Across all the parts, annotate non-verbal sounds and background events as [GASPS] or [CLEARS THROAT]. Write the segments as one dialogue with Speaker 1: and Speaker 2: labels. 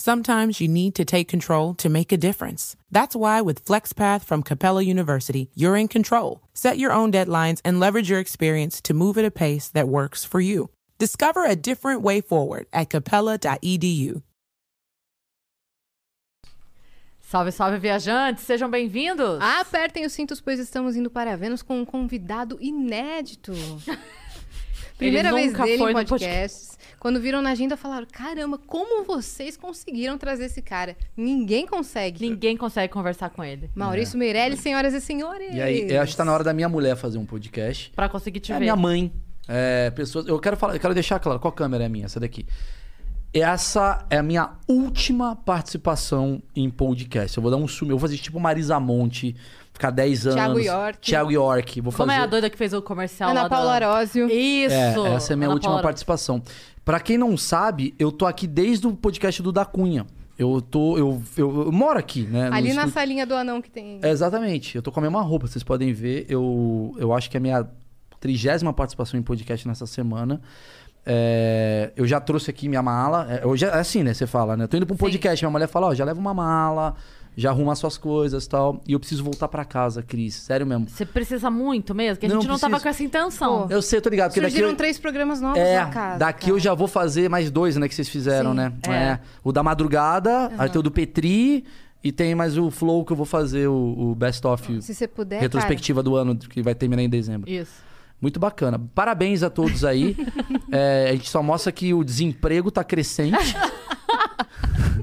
Speaker 1: Sometimes you need to take control to make a difference. That's why, with FlexPath from Capella University, you're in control. Set your own deadlines and leverage your experience to move at a pace that works for you. Discover a different way forward at E capella.edu.
Speaker 2: Salve, salve, viajantes! Sejam bem-vindos!
Speaker 3: Ah.
Speaker 2: [LAUGHS]
Speaker 3: Apertem os cintos, pois estamos indo para Vênus com um convidado inédito. Primeira vez
Speaker 2: nunca
Speaker 3: dele
Speaker 2: foi
Speaker 3: em
Speaker 2: no
Speaker 3: podcasts. Quando viram na agenda, falaram: caramba, como vocês conseguiram trazer esse cara? Ninguém consegue.
Speaker 2: Ninguém consegue conversar com ele.
Speaker 3: Maurício Meirelles, senhoras e senhores.
Speaker 4: É. E aí, eu acho que tá na hora da minha mulher fazer um podcast.
Speaker 2: Pra conseguir te
Speaker 4: É
Speaker 2: ver.
Speaker 4: minha mãe. É, pessoas. Eu quero falar, eu quero deixar claro qual câmera é minha, essa daqui. Essa é a minha última participação em podcast. Eu vou dar um sumo. Eu vou fazer tipo Marisa Monte, ficar 10 anos.
Speaker 3: Thiago York.
Speaker 4: Thiago York. Vou
Speaker 2: Como
Speaker 4: fazer...
Speaker 2: é a doida que fez o comercial lá
Speaker 3: Ana
Speaker 2: da-
Speaker 3: Paula Arósio.
Speaker 2: Isso!
Speaker 4: É, essa é a minha
Speaker 2: Ana
Speaker 4: última
Speaker 2: Paula.
Speaker 4: participação. Pra quem não sabe, eu tô aqui desde o podcast do Da Cunha. Eu tô. Eu, eu- eu moro aqui, né? no
Speaker 3: Ali na
Speaker 4: estúdio.
Speaker 3: salinha do anão que tem.
Speaker 4: É, Exatamente. Eu tô com a mesma roupa, vocês podem ver. Eu, eu acho que é a minha trigésima participação em podcast nessa semana. É, eu já trouxe aqui minha mala. É, hoje é assim, né? Você fala, né? Eu tô indo pra um podcast, minha mulher fala, ó, já leva uma mala, já arruma suas coisas e tal. E eu preciso voltar pra casa, Cris. Sério mesmo.
Speaker 2: Você precisa muito mesmo, que a gente
Speaker 4: Não,
Speaker 2: não,
Speaker 4: preciso.
Speaker 2: tava com essa intenção.
Speaker 4: Eu sei, eu tô ligado. porque daqui
Speaker 3: Surgiram
Speaker 4: eu-
Speaker 3: três programas novos
Speaker 4: é,
Speaker 3: na casa.
Speaker 4: daqui
Speaker 3: cara.
Speaker 4: eu já vou fazer mais dois, né, que vocês fizeram,
Speaker 3: Sim,
Speaker 4: né?
Speaker 2: é.
Speaker 4: O da madrugada, aí tem o do Petri e tem mais o Flow que eu vou fazer, o, o Best Of
Speaker 3: Se você puder.
Speaker 4: retrospectiva do ano, que vai terminar em dezembro.
Speaker 2: Isso.
Speaker 4: Muito bacana. Parabéns a todos aí. É, a gente só mostra que o desemprego tá crescente.
Speaker 3: Cara,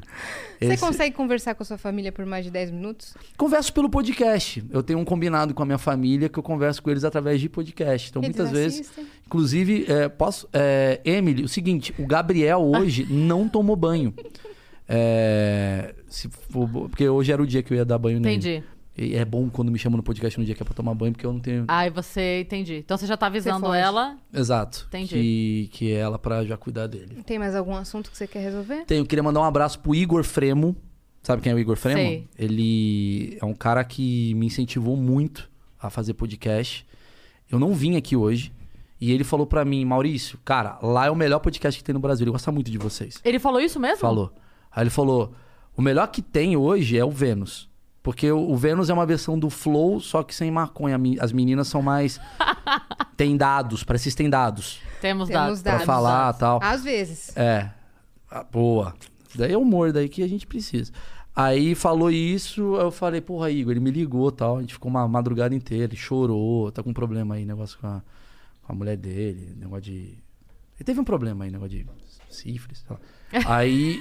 Speaker 4: Esse-
Speaker 3: Você consegue conversar com a sua família por mais de 10 minutos?
Speaker 4: Converso pelo podcast. Eu tenho um combinado com a minha família que eu converso com eles através de podcast. Então,
Speaker 3: Eles
Speaker 4: muitas vezes.
Speaker 3: assistem?
Speaker 4: Inclusive, é, posso. é, Emily, o seguinte: o Gabriel hoje não tomou banho. É, se for- porque hoje era o dia que eu ia dar banho nele.
Speaker 2: Entendi.
Speaker 4: E é bom quando me chamam no podcast no dia que é pra tomar banho, porque eu não tenho.
Speaker 2: Aí você... Entendi. Então você já tá avisando
Speaker 3: foge.
Speaker 2: ela.
Speaker 4: Exato.
Speaker 2: Entendi.
Speaker 4: Que, que é ela pra já cuidar dele.
Speaker 3: Tem mais algum assunto que você quer resolver?
Speaker 4: Tenho, queria mandar um abraço pro Igor Fremo. Sabe quem é o Igor Fremo?
Speaker 2: Sei.
Speaker 4: Ele é um cara que me incentivou muito a fazer podcast. Eu não vim aqui hoje. E ele falou pra mim, Maurício, cara, lá é o melhor podcast que tem no Brasil. Ele gosta muito de vocês.
Speaker 2: Ele falou isso mesmo?
Speaker 4: Falou. Aí ele falou: o melhor que tem hoje é o Vênus. Porque o o Vênus é uma versão do Flow, só que sem maconha. Me- As meninas são mais. tem dados, parece que tem dados.
Speaker 2: Temos,
Speaker 3: Temos
Speaker 2: dados.
Speaker 3: dados.
Speaker 4: pra falar e tal.
Speaker 3: Às vezes.
Speaker 4: É. Ah, boa. Isso Daí é humor daí que a gente precisa. Aí falou isso, eu falei, porra, Igor, ele me ligou tal. A gente ficou uma madrugada inteira, ele chorou, tá com um problema aí, negócio com a, com a mulher dele, negócio de. Ele teve um problema aí, negócio de
Speaker 3: [LAUGHS]
Speaker 4: sífilis, sei lá. Aí.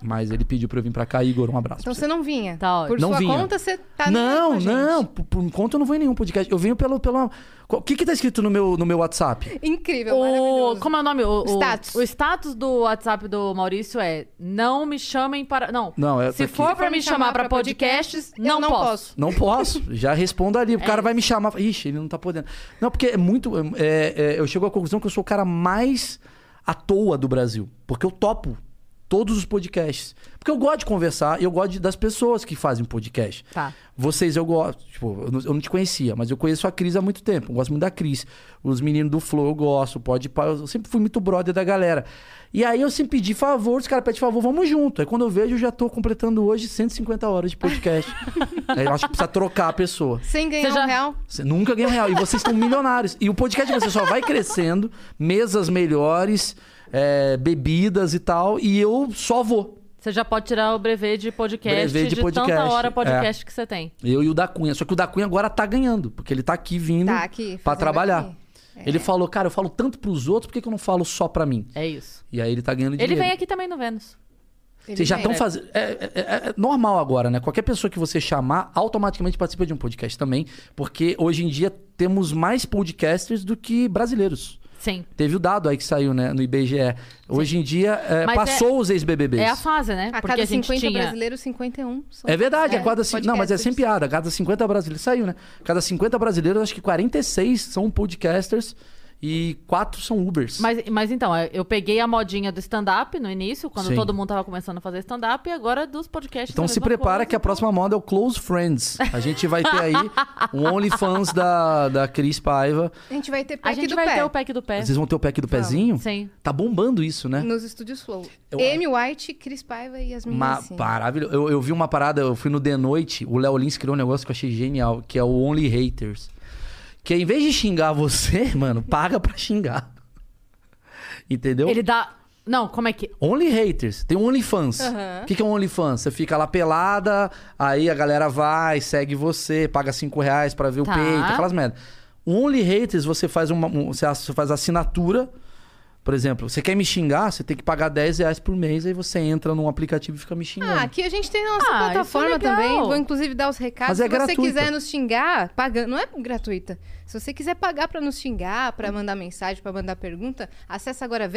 Speaker 4: Mas ele pediu pra eu vir pra cá, Igor, um abraço.
Speaker 3: Então
Speaker 4: pra
Speaker 3: você não vinha.
Speaker 2: Tá ótimo.
Speaker 3: Por
Speaker 4: Não
Speaker 3: sua
Speaker 4: vinha.
Speaker 3: conta, você tá
Speaker 4: não,
Speaker 3: ligado com a gente.
Speaker 4: não, por, por enquanto eu não vou em nenhum podcast. Eu venho pelo. pelo... O que que tá escrito no meu, no meu WhatsApp?
Speaker 3: Incrível,
Speaker 2: O,
Speaker 3: maravilhoso.
Speaker 2: como é o nome? O, o-
Speaker 3: Status.
Speaker 2: O, status do WhatsApp do Maurício é: Não me chamem para. Não.
Speaker 4: Não, é- tá
Speaker 2: Se
Speaker 4: aqui.
Speaker 2: for pra me chamar pra podcasts,
Speaker 3: eu
Speaker 2: não,
Speaker 3: não
Speaker 2: posso. É
Speaker 4: Não posso, já respondo
Speaker 2: [LAUGHS]
Speaker 4: ali. O cara vai me chamar. Ixi, ele não tá podendo. Não, porque é muito. é, é, eu chego à conclusão que eu sou o cara mais à toa do Brasil. Porque eu topo todos os podcasts. Porque eu gosto de conversar e eu gosto de- das pessoas que fazem podcast.
Speaker 2: Tá.
Speaker 4: Vocês eu gosto. Tipo, eu não, eu não te conhecia, mas eu conheço a Cris há muito tempo. Eu gosto muito da Cris. Os meninos do Flow eu gosto. Pode pá, Eu sempre fui muito brother da galera. E aí eu sempre pedi favor, os caras pedem favor, vamos junto. Aí quando eu vejo, eu já tô completando hoje 150 horas de podcast. aí eu acho que precisa trocar a pessoa.
Speaker 3: Sem ganhar
Speaker 2: Você já-
Speaker 3: um real.
Speaker 4: Você nunca ganha um real. E vocês estão milionários. E o podcast de vocês só vai crescendo, mesas melhores, é, bebidas e tal. E eu só vou.
Speaker 2: Você já pode tirar o brevet de podcast
Speaker 4: Brevet de
Speaker 2: de tanta
Speaker 4: podcast, é.
Speaker 2: hora podcast que você tem.
Speaker 4: Eu e o da Cunha. Só que o da Cunha agora tá ganhando, porque ele tá aqui vindo
Speaker 3: Tá aqui,
Speaker 4: pra
Speaker 3: fazendo
Speaker 4: trabalhar.
Speaker 3: aqui.
Speaker 4: Ele falou, cara, eu falo tanto pros outros, por que, que eu não falo só pra mim?
Speaker 2: É isso.
Speaker 4: E aí ele tá ganhando dinheiro.
Speaker 2: Ele vem aqui também no Vênus.
Speaker 3: Ele
Speaker 4: Vocês já
Speaker 3: vem.
Speaker 4: estão fazendo. É, é- é- é normal agora, né? Qualquer pessoa que você chamar automaticamente participa de um podcast também, porque hoje em dia temos mais podcasters do que brasileiros.
Speaker 2: Sim.
Speaker 4: Teve o dado aí que saiu, né, no IBGE. Hoje em dia é,
Speaker 2: Mas
Speaker 4: passou os ex-BBBs.
Speaker 2: É a fase, né?
Speaker 3: A
Speaker 2: Porque
Speaker 3: cada
Speaker 2: a gente
Speaker 3: 50
Speaker 2: tinha.
Speaker 3: brasileiros, 51 são.
Speaker 4: É verdade,
Speaker 3: é,
Speaker 4: a cada. cin- Não, mas é
Speaker 3: podcasters.
Speaker 4: sem piada. A cada 50 brasileiros. Saiu, né? A cada 50 brasileiros, acho que 46 são podcasters. e quatro são Ubers.
Speaker 2: Mas, mas então, eu- eu peguei a modinha do stand-up no início, quando
Speaker 4: Sim.
Speaker 2: todo mundo tava começando a fazer stand-up, e agora dos podcasts. é
Speaker 4: Então
Speaker 2: a
Speaker 4: se
Speaker 2: mesma
Speaker 4: prepara
Speaker 2: coisa.
Speaker 4: que a próxima moda é o Close Friends. A gente vai ter aí um OnlyFans da, da Cris Paiva.
Speaker 3: A gente vai ter pack
Speaker 2: A gente
Speaker 3: do
Speaker 2: vai
Speaker 3: pé
Speaker 2: ter o pack do pé.
Speaker 4: Vocês vão ter o pack do pezinho?
Speaker 2: É. Sim.
Speaker 4: Tá bombando isso, né?
Speaker 3: nos estúdios Flow.
Speaker 4: Eu-
Speaker 3: Amy White, Cris Paiva e as
Speaker 4: Ma-
Speaker 3: meninas. assim.
Speaker 4: Maravilhoso. Eu, eu vi uma parada, eu fui no The Noite, o Léo Lins criou um negócio que eu achei genial, que é o Only Haters. Que em vez de xingar você, [LAUGHS] mano, paga pra xingar. Entendeu?
Speaker 2: Ele dá. Não, como é que.
Speaker 4: Only haters. Tem um OnlyFans. O que, que é um OnlyFans? Você fica lá pelada, aí a galera vai, segue você, paga 5 reais pra ver
Speaker 2: Tá.
Speaker 4: o peito, aquelas merdas. O Only haters, você faz uma. um- você, ass- você faz assinatura. Por exemplo, você quer me xingar, você tem que pagar 10 reais por mês, aí você entra num aplicativo e fica me xingando.
Speaker 3: Ah, aqui a gente tem a nossa
Speaker 2: Ah,
Speaker 3: plataforma
Speaker 2: isso é legal.
Speaker 3: também. Vou inclusive dar os recados.
Speaker 4: Mas é
Speaker 3: Se você
Speaker 4: gratuita.
Speaker 3: quiser nos xingar, paga... não é gratuita. Se você quiser pagar pra nos xingar, pra mandar mensagem, pra mandar pergunta, acessa agora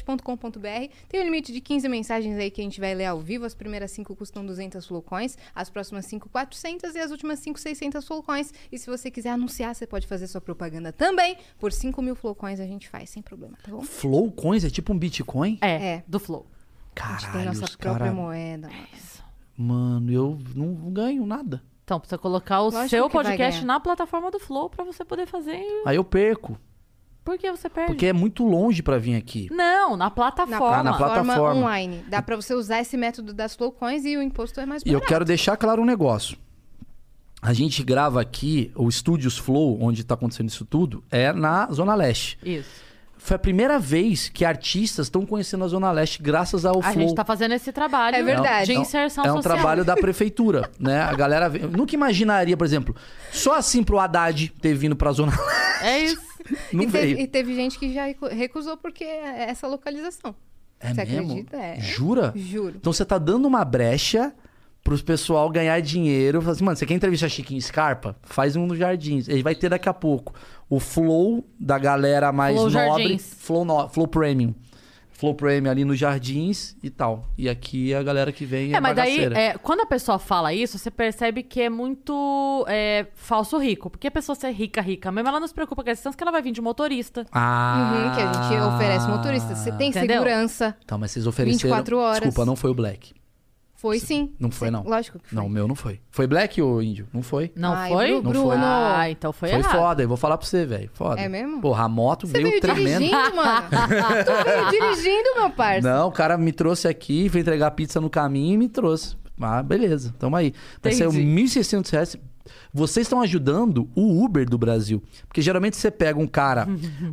Speaker 3: venuspodcast.com.br. Tem um limite de 15 mensagens aí que a gente vai ler ao vivo. As primeiras 5 custam 200 flowcoins, as próximas 5, 400 e as últimas 5, 600 flowcoins. E se você quiser anunciar, você pode fazer sua propaganda também. Por 5 mil flowcoins a gente faz, sem problema, tá bom?
Speaker 4: Flow Coins é tipo um Bitcoin?
Speaker 2: É,
Speaker 3: É.
Speaker 2: do Flow.
Speaker 3: A gente
Speaker 4: Caralho,
Speaker 3: tem nossa
Speaker 4: os
Speaker 3: própria
Speaker 4: cara...
Speaker 3: moeda. mano.
Speaker 4: Mano, eu não ganho nada.
Speaker 2: Então, precisa colocar o
Speaker 3: Lógico
Speaker 2: seu
Speaker 3: que vai
Speaker 2: podcast
Speaker 3: ganhar.
Speaker 2: na plataforma do Flow pra você poder fazer. e
Speaker 4: Aí eu perco,
Speaker 2: Por que você perde?
Speaker 4: porque é muito longe pra vir aqui.
Speaker 2: Não, na
Speaker 3: Tá Na
Speaker 2: plataforma.
Speaker 4: Ah, na
Speaker 3: plataforma,
Speaker 4: plataforma.
Speaker 3: online. Dá pra você usar esse método das flowcoins e o imposto é mais
Speaker 4: E eu
Speaker 3: barato.
Speaker 4: quero deixar claro um negócio. A gente grava aqui, o Estúdios Flow, onde tá acontecendo isso tudo, é na Zona Leste.
Speaker 2: Isso.
Speaker 4: Foi a primeira vez que artistas estão conhecendo a Zona Leste graças ao
Speaker 2: A
Speaker 4: Flow.
Speaker 2: gente tá fazendo esse trabalho
Speaker 3: É verdade.
Speaker 2: de inserção
Speaker 4: é um
Speaker 2: social.
Speaker 4: trabalho da prefeitura, [LAUGHS] né? A galera vê- eu nunca imaginaria, por exemplo, só assim pro Haddad ter vindo pra Zona [LAUGHS] Leste.
Speaker 2: É
Speaker 4: [LAUGHS]
Speaker 2: isso.
Speaker 4: Não
Speaker 3: e,
Speaker 4: veio.
Speaker 3: teve, e teve gente que já recu- recusou porque é essa localização.
Speaker 4: É
Speaker 3: Você
Speaker 4: mesmo?
Speaker 3: acredita? É.
Speaker 4: Jura?
Speaker 3: Juro.
Speaker 4: Então você tá dando uma brecha pros pessoal ganhar dinheiro. Fala assim, mano, você quer entrevistar Chiquinho Scarpa? Faz um nos jardins. Ele vai ter daqui a pouco o flow da galera mais
Speaker 2: Flow
Speaker 4: nobre.
Speaker 2: Jardins.
Speaker 4: Flow, no- flow Premium. Flow Premium ali nos jardins e tal. E aqui a galera que vem é,
Speaker 2: É, mas daí,
Speaker 4: bagaceira.
Speaker 2: é, quando a pessoa fala isso, você percebe que é muito é, falso rico. Porque a pessoa ser rica, rica mesmo, ela não se preocupa com a distância, que ela vai vir de motorista.
Speaker 4: Ah,
Speaker 3: Uhum, que a gente oferece motorista. Você tem
Speaker 2: Entendeu?
Speaker 3: segurança.
Speaker 4: Então, mas vocês ofereceram...
Speaker 3: 24 horas.
Speaker 4: Desculpa, não foi o Black.
Speaker 3: Foi sim.
Speaker 4: Não foi,
Speaker 3: Cê-
Speaker 4: não.
Speaker 3: Lógico que foi.
Speaker 4: Não, o meu não foi. Foi Black ou Índio? Não foi.
Speaker 2: Não
Speaker 3: Ai,
Speaker 2: foi?
Speaker 3: Bru- Não Bruno. foi.
Speaker 2: Ah, então foi,
Speaker 4: Foi
Speaker 2: errado.
Speaker 4: foda, eu vou falar pra você, velho. Foda.
Speaker 3: É mesmo?
Speaker 4: Porra, a moto
Speaker 3: Você veio
Speaker 4: veio tremendo.
Speaker 3: dirigindo,
Speaker 4: [LAUGHS]
Speaker 3: mano. tu veio dirigindo, meu parça.
Speaker 4: Não, o cara me trouxe aqui, foi entregar pizza no caminho e me trouxe. Ah, beleza, tamo aí. Vai ser
Speaker 2: Entendi.
Speaker 4: 1.600 reais. Vocês estão ajudando o Uber do Brasil. Porque geralmente você pega um
Speaker 3: [LAUGHS]
Speaker 4: cara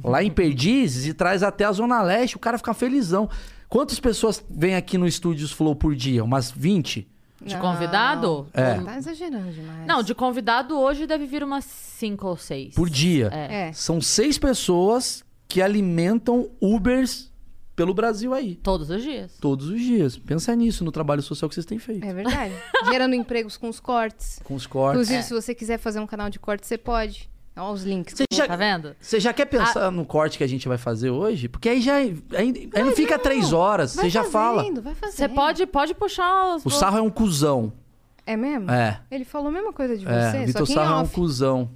Speaker 4: lá em Perdizes e traz até a Zona Leste, o cara fica felizão. Quantas pessoas vêm aqui no Estúdios Flow por dia? Umas 20?
Speaker 2: De convidado?
Speaker 4: É.
Speaker 3: Tá exagerando demais.
Speaker 2: Não, de convidado hoje deve vir umas cinco ou seis.
Speaker 4: Por dia.
Speaker 3: É.
Speaker 4: São seis pessoas que alimentam Ubers pelo Brasil aí.
Speaker 2: Todos os dias.
Speaker 4: Todos os dias. Pensa nisso no trabalho social que vocês têm feito.
Speaker 3: É verdade. Gerando empregos com os cortes.
Speaker 4: Com os
Speaker 2: É.
Speaker 4: cortes.
Speaker 3: Inclusive, se você quiser fazer um canal de corte, você pode. Olha os links.
Speaker 4: Você já,
Speaker 2: Tá vendo?
Speaker 4: Você já quer
Speaker 3: Ah.
Speaker 4: pensar no corte que a gente vai fazer hoje? Porque aí já é, aí, aí não fica três horas, você
Speaker 3: Vai
Speaker 4: já fala.
Speaker 3: fazendo, Vai fazendo.
Speaker 2: Você pode, pode puxar os.
Speaker 4: O Sarro é um cuzão.
Speaker 3: É mesmo?
Speaker 4: É.
Speaker 3: Ele falou a mesma coisa de
Speaker 4: É,
Speaker 3: você, só
Speaker 4: Vitor
Speaker 3: que em
Speaker 4: Sarro é um
Speaker 3: off.
Speaker 4: cuzão.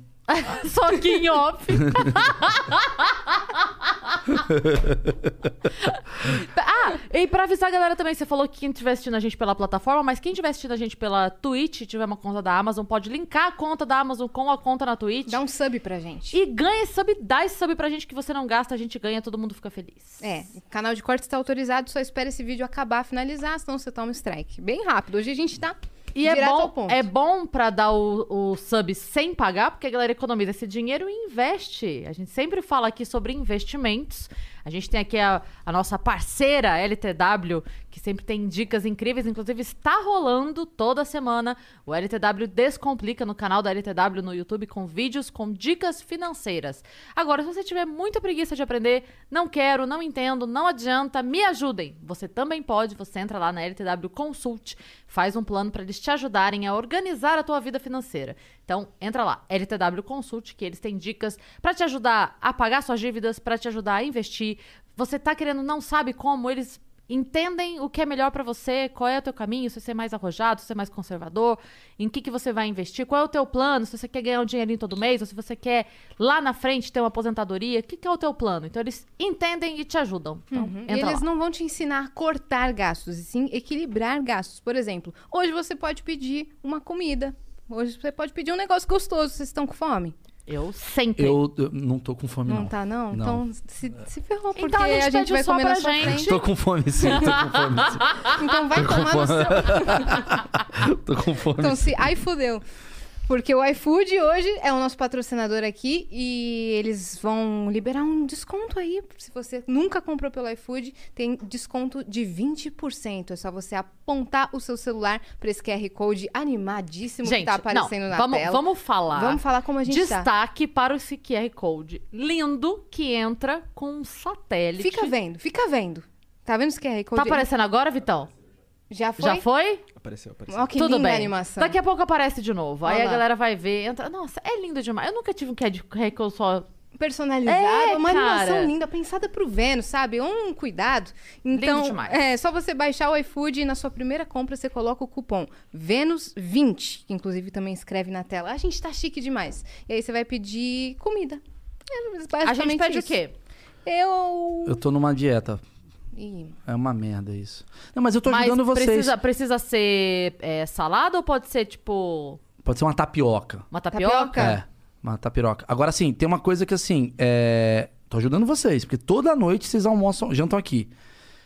Speaker 2: Só que em off. [LAUGHS] ah, e pra avisar a galera também, você falou que quem estiver assistindo a gente pela plataforma, mas quem estiver assistindo a gente pela Twitch, tiver uma conta da Amazon, pode linkar a conta da Amazon com a conta na Twitch.
Speaker 3: Dá um sub pra gente.
Speaker 2: E ganha esse sub, dá esse sub pra gente que você não gasta, a gente ganha, todo mundo fica feliz.
Speaker 3: É, o canal de cortes tá autorizado, só espera esse vídeo acabar, finalizar, senão você toma um strike. Bem rápido. Hoje a gente tá
Speaker 2: E
Speaker 3: direto
Speaker 2: é
Speaker 3: ao
Speaker 2: bom,
Speaker 3: ponto.
Speaker 2: é bom pra dar o, o sub sem pagar, porque a galera economiza esse dinheiro e investe. A gente sempre fala aqui sobre investimentos. A gente tem aqui a, a nossa parceira LTW, que sempre tem dicas incríveis. Inclusive, está rolando toda semana o LTW Descomplica no canal da LTW no YouTube com vídeos com dicas financeiras. Agora, se você tiver muita preguiça de aprender, não quero, não entendo, não adianta, me ajudem. Você também pode, você entra lá na LTW Consult, faz um plano para eles te ajudarem a organizar a tua vida financeira. Então, entra lá, LTW Consult, que eles têm dicas para te ajudar a pagar suas dívidas, para te ajudar a investir. Você tá querendo, não sabe como, eles entendem o que é melhor pra você, qual é o teu caminho, se você é mais arrojado, se você é mais conservador, em que, que você vai investir, qual é o teu plano, se você quer ganhar um dinheirinho todo mês, ou se você quer lá na frente ter uma aposentadoria, o que, que é o teu plano? Então eles entendem e te ajudam. Então,
Speaker 3: Uhum. E
Speaker 2: entra
Speaker 3: eles
Speaker 2: lá.
Speaker 3: não vão te ensinar a cortar gastos, e sim equilibrar gastos. Por exemplo, hoje você pode pedir uma comida. Hoje você pode pedir um negócio gostoso. Vocês estão com fome?
Speaker 2: Eu sempre.
Speaker 4: Eu, eu não tô com fome,
Speaker 3: Não,
Speaker 4: não.
Speaker 3: tá, não?
Speaker 4: Não.
Speaker 3: Então se, se ferrou, porque
Speaker 2: Então a gente
Speaker 3: a gente
Speaker 2: pede
Speaker 3: vai
Speaker 2: só
Speaker 3: comer
Speaker 2: pra
Speaker 3: na sua
Speaker 2: gente.
Speaker 3: frente.
Speaker 4: Tô com fome, sim. Tô com
Speaker 3: [LAUGHS]
Speaker 4: fome,
Speaker 2: [LAUGHS]
Speaker 4: sim.
Speaker 3: Então
Speaker 4: [LAUGHS]
Speaker 3: vai tomar no seu...
Speaker 4: Tô com fome.
Speaker 3: Então, se. Ai, fudeu. Porque o iFood hoje é o nosso patrocinador aqui e eles vão liberar um desconto aí. Se você nunca comprou pelo iFood, tem desconto de 20%. É só você apontar o seu celular para esse QR Code animadíssimo que tá aparecendo
Speaker 2: não,
Speaker 3: na
Speaker 2: vamos,
Speaker 3: tela.
Speaker 2: Vamos falar.
Speaker 3: Vamos falar como a gente tá.
Speaker 2: Destaque para esse QR Code. Lindo que entra com um satélite.
Speaker 3: Fica vendo, fica vendo. Tá vendo esse QR Code?
Speaker 2: Tá aparecendo agora, Vitão?
Speaker 3: Já foi?
Speaker 2: Já foi?
Speaker 5: Apareceu, apareceu.
Speaker 3: Ó, que
Speaker 2: Tudo
Speaker 3: linda
Speaker 2: bem.
Speaker 3: a animação.
Speaker 2: Daqui a pouco aparece de novo. Aí
Speaker 3: Olha
Speaker 2: a
Speaker 3: lá.
Speaker 2: galera vai ver. Entra... Nossa, é lindo demais. Eu nunca tive um QR Code só.
Speaker 3: personalizado,
Speaker 2: É,
Speaker 3: uma animação
Speaker 2: cara.
Speaker 3: linda, pensada pro Vênus, sabe? Um cuidado. Então,
Speaker 2: Lindo demais.
Speaker 3: é só você baixar o iFood e na sua primeira compra você coloca o cupom Vênus20, que inclusive também escreve na tela. A gente tá chique demais. E aí você vai pedir comida. É
Speaker 2: A
Speaker 3: basicamente
Speaker 2: gente pede
Speaker 3: isso.
Speaker 2: o quê?
Speaker 3: Eu...
Speaker 4: Eu tô numa dieta.
Speaker 3: Ih,
Speaker 4: É uma merda isso. Não, mas eu tô
Speaker 2: Mas
Speaker 4: ajudando vocês.
Speaker 2: Precisa, precisa ser é, salada ou pode ser, tipo,
Speaker 4: Pode ser uma tapioca.
Speaker 2: uma tapioca?
Speaker 3: Tapioca.
Speaker 4: É, uma tapiroca. Agora, assim, tem uma coisa que, assim, é... Tô ajudando vocês, porque toda noite vocês almoçam, jantam aqui.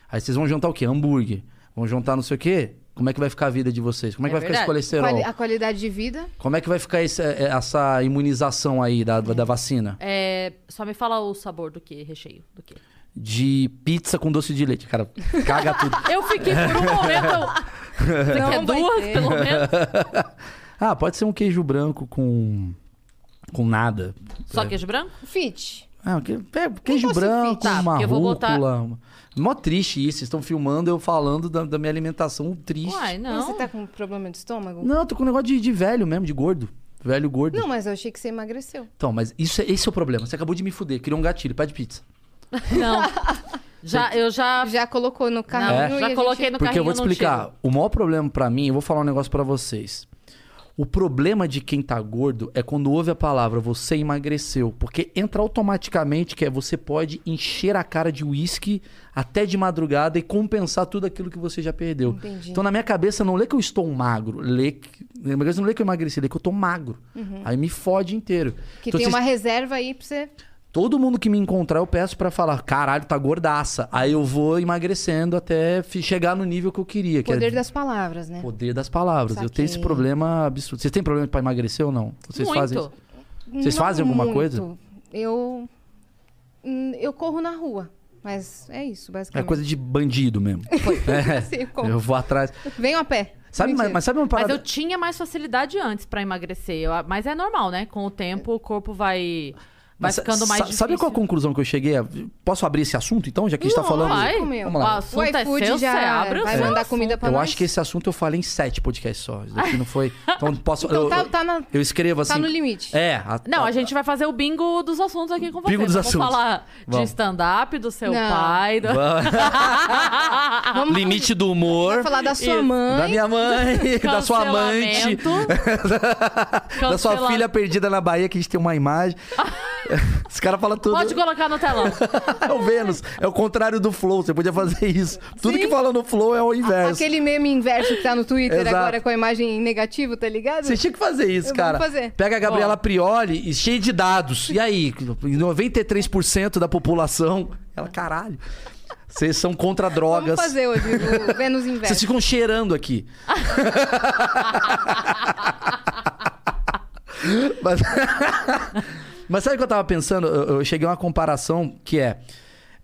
Speaker 4: Aí vocês vão jantar o quê? Hambúrguer. Vão jantar não sei o quê. Como é que vai ficar a vida de vocês? Como é que
Speaker 2: É
Speaker 4: vai ficar
Speaker 2: verdade.
Speaker 4: esse colesterol?
Speaker 3: quali- a qualidade de vida.
Speaker 4: Como é que vai ficar esse- é, essa imunização aí da, da vacina?
Speaker 2: É, só me fala o sabor do que, recheio do que.
Speaker 4: De pizza com doce de leite. Cara, caga tudo.
Speaker 2: Eu fiquei por um momento. Você
Speaker 3: [LAUGHS] Não
Speaker 2: quer
Speaker 3: vai
Speaker 2: duas,
Speaker 3: ter.
Speaker 2: pelo menos?
Speaker 4: Ah, pode ser um queijo branco com... Com nada.
Speaker 2: Só queijo branco?
Speaker 3: Fit.
Speaker 4: Ah, que, é, queijo
Speaker 3: posso
Speaker 4: branco,
Speaker 2: fritar,
Speaker 4: uma
Speaker 2: tá, porque eu vou botar-
Speaker 4: rúcula. uma- Mó triste isso. Vocês estão filmando eu falando da, da minha alimentação triste.
Speaker 2: Uai, não.
Speaker 3: Você tá com problema de estômago?
Speaker 4: Não, eu tô com um negócio de, de velho mesmo, de gordo. Velho gordo.
Speaker 3: Não, mas eu achei que você emagreceu.
Speaker 4: Então, mas isso é, esse é o problema. Você acabou de me fuder. Criou um gatilho. Pede pizza. é. [LAUGHS]
Speaker 2: Não. Já, eu já.
Speaker 3: Já colocou no carro.
Speaker 4: É.
Speaker 2: Ah. Já coloquei no
Speaker 4: Porque eu vou te
Speaker 2: carrinho, não
Speaker 4: explicar. O maior problema pra mim, eu vou falar um negócio pra vocês. O problema de quem tá gordo é quando ouve a palavra você emagreceu. Porque entra automaticamente que é você pode encher a cara de uísque até de madrugada e compensar tudo aquilo que você já perdeu.
Speaker 3: Entendi.
Speaker 4: Então na minha cabeça não lê que eu estou magro, lê que... na minha cabeça não lê que eu emagreci, lê que eu tô magro. Aí me fode inteiro.
Speaker 3: Uhum. Que
Speaker 4: Então,
Speaker 3: tem
Speaker 4: vocês-
Speaker 3: uma reserva aí pra você.
Speaker 4: Todo mundo que me encontrar, eu peço pra falar, caralho, tá gordaça. Aí eu vou emagrecendo até fi- chegar no nível que eu queria. Que
Speaker 3: Poder
Speaker 4: era...
Speaker 3: das palavras, né?
Speaker 4: É. Poder das palavras. Eu tenho esse
Speaker 3: Saquei.
Speaker 4: problema absurdo. Vocês têm problema pra emagrecer ou não? Vocês
Speaker 2: muito.
Speaker 4: fazem isso? Vocês fazem alguma coisa?
Speaker 3: Eu. hum, Eu corro na rua. Mas é isso,
Speaker 4: É
Speaker 3: basicamente.
Speaker 4: coisa de bandido mesmo.
Speaker 3: Sim,
Speaker 4: É,
Speaker 3: como.
Speaker 4: eu vou atrás.
Speaker 3: Venho a pé.
Speaker 4: Sabe, mas,
Speaker 3: Mentira.
Speaker 4: mas sabe uma
Speaker 2: Mas
Speaker 4: parada?
Speaker 2: eu tinha mais facilidade antes pra emagrecer. Eu- mas é normal, né? Com o tempo, o corpo vai, vai
Speaker 4: Mas sa-
Speaker 2: ficando mais
Speaker 4: sa-
Speaker 2: difícil.
Speaker 4: Sabe qual a conclusão que eu cheguei? Posso abrir esse assunto então, já que a gente tá falando?
Speaker 2: Vai.
Speaker 3: Lógico, meu.
Speaker 4: Vamos
Speaker 2: O
Speaker 4: lá.
Speaker 3: O
Speaker 2: assunto é
Speaker 3: iFood
Speaker 2: seu,
Speaker 3: já
Speaker 2: você abre o
Speaker 3: vai
Speaker 2: seu
Speaker 3: mandar
Speaker 2: assunto.
Speaker 3: comida pra
Speaker 4: Eu
Speaker 3: nós.
Speaker 4: acho que esse assunto eu falei em sete podcasts só. Isso daqui não foi. Então posso.
Speaker 3: Então
Speaker 4: eu,
Speaker 3: tá, tá, na-
Speaker 4: eu escrevo assim.
Speaker 3: tá no limite.
Speaker 4: É. a-
Speaker 2: Não, a
Speaker 4: a- [LAUGHS]
Speaker 2: gente vai fazer o bingo dos assuntos aqui com você.
Speaker 4: Bingo dos
Speaker 2: Vamos
Speaker 4: assuntos.
Speaker 2: falar de
Speaker 4: Vamos.
Speaker 2: stand-up, do seu
Speaker 3: Não.
Speaker 2: pai. Do...
Speaker 3: Vamos
Speaker 4: Limite do humor.
Speaker 3: Vai falar da sua mãe.
Speaker 4: Da minha mãe, [LAUGHS] da sua amante, [LAUGHS] da sua
Speaker 2: Cancela-
Speaker 4: filha perdida na Bahia, que a gente tem
Speaker 3: [LAUGHS]
Speaker 4: uma imagem. Os caras falam
Speaker 2: [LAUGHS]
Speaker 4: tudo.
Speaker 2: Pode colocar no telão.
Speaker 4: [LAUGHS] é o Vênus. É o contrário do Flow. Você podia fazer isso. Tudo que fala no Flow é o inverso.
Speaker 3: Aquele meme inverso que tá no Twitter
Speaker 4: Exato.
Speaker 3: agora com a imagem em negativo, tá ligado?
Speaker 4: Você tinha que fazer isso,
Speaker 3: Eu
Speaker 4: cara.
Speaker 3: vou fazer.
Speaker 4: Pega a Gabriela Prioli e cheia de dados. E aí, 93% da população. Ela, caralho. Vocês são contra
Speaker 3: Vamos
Speaker 4: drogas.
Speaker 3: fazer hoje
Speaker 4: [LAUGHS]
Speaker 3: o Vênus
Speaker 4: Vocês
Speaker 3: inverso.
Speaker 4: ficam cheirando aqui. Mas, Mas sabe o que eu tava pensando? Eu, eu cheguei a uma comparação que é,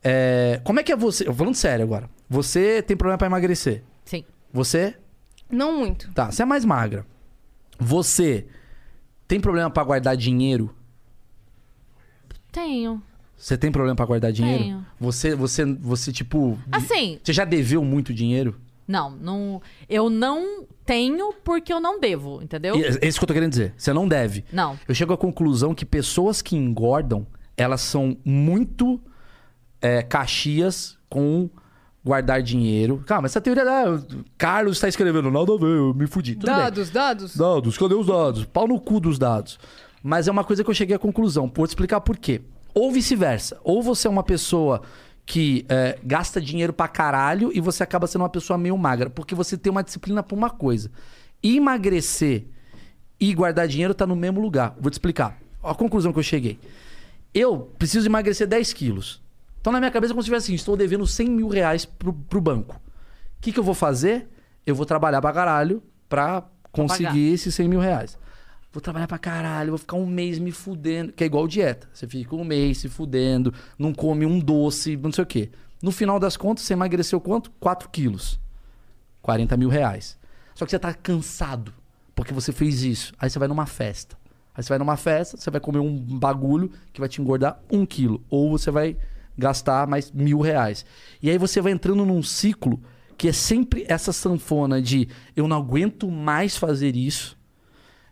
Speaker 4: é, Como é que é você. Falando sério agora. Você tem problema pra emagrecer.
Speaker 2: Sim.
Speaker 4: Você.
Speaker 3: Não muito.
Speaker 4: Tá, você é mais magra. Você tem problema pra guardar dinheiro?
Speaker 2: Tenho.
Speaker 4: Você tem problema pra guardar dinheiro?
Speaker 2: Tenho.
Speaker 4: Você, você, você tipo,
Speaker 2: Assim,
Speaker 4: você já deveu muito dinheiro?
Speaker 2: não, não. Eu não tenho porque eu não devo, entendeu?
Speaker 4: E É isso que eu tô querendo dizer. Você não deve.
Speaker 2: Não.
Speaker 4: Eu chego à conclusão que pessoas que engordam, elas são muito é, caxias com guardar dinheiro. Calma, essa teoria da. o Carlos está escrevendo, nada a ver, eu me fudi. Tudo bem.
Speaker 3: dados, dados.
Speaker 4: Dados, cadê os dados? Pau no cu dos dados. Mas é uma coisa que eu cheguei à conclusão. Vou te explicar por quê. Ou vice-versa. Ou você é uma pessoa que é, gasta dinheiro pra caralho e você acaba sendo uma pessoa meio magra. Porque você tem uma disciplina pra uma coisa. Emagrecer e guardar dinheiro tá no mesmo lugar. Vou te explicar. A conclusão que eu cheguei. Eu preciso emagrecer 10 quilos. Então na minha cabeça é como se tivesse assim, estou devendo 100 mil reais pro, pro banco. O que, que eu vou fazer? Eu vou trabalhar pra caralho pra conseguir esses 100 mil reais. Vou trabalhar pra caralho, vou ficar um mês me fudendo. Que é igual dieta. Você fica um mês se fudendo, não come um doce, não sei o quê. No final das contas, você emagreceu quanto? 4 quilos. 40 mil reais. Só que você tá cansado porque você fez isso. Aí você vai numa festa. Aí você vai numa festa, você vai comer um bagulho que vai te engordar um quilo. Ou você vai gastar mais mil reais. E aí você vai entrando num ciclo que é sempre essa sanfona de eu não aguento mais fazer isso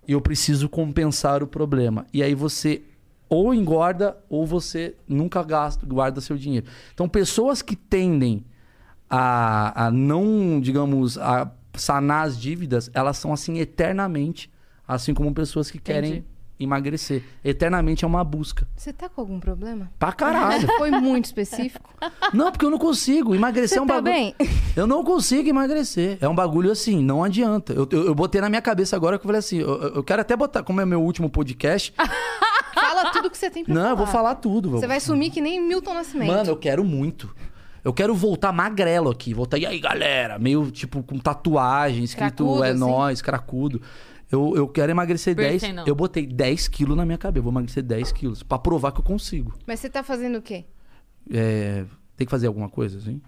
Speaker 4: e eu preciso compensar o problema. E aí você ou engorda ou você nunca gasta, guarda seu dinheiro. Então, pessoas que tendem a, a não, digamos, a sanar as dívidas, elas são assim eternamente, assim como pessoas que querem
Speaker 2: Entendi.
Speaker 4: emagrecer. Eternamente é uma busca.
Speaker 3: Você tá com algum problema?
Speaker 4: Pra
Speaker 3: [LAUGHS]
Speaker 4: caralho.
Speaker 3: Foi muito específico.
Speaker 4: não, porque eu não consigo. Emagrecer é um
Speaker 3: tá
Speaker 4: bagulho.
Speaker 3: bem?
Speaker 4: Eu não consigo emagrecer. É um bagulho assim, não adianta. Eu, eu, eu botei na minha cabeça agora que eu falei assim, eu, eu- eu quero até botar, como é meu último podcast,
Speaker 3: Fala tudo que você tem pra
Speaker 4: Não,
Speaker 3: falar.
Speaker 4: eu vou falar tudo.
Speaker 3: Ah. Você
Speaker 4: vou-
Speaker 3: vai sumir que nem Milton Nascimento.
Speaker 4: Mano, eu quero muito. Eu quero voltar magrelo aqui. Voltar, e aí, galera? Meio, tipo, com tatuagem, escrito
Speaker 3: Cracudo,
Speaker 4: é
Speaker 3: assim.
Speaker 4: nóis, cracudo. Eu, eu quero emagrecer
Speaker 2: Piercing,
Speaker 4: 10.
Speaker 2: não.
Speaker 4: Eu botei 10 quilos na minha cabeça. Eu vou emagrecer 10 quilos. Pra provar que eu consigo.
Speaker 3: Mas você tá fazendo o quê?
Speaker 4: É, tem que fazer alguma coisa, assim?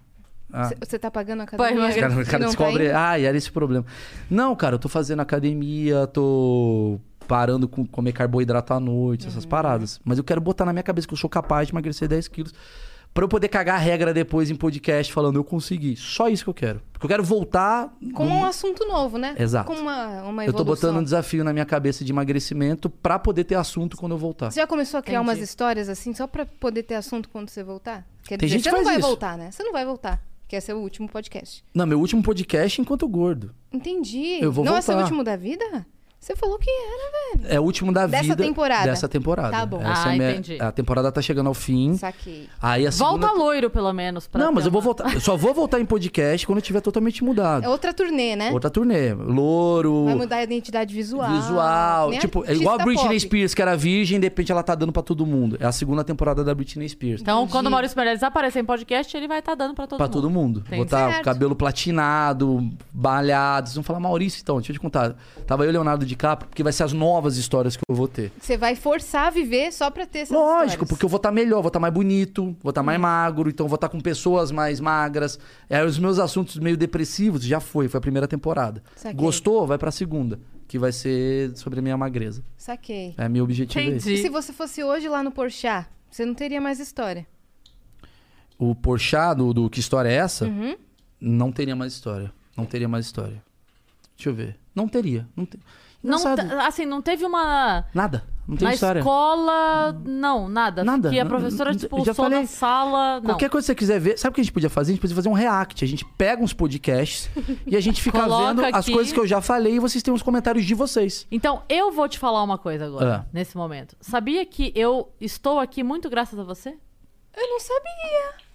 Speaker 4: Ah.
Speaker 3: Você você tá pagando a
Speaker 2: Pai,
Speaker 3: academia?
Speaker 2: mas-
Speaker 4: O cara, o cara
Speaker 3: Não tá
Speaker 4: descobre.
Speaker 3: indo?
Speaker 4: ah, e era esse o problema. Não, cara, eu tô fazendo academia, tô parando com comer carboidrato à noite, essas
Speaker 3: Uhum.
Speaker 4: paradas. Mas eu quero botar na minha cabeça que eu sou capaz de emagrecer 10 quilos. Pra eu poder cagar a regra depois em podcast falando, eu consegui. Só isso que eu quero. Porque eu quero voltar.
Speaker 3: Com
Speaker 4: num-
Speaker 3: um assunto novo, né?
Speaker 4: é Exato.
Speaker 3: Com uma, uma evolução.
Speaker 4: Eu tô botando um desafio na minha cabeça de emagrecimento pra poder ter assunto quando eu voltar.
Speaker 3: Você já começou a criar
Speaker 2: Entendi.
Speaker 3: umas histórias assim, só pra poder ter assunto quando você voltar? Quer
Speaker 4: Tem
Speaker 3: dizer,
Speaker 4: gente
Speaker 3: você
Speaker 4: que
Speaker 3: não
Speaker 4: faz
Speaker 3: vai
Speaker 4: isso.
Speaker 3: voltar, né? Você não vai voltar. Que esse é o último podcast.
Speaker 4: Não, meu último podcast enquanto gordo.
Speaker 3: Entendi.
Speaker 4: Eu vou
Speaker 3: não é seu
Speaker 4: voltar.
Speaker 3: último da vida? Você falou que era, velho.
Speaker 4: É o último da
Speaker 3: Dessa
Speaker 4: vida.
Speaker 3: temporada.
Speaker 4: Dessa temporada.
Speaker 3: Tá bom.
Speaker 4: Essa
Speaker 2: Ah,
Speaker 4: é minha-
Speaker 2: entendi.
Speaker 4: A temporada tá chegando ao fim.
Speaker 3: Saquei.
Speaker 4: Aí a segunda
Speaker 2: Volta loiro, pelo menos. pra
Speaker 4: Não, mas
Speaker 2: ter
Speaker 4: eu vou
Speaker 2: uma-
Speaker 4: voltar. Eu só vou voltar em podcast quando eu tiver totalmente
Speaker 3: É
Speaker 4: mudado.
Speaker 3: outra turnê, né?
Speaker 4: Outra turnê. Louro.
Speaker 3: Vai mudar a identidade visual.
Speaker 4: Visual,
Speaker 3: Nem
Speaker 4: tipo, é igual a
Speaker 3: artista pop.
Speaker 4: Britney Spears, que era virgem, de repente ela tá dando pra todo mundo. É a segunda temporada da Britney Spears.
Speaker 2: Então,
Speaker 3: Entendi.
Speaker 2: quando o Maurício Meirelles aparecer em podcast, ele vai estar dando pra todo
Speaker 4: pra
Speaker 2: mundo.
Speaker 4: todo mundo.
Speaker 2: Entendi.
Speaker 4: Botar
Speaker 3: Certo.
Speaker 4: cabelo platinado, balhado. Vocês vão falar, Maurício, então, deixa eu te contar. Tava eu e Leonardo DiCaprio, porque vai ser as novas histórias que eu vou ter.
Speaker 3: Você vai forçar a viver só pra ter essas
Speaker 4: Lógico,
Speaker 3: histórias. Uhum.
Speaker 4: porque eu vou estar melhor, vou estar mais bonito, vou estar mais magro, então vou estar com pessoas mais magras. Aí os meus assuntos meio depressivos já foi, foi a primeira temporada.
Speaker 3: Saquei.
Speaker 4: Gostou? Vai pra segunda, que vai ser sobre a minha magreza.
Speaker 3: Saquei.
Speaker 4: É meu objetivo é esse.
Speaker 2: Entendi.
Speaker 3: E se você fosse hoje lá no Porchat, você não teria mais história.
Speaker 4: O Porchat do, do Que História é Essa?
Speaker 3: Uhum.
Speaker 4: Não teria mais história. Não teria mais história. Deixa eu ver. Não teria. Não te...
Speaker 2: Não,
Speaker 4: Engraçado.
Speaker 2: te- assim, não teve uma...
Speaker 4: Nada. Não tem
Speaker 2: Na
Speaker 4: história.
Speaker 2: escola, não, nada.
Speaker 4: Nada,
Speaker 2: Que a
Speaker 4: não-
Speaker 2: professora
Speaker 4: não-
Speaker 2: expulsou
Speaker 4: já falei.
Speaker 2: da sala, não.
Speaker 4: Qualquer coisa que você quiser ver, sabe o que a gente podia fazer? A gente podia fazer um react. A gente pega uns podcasts e
Speaker 2: [LAUGHS]
Speaker 4: a gente fica
Speaker 2: Coloca
Speaker 4: vendo as
Speaker 2: aqui.
Speaker 4: coisas que eu já falei e vocês têm os comentários de vocês.
Speaker 2: Então, eu vou te falar uma coisa agora,
Speaker 4: Ah.
Speaker 2: nesse momento. Sabia que eu estou aqui muito graças a você?
Speaker 3: Eu não sabia.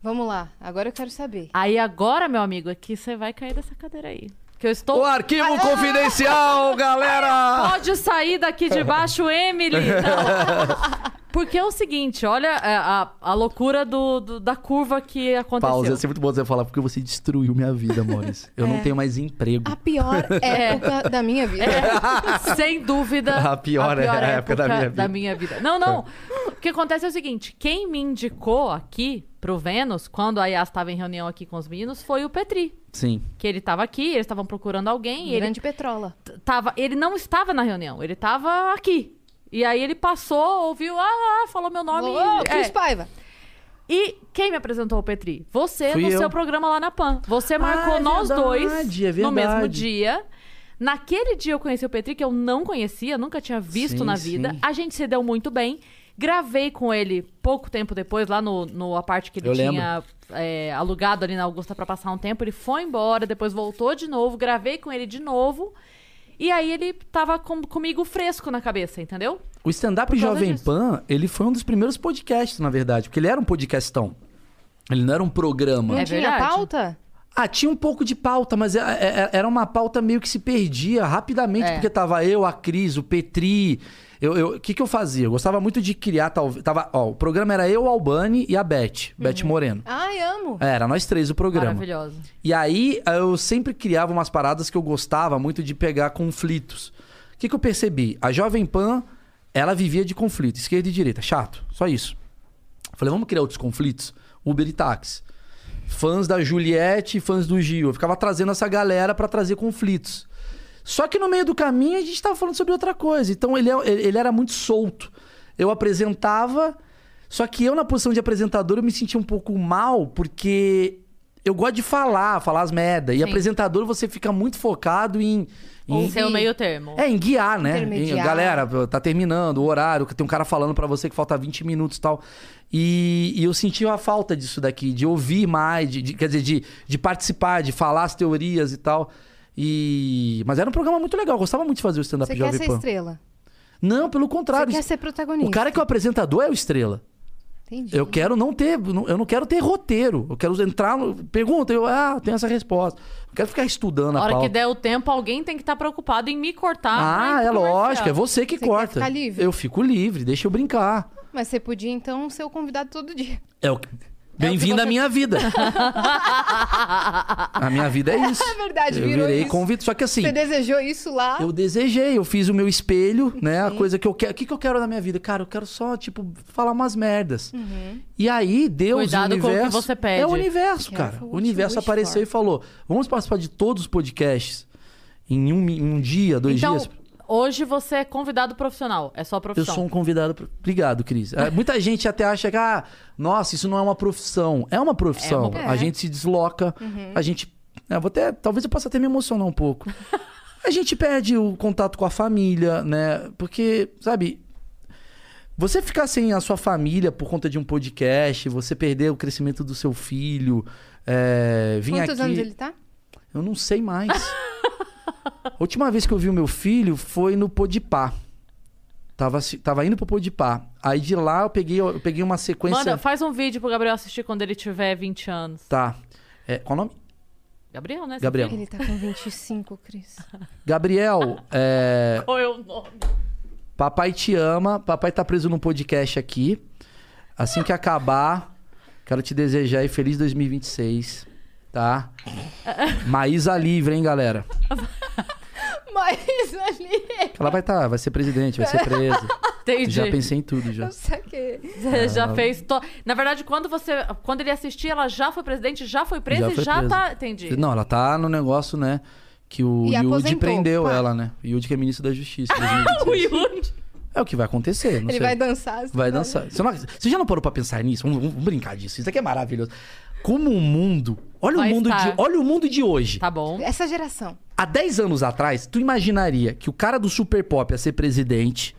Speaker 3: Vamos lá, agora eu quero saber.
Speaker 2: Aí agora, meu amigo, é que você vai cair dessa cadeira aí. Que eu estou...
Speaker 4: O arquivo
Speaker 2: [LAUGHS]
Speaker 4: confidencial, galera!
Speaker 2: Pode sair daqui de baixo, [LAUGHS] Emily!
Speaker 4: [LAUGHS]
Speaker 2: Não. Porque é o seguinte, olha é, a, a loucura do, do- da curva que aconteceu.
Speaker 4: Pausa, ia ser muito bom você falar, porque você destruiu minha vida, Maurício. Eu não tenho mais emprego.
Speaker 2: Ah.
Speaker 3: A
Speaker 4: [LAUGHS]
Speaker 3: pior
Speaker 4: É.
Speaker 3: época da minha vida.
Speaker 2: É, [LAUGHS] sem dúvida.
Speaker 4: A pior é a época da minha vida.
Speaker 2: vida. Não, não. O que acontece é o seguinte: quem me indicou aqui pro Vênus, quando a Yas estava em reunião aqui com os meninos, foi o Petri.
Speaker 4: Sim.
Speaker 2: Que ele estava aqui, eles estavam procurando alguém e ele,
Speaker 3: Grande Petrola.
Speaker 2: t- tava, ele não estava na reunião, ele estava aqui. E aí ele passou, ouviu, ah, ah, falou meu nome.
Speaker 3: Alô,
Speaker 2: e-
Speaker 3: Cris
Speaker 2: é.
Speaker 3: Paiva.
Speaker 2: E quem me apresentou o Petri? Você,
Speaker 4: Fui
Speaker 2: no
Speaker 4: eu.
Speaker 2: seu programa lá na PAN. Você marcou
Speaker 4: é
Speaker 2: nós
Speaker 4: verdade,
Speaker 2: dois
Speaker 4: é
Speaker 2: no mesmo
Speaker 4: verdade.
Speaker 2: dia. Naquele dia eu conheci o Petri, que eu não conhecia, nunca tinha visto
Speaker 4: Sim,
Speaker 2: na vida.
Speaker 4: sim.
Speaker 2: A gente se deu muito bem. Gravei com ele pouco tempo depois, lá no, no aparte que ele
Speaker 4: Eu
Speaker 2: tinha é, alugado ali na Augusta pra passar um tempo. Ele foi embora, depois voltou de novo, gravei com ele de novo. E aí ele tava com- comigo fresco na cabeça, entendeu?
Speaker 4: O stand-up
Speaker 2: Por causa
Speaker 4: Jovem
Speaker 2: disso.
Speaker 4: Pan, ele foi um dos primeiros podcasts, na verdade, porque ele era um podcastão. Ele não era um programa.
Speaker 3: Não
Speaker 2: É
Speaker 3: tinha
Speaker 2: verdade.
Speaker 3: pauta?
Speaker 4: Ah, tinha um pouco de pauta, mas é- é- era uma pauta meio que se perdia rapidamente,
Speaker 2: É.
Speaker 4: porque tava eu, a Cris, o Petri. Eu- eu- O que, que eu fazia? Eu gostava muito de criar, talvez. Tava, ó, o programa era eu, Albani e a Beth, Beth Moreno.
Speaker 3: Ai, amo.
Speaker 4: É, Era nós três o programa.
Speaker 2: Uhum. Maravilhoso.
Speaker 4: E aí eu sempre criava umas paradas que eu gostava muito de pegar conflitos. O que, que eu percebi? A Jovem Pan, ela vivia de conflito, esquerda e direita, chato, só isso. Falei, vamos criar outros conflitos? Uber e táxi. Fãs da Juliette e fãs do Gil. Eu ficava trazendo essa galera pra trazer conflitos. Só que no meio do caminho a gente tava falando sobre outra coisa. Então ele, é- ele ele era muito solto. Eu apresentava, só que eu na posição de apresentador eu me sentia um pouco mal, porque eu gosto de falar, falar as merda. E apresentador você fica muito focado em... em-
Speaker 2: Em seu meio termo.
Speaker 4: é, em guiar, né? Em,
Speaker 3: Intermediar.
Speaker 4: galera, tá terminando o horário, que tem um cara falando pra você que falta 20 minutos e tal. E, e eu senti a falta disso daqui, de ouvir mais, de, de- quer dizer, de, de participar, de falar as teorias e tal. E... Mas era um programa muito legal, eu gostava muito de fazer o stand-up
Speaker 3: Você quer
Speaker 4: Jovem
Speaker 3: ser
Speaker 4: Pan.
Speaker 3: estrela.
Speaker 4: Não, pelo
Speaker 3: Você
Speaker 4: contrário.
Speaker 3: quer ser
Speaker 4: O
Speaker 3: protagonista.
Speaker 4: cara que é o apresentador é o estrela.
Speaker 3: Entendi.
Speaker 4: Eu quero não ter, eu não quero ter roteiro. Eu quero entrar no. Pergunta, eu, ah, tenho essa resposta. Não quero ficar estudando a
Speaker 2: Na hora que
Speaker 4: pauta.
Speaker 2: der o tempo, alguém tem que estar preocupado em me cortar.
Speaker 4: Ah,
Speaker 2: pra ir
Speaker 4: é
Speaker 2: pro comercial.
Speaker 4: lógico, é
Speaker 2: [LAUGHS]
Speaker 4: você que
Speaker 3: então Você quer
Speaker 4: corta.
Speaker 3: ficar livre?
Speaker 4: Eu fico livre, deixa eu brincar.
Speaker 3: Mas você podia, então, ser o convidado todo dia.
Speaker 4: É o que- Bem-vindo à
Speaker 3: você-
Speaker 4: minha
Speaker 3: [LAUGHS]
Speaker 4: vida. a minha vida é isso.
Speaker 3: É verdade,
Speaker 4: eu
Speaker 3: virou
Speaker 4: virei
Speaker 3: isso.
Speaker 4: convido, só que assim,
Speaker 3: Você desejou isso lá.
Speaker 4: eu desejei, eu fiz o meu espelho, né? A coisa que eu quero, o que, que eu quero na minha vida? Cara, eu quero só tipo falar umas merdas.
Speaker 3: Uhum.
Speaker 4: E aí Deus,
Speaker 2: Cuidado
Speaker 4: o
Speaker 2: com o que
Speaker 4: universo,
Speaker 2: você pede.
Speaker 4: é o universo,
Speaker 3: Careful
Speaker 4: cara.
Speaker 3: what
Speaker 4: O
Speaker 3: you
Speaker 4: universo
Speaker 3: wish
Speaker 4: apareceu
Speaker 3: for.
Speaker 4: e falou: "Vamos participar de todos os podcasts em um, mi- em um dia, dois
Speaker 2: Então,
Speaker 4: dias".
Speaker 2: hoje você é convidado profissional. É só
Speaker 4: Eu
Speaker 2: profissão.
Speaker 4: sou um convidado. pro- Obrigado, Cris. É, Muita gente até acha que, ah, nossa, isso não é uma profissão. É uma profissão.
Speaker 2: É
Speaker 3: uma-
Speaker 4: A
Speaker 3: É. Uhum.
Speaker 4: gente se desloca, a gente. é, vou até, talvez eu possa até me emocionar
Speaker 3: [LAUGHS]
Speaker 4: um pouco. a gente perde o contato com a família, né? Porque, sabe, você ficar sem a sua família por conta de um podcast, você perder o crescimento do seu filho, é, vir
Speaker 3: Quantos
Speaker 4: aqui. Então.
Speaker 3: anos ele tá?
Speaker 4: Eu não
Speaker 2: [LAUGHS]
Speaker 4: sei mais. a última vez que eu vi o meu filho foi no Podipá. Tava, assi- tava indo pro Podipá. Aí de lá eu peguei, eu peguei uma sequência.
Speaker 2: Manda, faz um vídeo pro Gabriel assistir quando ele tiver 20 anos.
Speaker 4: Tá. É, qual o nome?
Speaker 2: Gabriel, né?
Speaker 4: Gabriel.
Speaker 3: Ele tá com 25, Cris.
Speaker 4: Gabriel, é,
Speaker 2: Qual é o nome?
Speaker 4: papai te ama. Papai tá preso num podcast aqui. Assim que acabar, quero te desejar aí feliz 2026. Tá? Maísa livre, hein, galera?
Speaker 3: [LAUGHS] Mas ali,
Speaker 4: Ela vai tá, vai ser presidente, vai ser presa.
Speaker 2: [LAUGHS] Entendi.
Speaker 4: Já pensei Ah. em tudo já.
Speaker 3: eu saquei.
Speaker 2: Você já fez. to- Na verdade, quando você. Quando ele assistir, ela já foi presidente, já foi presa
Speaker 4: Já
Speaker 2: e
Speaker 4: foi
Speaker 2: já
Speaker 4: presa.
Speaker 2: tá. Entendi.
Speaker 4: Não, ela tá no negócio, né? Que o
Speaker 3: E
Speaker 4: Yudi
Speaker 3: aposentou,
Speaker 4: prendeu
Speaker 3: pá.
Speaker 4: ela, né? O Yudi que é ministro da
Speaker 2: [LAUGHS]
Speaker 4: Justiça. 2026.
Speaker 2: Ah, O Yuri.
Speaker 4: é o que vai acontecer, não
Speaker 3: Ele
Speaker 4: sei.
Speaker 3: vai dançar. assim,
Speaker 4: Vai
Speaker 3: olha.
Speaker 4: dançar. Você, não- você já não parou pra pensar nisso? Vamos, vamos brincar disso. Isso aqui é maravilhoso. Como o mundo. Olha
Speaker 2: Vai
Speaker 4: o mundo
Speaker 2: estar.
Speaker 4: de. Olha o mundo de hoje.
Speaker 2: Tá bom.
Speaker 3: Essa geração.
Speaker 4: Há 10 anos atrás, tu imaginaria que o cara do Super Pop ia ser presidente.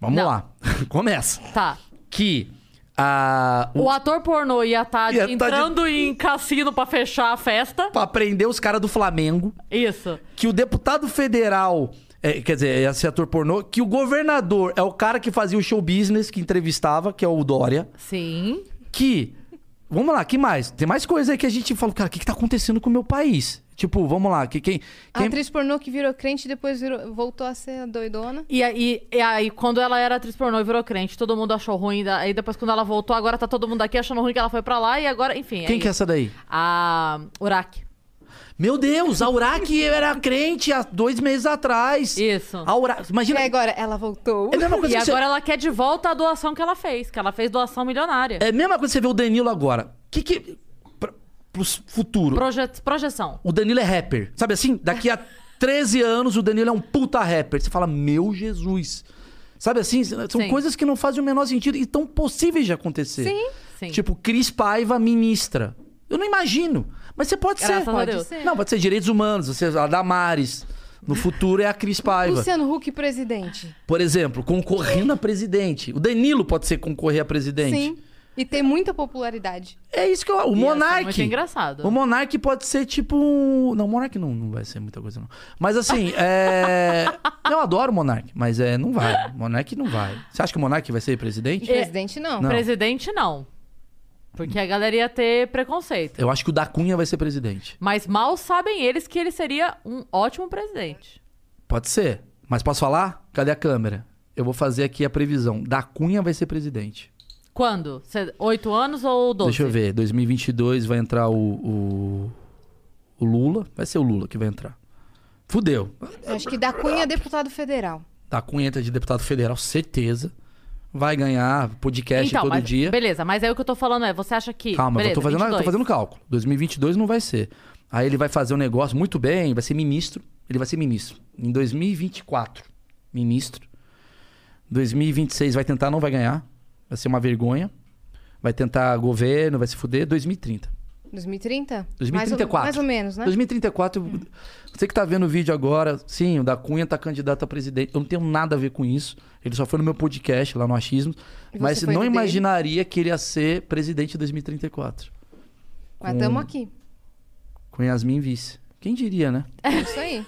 Speaker 4: Vamos
Speaker 2: Não.
Speaker 4: lá. [LAUGHS] Começa.
Speaker 2: Tá.
Speaker 4: Que. ah, o-
Speaker 2: O ator pornô ia estar
Speaker 4: Ia tá de-
Speaker 2: entrando em cassino pra fechar a festa.
Speaker 4: Pra prender os caras do Flamengo.
Speaker 2: Isso.
Speaker 4: que o deputado federal, é, quer dizer, esse ator pornô, que o governador é o cara que fazia o show business, que entrevistava, que é o Dória,
Speaker 2: Sim.
Speaker 4: que. Vamos lá, que mais? Tem mais coisa aí que a gente fala, cara, o que, que tá acontecendo com o meu país? Tipo, vamos lá, que, quem.
Speaker 3: A
Speaker 4: quem-
Speaker 3: atriz pornô que virou crente e depois virou- voltou a ser doidona.
Speaker 2: E aí, e aí, quando ela era atriz pornô e virou crente, todo mundo achou ruim. da- Aí depois, quando ela voltou, agora tá todo mundo aqui achando ruim que ela foi pra lá. E agora, enfim.
Speaker 4: Quem
Speaker 2: aí-
Speaker 4: que é essa daí?
Speaker 2: A Uraki.
Speaker 4: Meu Deus, a Uraki era crente há dois meses atrás.
Speaker 2: Isso.
Speaker 4: A Uraki,
Speaker 3: E
Speaker 4: imagina. É,
Speaker 3: agora ela voltou.
Speaker 4: a mesma coisa
Speaker 2: E
Speaker 4: que você-
Speaker 2: agora ela quer de volta a doação que ela fez, que ela fez doação milionária.
Speaker 4: É a mesma coisa que você vê o Danilo agora. Que que. Pra, pro futuro.
Speaker 2: Proje- projeção.
Speaker 4: O Danilo é rapper. Sabe assim? Daqui a 13 anos o Danilo é um puta rapper. Você fala, meu Jesus. Sabe assim? São
Speaker 2: Sim.
Speaker 4: coisas que não fazem o menor sentido e tão possíveis de acontecer. Sim.
Speaker 2: Sim.
Speaker 4: Tipo, Cris Paiva ministra. Eu não imagino. Mas você pode
Speaker 2: Graças
Speaker 4: ser.
Speaker 2: a
Speaker 4: Pode
Speaker 2: Deus.
Speaker 4: ser. Não, pode ser direitos humanos, você, a Damares. No futuro é a Cris Paiva.
Speaker 3: Luciano Huck, presidente.
Speaker 4: Por exemplo, concorrendo a presidente. O Danilo pode ser concorrer a presidente.
Speaker 3: Sim. E tem muita popularidade.
Speaker 4: É isso que eu. O
Speaker 2: Ia ser
Speaker 4: Monark.
Speaker 2: muito engraçado.
Speaker 4: O Monark pode ser tipo um. Não, o Monark não, não vai ser muita coisa, não. Mas assim, é. eu adoro o Monark, mas é, não vai. Monark não vai. Você acha que o Monark vai ser
Speaker 3: De
Speaker 4: presidente?
Speaker 3: presidente, não.
Speaker 4: É. Não.
Speaker 2: Presidente, não. Porque a galera ia ter preconceito.
Speaker 4: Eu acho que o da Cunha vai ser presidente.
Speaker 2: Mas mal sabem eles que ele seria um ótimo presidente.
Speaker 4: Pode ser. Mas posso falar? Cadê a câmera? Eu vou fazer aqui a previsão. Da Cunha vai ser presidente.
Speaker 2: Quando? Cê- Oito anos ou doze?
Speaker 4: Deixa eu ver. 2022 vai entrar o, o. o Lula. Vai ser o Lula que vai entrar. Fudeu.
Speaker 3: Eu Acho que da Cunha é deputado federal.
Speaker 4: Da Cunha entra de deputado federal, certeza. Vai ganhar podcast todo
Speaker 2: Então, mas,
Speaker 4: dia.
Speaker 2: Beleza, mas aí o que eu tô falando é, você acha que.
Speaker 4: Calma,
Speaker 2: beleza,
Speaker 4: eu tô fazendo, eu tô
Speaker 2: 22.
Speaker 4: fazendo cálculo. 2022 não vai ser. Aí ele vai fazer um negócio muito bem, vai ser ministro. Ele vai ser ministro. Em 2024, ministro. 2026 vai tentar, não vai ganhar. Vai ser uma vergonha. Vai tentar governo, vai se fuder. 2030.
Speaker 3: 2030? Mais ou-
Speaker 4: 2034.
Speaker 3: Mais ou, menos, né?
Speaker 4: 2034. Você que tá vendo o vídeo agora, sim, o da Cunha tá candidato a presidente. Eu não tenho nada a ver com isso. Ele só foi no meu podcast lá no Achismo.
Speaker 3: E você
Speaker 4: Mas
Speaker 3: foi
Speaker 4: não
Speaker 3: no dele?
Speaker 4: imaginaria que ele ia ser presidente em 2034.
Speaker 3: Mas estamos aqui.
Speaker 4: Com Yasmin Vice. Quem diria, né?
Speaker 3: É Isso aí.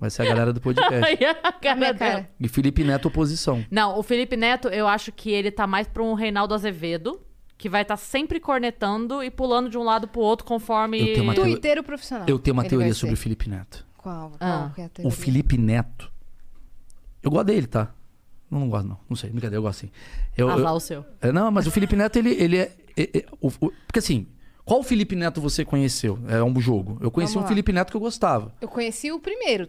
Speaker 4: Vai ser a galera
Speaker 2: [LAUGHS]
Speaker 4: do podcast.
Speaker 2: Aí a Tá cara
Speaker 3: Minha
Speaker 2: dela.
Speaker 3: cara.
Speaker 4: e Felipe Neto, oposição.
Speaker 2: Não, o Felipe Neto, eu acho que ele tá mais pra um Reinaldo Azevedo, que vai estar sempre cornetando e pulando de um lado pro outro conforme.
Speaker 4: Eu tenho uma teoria.
Speaker 3: Tuiteiro profissional.
Speaker 4: Eu tenho uma
Speaker 3: Ele
Speaker 4: teoria
Speaker 3: vai ser.
Speaker 4: sobre o Felipe Neto.
Speaker 3: Qual? Qual
Speaker 2: Ah.
Speaker 3: que é a teoria?
Speaker 4: O Felipe Neto. Eu gosto dele, tá? Não, não gosto, não. Não sei. Brincadeira, eu gosto sim. Eu,
Speaker 2: Ah
Speaker 4: eu-
Speaker 2: lá, o seu.
Speaker 4: É, não, mas o Felipe Neto, ele, ele é. é- é- o- o- porque assim, qual Felipe Neto você conheceu? É um jogo. Eu conheci
Speaker 3: Vamos
Speaker 4: um
Speaker 3: lá.
Speaker 4: Felipe Neto que eu gostava.
Speaker 3: Eu conheci o primeiro.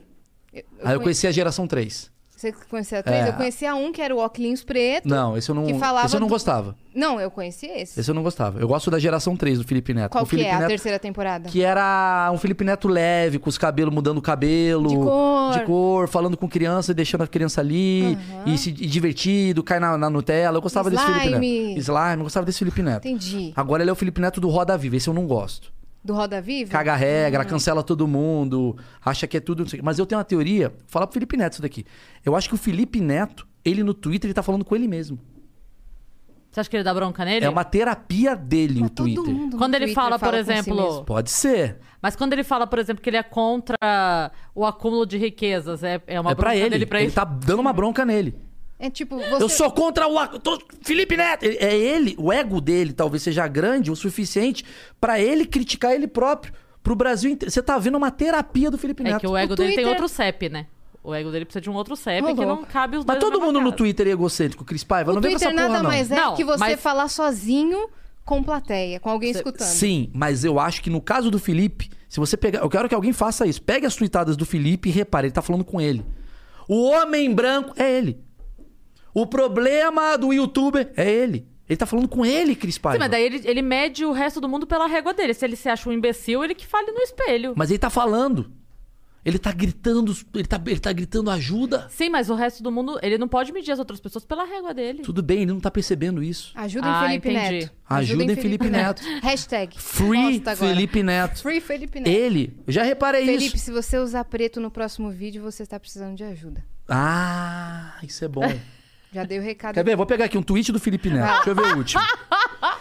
Speaker 3: Eu,
Speaker 4: Aí Ah, eu
Speaker 3: conhe-
Speaker 4: conheci a geração 3.
Speaker 3: Você conhecia a três?
Speaker 4: É.
Speaker 3: Eu conhecia um que era o Oclinhos Preto.
Speaker 4: Não, esse eu não,
Speaker 3: Que falava
Speaker 4: esse eu não
Speaker 3: do-
Speaker 4: gostava.
Speaker 3: Não, eu conheci esse.
Speaker 4: Esse eu não gostava. Eu gosto da geração 3 do Felipe Neto.
Speaker 3: Qual
Speaker 4: o Felipe
Speaker 3: que é a
Speaker 4: Neto
Speaker 3: terceira temporada?
Speaker 4: Que era um Felipe Neto leve, com os cabelos mudando o cabelo.
Speaker 3: De cor.
Speaker 4: de cor, falando com criança e deixando a criança ali. E, se, e divertido, cai na, na Nutella. Eu gostava desse Felipe
Speaker 3: Slime.
Speaker 4: Neto. Slime, eu gostava desse Felipe Neto.
Speaker 3: Entendi.
Speaker 4: Agora ele é o Felipe Neto do Roda Viva, esse eu não gosto.
Speaker 3: Do Roda Viva?
Speaker 4: Caga regra, cancela todo mundo, acha que é tudo, não sei o quê. Mas eu tenho uma teoria, vou falar pro Felipe Neto isso daqui. Eu acho que o Felipe Neto, ele no Twitter, ele tá falando com ele mesmo.
Speaker 2: Você acha que ele dá bronca nele?
Speaker 4: É uma terapia dele
Speaker 3: Mas
Speaker 4: o
Speaker 3: todo
Speaker 4: Twitter.
Speaker 3: mundo no
Speaker 2: Quando ele
Speaker 3: Twitter
Speaker 2: fala, por
Speaker 3: com si
Speaker 2: exemplo,
Speaker 3: mesmo.
Speaker 4: Pode ser.
Speaker 2: Mas quando ele fala, por exemplo, que ele é contra o acúmulo de riquezas, é, é uma
Speaker 4: é pra
Speaker 2: bronca
Speaker 4: ele.
Speaker 2: dele pra
Speaker 4: ele
Speaker 2: ele.
Speaker 4: tá dando uma bronca nele.
Speaker 3: É tipo, você...
Speaker 4: Eu sou contra o. ac- tô- Felipe Neto! Ele- É ele, o ego dele talvez seja grande o suficiente pra ele criticar ele próprio. Pro Brasil inteiro. Você tá vendo uma terapia do Felipe Neto.
Speaker 2: É que o ego
Speaker 3: O
Speaker 2: dele tem
Speaker 3: Twitter-
Speaker 2: outro CEP, né? O ego dele precisa de um outro CEP
Speaker 3: Ô,
Speaker 2: que não
Speaker 3: louco.
Speaker 2: cabe os dois.
Speaker 4: Mas todo
Speaker 2: na mesma
Speaker 4: mundo no
Speaker 2: casa.
Speaker 4: Twitter é egocêntrico, Cris Paiva.
Speaker 3: O
Speaker 4: não vem com
Speaker 3: Twitter
Speaker 4: essa porra,
Speaker 3: nada
Speaker 4: não.
Speaker 3: mais é
Speaker 2: Não,
Speaker 3: que você
Speaker 2: mas-
Speaker 3: falar sozinho com plateia, com alguém escutando.
Speaker 4: Sim, mas eu acho que no caso do Felipe, se você pegar. Eu quero que alguém faça isso. Pegue as tuitadas do Felipe e repare, ele tá falando com ele. O homem branco é ele. O problema do youtuber é ele. Ele tá falando com ele, Cris Paiva.
Speaker 2: Sim, mas daí ele, ele mede o resto do mundo pela régua dele. Se ele se acha um imbecil, ele que fale no espelho.
Speaker 4: Mas ele tá falando. Ele tá gritando, ele tá, ele tá gritando ajuda.
Speaker 2: Sim, mas o resto do mundo, ele não pode medir as outras pessoas pela régua dele.
Speaker 4: Tudo bem, ele não tá percebendo isso.
Speaker 3: Ajudem
Speaker 2: Ah,
Speaker 3: Felipe
Speaker 2: entendi.
Speaker 3: Neto.
Speaker 4: Ajudem Felipe
Speaker 3: Hashtag.
Speaker 4: Free
Speaker 3: Posta agora.
Speaker 4: Felipe Neto.
Speaker 3: Free Felipe Neto.
Speaker 4: Ele, eu já reparei
Speaker 3: Felipe,
Speaker 4: isso.
Speaker 3: se você usar preto no próximo vídeo, você está precisando de ajuda.
Speaker 4: Ah, isso
Speaker 3: [LAUGHS]
Speaker 4: é bom.
Speaker 3: Já dei o recado.
Speaker 4: Quer ver? Vou pegar aqui um tweet do Felipe Neto. Deixa eu ver
Speaker 3: [LAUGHS]
Speaker 4: o último.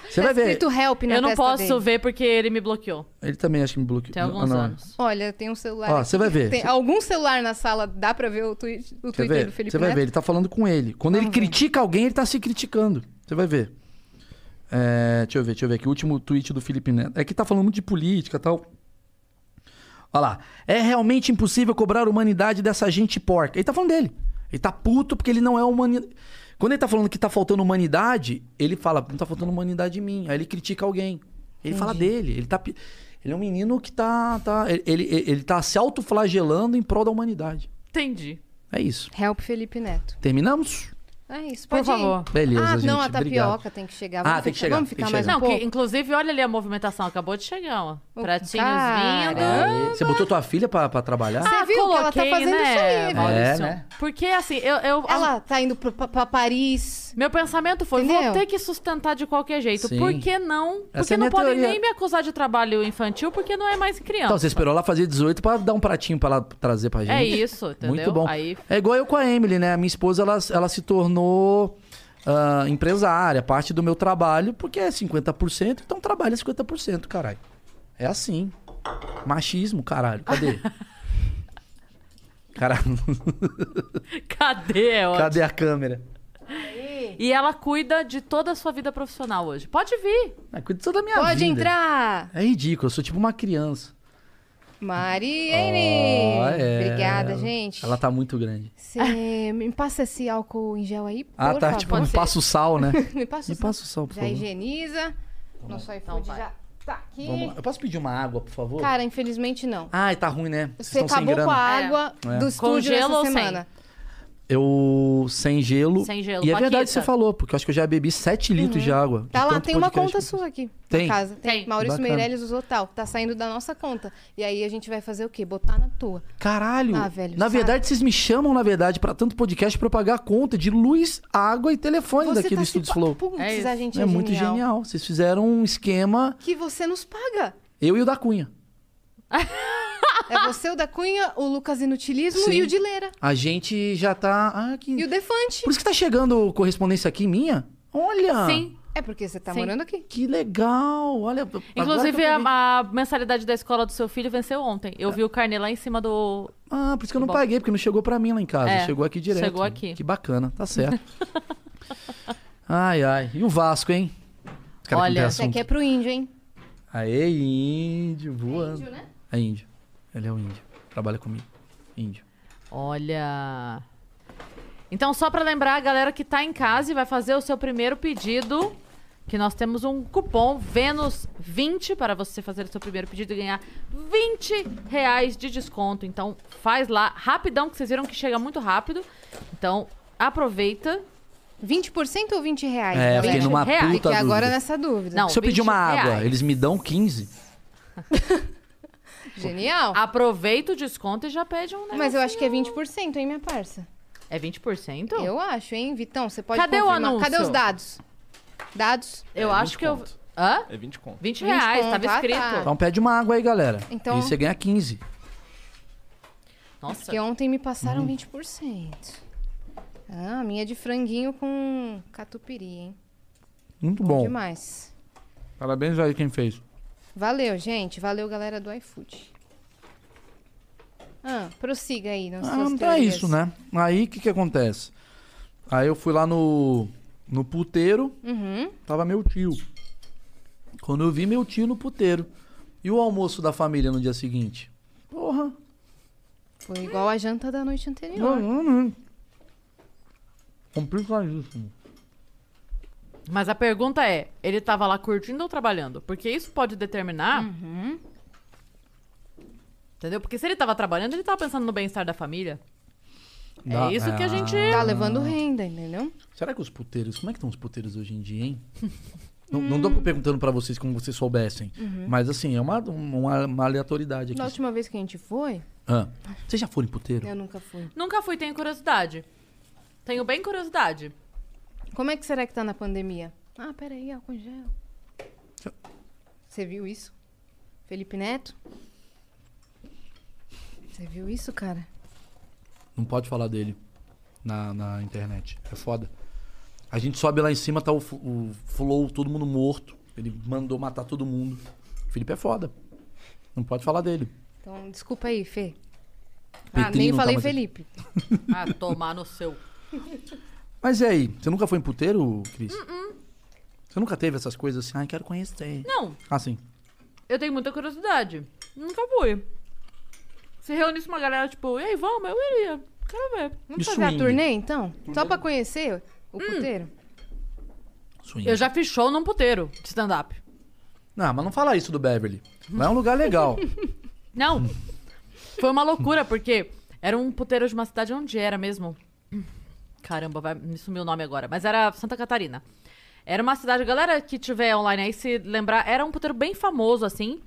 Speaker 4: Você vai ver.
Speaker 3: Tá Escrito help na
Speaker 2: Eu não
Speaker 3: testa
Speaker 2: posso
Speaker 3: dele.
Speaker 2: ver porque ele me bloqueou.
Speaker 4: Ele também acho que me bloqueou.
Speaker 2: Tem
Speaker 4: Ah,
Speaker 2: alguns
Speaker 4: não.
Speaker 2: anos.
Speaker 3: Olha, tem um celular.
Speaker 4: Ó,
Speaker 3: aqui.
Speaker 4: você vai ver.
Speaker 3: Tem algum celular na sala, dá pra ver o, tweet, o
Speaker 4: Quer
Speaker 3: Twitter
Speaker 4: ver?
Speaker 3: do Felipe
Speaker 4: Você vai
Speaker 3: Neto?
Speaker 4: ver, ele tá falando com ele. Quando ele critica alguém, ele tá se criticando. Você vai ver. É, deixa eu ver, deixa eu ver aqui. O último tweet do Felipe Neto. É que tá falando muito de política e tal. Olha lá. É realmente impossível cobrar a humanidade dessa gente porca. Ele tá falando dele. Ele tá puto porque ele não é humanidade. Quando ele tá falando que tá faltando humanidade, ele fala, não tá faltando humanidade em mim. Aí ele critica alguém. Ele fala dele. Ele tá. pi- Ele é um menino que tá. tá ele, ele, ele tá se autoflagelando em prol da humanidade.
Speaker 2: Entendi.
Speaker 4: É isso.
Speaker 3: Help Felipe Neto.
Speaker 4: Terminamos?
Speaker 3: É isso,
Speaker 2: Por
Speaker 3: pode ir.
Speaker 2: favor.
Speaker 4: Beleza,
Speaker 3: ah,
Speaker 4: gente.
Speaker 3: não, a tapioca
Speaker 4: obrigado.
Speaker 3: tem que chegar.
Speaker 4: Ah,
Speaker 3: Vamos
Speaker 4: tem que
Speaker 3: ficar-
Speaker 4: chegar,
Speaker 3: Vamos
Speaker 4: tem que
Speaker 3: ficar mais
Speaker 4: chegar.
Speaker 3: um
Speaker 2: Não, que,
Speaker 3: pouco.
Speaker 2: inclusive, olha ali a movimentação. Acabou de chegar, ó.
Speaker 3: O
Speaker 2: Pratinhos
Speaker 3: cara.
Speaker 2: vindo.
Speaker 4: Aí, Você botou tua filha pra, pra trabalhar?
Speaker 3: Você viu que ela tá fazendo isso aí,
Speaker 2: Maurício?
Speaker 4: É, né?
Speaker 2: né? Porque, assim, eu... eu-
Speaker 3: Ela tá indo pro- pra, pra Paris.
Speaker 2: Meu pensamento foi,
Speaker 3: Entendeu?
Speaker 2: vou ter que sustentar de qualquer jeito.
Speaker 4: Sim.
Speaker 2: Por que não? Porque
Speaker 4: Essa é a
Speaker 2: não
Speaker 4: minha
Speaker 2: podem
Speaker 4: teoria.
Speaker 2: nem me acusar de trabalho infantil, porque não é mais criança.
Speaker 4: Então, você esperou ela fazer 18 pra dar um pratinho pra ela trazer pra gente.
Speaker 2: É isso, entendeu?
Speaker 4: Muito bom.
Speaker 2: Aí,
Speaker 4: É igual eu com a Emily, né? A minha esposa, ela, ela se tornou ah, empresária, parte do meu trabalho, porque é 50%, então trabalha 50%, caralho. É assim. Machismo,
Speaker 2: [LAUGHS]
Speaker 4: caralho. Cadê? caralho,
Speaker 2: [LAUGHS] cadê? É ótimo.
Speaker 4: cadê a câmera?
Speaker 2: E ela cuida de toda a sua vida profissional hoje. Pode vir.
Speaker 4: Ah, cuida só da minha
Speaker 3: Pode
Speaker 4: vida.
Speaker 3: entrar.
Speaker 4: É ridículo, eu sou tipo uma criança.
Speaker 3: Mariene.
Speaker 4: Ó, é.
Speaker 3: Obrigada, gente.
Speaker 4: Ela tá muito grande.
Speaker 3: Você me passa esse álcool em gel aí, por
Speaker 4: Ah, tá.
Speaker 3: favor.
Speaker 4: Tipo,
Speaker 2: Pode
Speaker 4: me
Speaker 2: ser.
Speaker 4: passa o
Speaker 2: [LAUGHS]
Speaker 4: sal, né?
Speaker 3: me passa
Speaker 4: me
Speaker 3: o sal.
Speaker 4: passa o sal, por
Speaker 3: Já
Speaker 4: favor.
Speaker 3: higieniza. Nosso iFood
Speaker 2: Então vai.
Speaker 3: já tá aqui.
Speaker 4: Vamos lá. Eu posso pedir uma água, por favor?
Speaker 3: Cara, infelizmente não.
Speaker 4: Ai, tá ruim, né? Vocês
Speaker 3: Você
Speaker 4: estão sem
Speaker 3: acabou
Speaker 4: grana.
Speaker 3: com a água
Speaker 4: É.
Speaker 3: do estúdio
Speaker 2: Congela
Speaker 3: essa
Speaker 2: ou sem?
Speaker 3: semana.
Speaker 4: Eu sem gelo.
Speaker 2: Sem gelo,
Speaker 4: E é
Speaker 2: Paquita.
Speaker 4: verdade que você falou, porque eu acho que eu já bebi 7 litros de água.
Speaker 3: Tá
Speaker 4: de
Speaker 3: lá,
Speaker 4: tanto
Speaker 3: tem uma conta
Speaker 4: podcast que eu fiz.
Speaker 3: sua aqui
Speaker 4: Tem?
Speaker 3: na casa.
Speaker 2: Tem.
Speaker 3: Maurício
Speaker 4: Bacana.
Speaker 3: Meirelles usou tal. Tá saindo da nossa conta. E aí a gente vai fazer o quê? Botar na tua.
Speaker 4: Caralho.
Speaker 3: Ah, velho,
Speaker 4: na
Speaker 3: sabe?
Speaker 4: verdade, vocês me chamam, na verdade, pra tanto podcast pra eu pagar a conta de luz, água e telefone
Speaker 3: Você
Speaker 4: um daqui
Speaker 3: tá
Speaker 4: do
Speaker 3: se
Speaker 4: Estúdios
Speaker 3: pa-
Speaker 4: Flow.
Speaker 3: Putz,
Speaker 2: É isso.
Speaker 3: a gente
Speaker 4: É, muito genial. Vocês fizeram um esquema,
Speaker 3: Que você nos paga.
Speaker 4: eu e o da Cunha.
Speaker 3: É você, o da Cunha, o Lucas Inutilismo
Speaker 4: Ah. Sim.
Speaker 3: e o de Leira.
Speaker 4: A gente já tá. Ah, que...
Speaker 3: E o Defante.
Speaker 4: Por isso que tá chegando correspondência aqui minha? Olha!
Speaker 2: Sim.
Speaker 3: É porque você tá
Speaker 2: Sim.
Speaker 3: morando aqui.
Speaker 4: Que legal! Olha. agora que eu
Speaker 2: Inclusive,
Speaker 4: peguei.
Speaker 2: a, a mensalidade da escola do seu filho venceu ontem. Eu vi o carnê lá em cima do.
Speaker 4: Ah, por isso que eu não paguei, porque não chegou pra mim lá em casa.
Speaker 2: É,
Speaker 4: chegou aqui direto.
Speaker 2: chegou aqui.
Speaker 4: Que bacana,
Speaker 2: [LAUGHS]
Speaker 4: tá certo. ai, ai. E o Vasco, hein? Os caras
Speaker 2: Olha,
Speaker 4: que não tem
Speaker 3: Isso aqui é
Speaker 4: assunto.
Speaker 3: pro índio, hein?
Speaker 4: Aê, índio, voando.
Speaker 3: índio, né?
Speaker 4: É índio. Ele é um índio. Trabalha comigo. Índio.
Speaker 2: Olha. Então, só pra lembrar, a galera que tá em casa e vai fazer o seu primeiro pedido, que nós temos um cupom Vênus20 para você fazer o seu primeiro pedido e ganhar 20 reais de desconto. Então, faz lá rapidão, que vocês viram que chega muito rápido. Então, aproveita.
Speaker 3: 20% ou 20 reais?
Speaker 4: É, eu
Speaker 3: galera?
Speaker 4: fiquei numa
Speaker 2: reais.
Speaker 4: puta
Speaker 3: Fiquei
Speaker 4: dúvida.
Speaker 3: agora nessa dúvida.
Speaker 2: Não.
Speaker 4: Se eu
Speaker 2: 20
Speaker 4: pedir uma água,
Speaker 2: reais.
Speaker 4: eles me dão 15?
Speaker 3: Genial.
Speaker 2: Aproveita o desconto e já pede um negócio.
Speaker 3: Mas eu acho que é 20%, hein, minha parça?
Speaker 2: É 20%?
Speaker 3: Eu acho, hein, Vitão? Você pode
Speaker 2: Cadê o
Speaker 3: confirmar.
Speaker 2: anúncio?
Speaker 3: Cadê os dados? Dados?
Speaker 2: Eu
Speaker 5: É,
Speaker 2: acho
Speaker 5: 20
Speaker 2: que eu.
Speaker 5: conto.
Speaker 2: Hã?
Speaker 5: É 20 conto.
Speaker 2: 20
Speaker 3: 20
Speaker 2: reais,
Speaker 3: conto,
Speaker 2: tava
Speaker 3: ah,
Speaker 2: escrito.
Speaker 3: tá.
Speaker 4: Então pede uma água aí, galera.
Speaker 3: Então-
Speaker 4: E você ganha 15.
Speaker 2: Nossa.
Speaker 3: Porque ontem me
Speaker 4: Uhum.
Speaker 3: passaram 20%. Ah, a minha é de franguinho com catupiry, hein?
Speaker 4: Muito
Speaker 3: Bom
Speaker 4: bom.
Speaker 3: demais.
Speaker 4: Parabéns aí quem fez.
Speaker 3: Valeu, gente. Valeu, galera do iFood. Ah, prossiga aí. Não
Speaker 4: Ah, então é isso, né? Aí o que, que acontece? Aí eu fui lá no, no puteiro.
Speaker 3: Uhum.
Speaker 4: Tava meu tio. Quando eu vi meu tio no puteiro. E o almoço da família no dia seguinte? Porra.
Speaker 3: Foi igual a janta da noite anterior.
Speaker 4: Não, não, não. Complicadíssimo.
Speaker 2: Mas a pergunta é, ele tava lá curtindo ou trabalhando? Porque isso pode determinar. Entendeu? Porque se ele tava trabalhando, ele tava pensando no bem-estar da família.
Speaker 4: Dá-
Speaker 2: é isso que a
Speaker 4: Ah.
Speaker 2: gente.
Speaker 3: Tá levando renda, entendeu?
Speaker 4: Será que os puteiros. Como é que estão os puteiros hoje em
Speaker 2: [LAUGHS]
Speaker 4: dia, hein? não, não tô
Speaker 2: Hum.
Speaker 4: perguntando pra vocês como vocês soubessem.
Speaker 2: Uhum.
Speaker 4: Mas assim, é uma, uma, uma aleatoriedade aqui.
Speaker 3: Da última vez que a gente foi,
Speaker 4: Ah, vocês já foram em puteiro?
Speaker 3: eu nunca fui.
Speaker 2: Nunca fui, tenho curiosidade. Tenho bem curiosidade.
Speaker 3: Como é que será que tá na pandemia? Ah, peraí, álcool em gel. Você viu isso? Felipe Neto? Você viu isso, cara?
Speaker 4: Não pode falar dele na, na internet. É foda. A gente sobe lá em cima, tá o, fu- o Flow, todo mundo morto. Ele mandou matar todo mundo. O Felipe é foda. Não pode falar dele.
Speaker 3: Então, desculpa aí, Fê. ah,
Speaker 4: Petrinho
Speaker 3: nem
Speaker 4: não tá
Speaker 3: falei
Speaker 4: mais aqui.
Speaker 3: Felipe.
Speaker 2: Ah, tomar no seu.
Speaker 4: Mas e aí? Você nunca foi em puteiro, Cris? Você nunca teve essas coisas assim? Ai, quero conhecer.
Speaker 2: Uh-uh. Não,
Speaker 4: Ah, sim.
Speaker 2: eu tenho muita curiosidade. Nunca fui. Se reunisse uma galera, tipo, e aí, vamos? Eu iria. Quero ver.
Speaker 3: Vamos
Speaker 4: E
Speaker 3: fazer
Speaker 4: swing?
Speaker 3: a turnê, então? Só pra conhecer
Speaker 2: Hum.
Speaker 3: o puteiro?
Speaker 4: Swing.
Speaker 2: Eu já fiz show num puteiro de stand-up.
Speaker 4: Não, mas não fala isso do Beverly. Lá é um
Speaker 2: [LAUGHS]
Speaker 4: lugar legal.
Speaker 2: Não. Foi uma loucura, porque era um puteiro de uma cidade onde era mesmo. Caramba, vai, me sumiu o nome agora. Mas era Santa Catarina. Era uma cidade, galera que tiver online aí se lembrar, era um puteiro bem famoso, assim.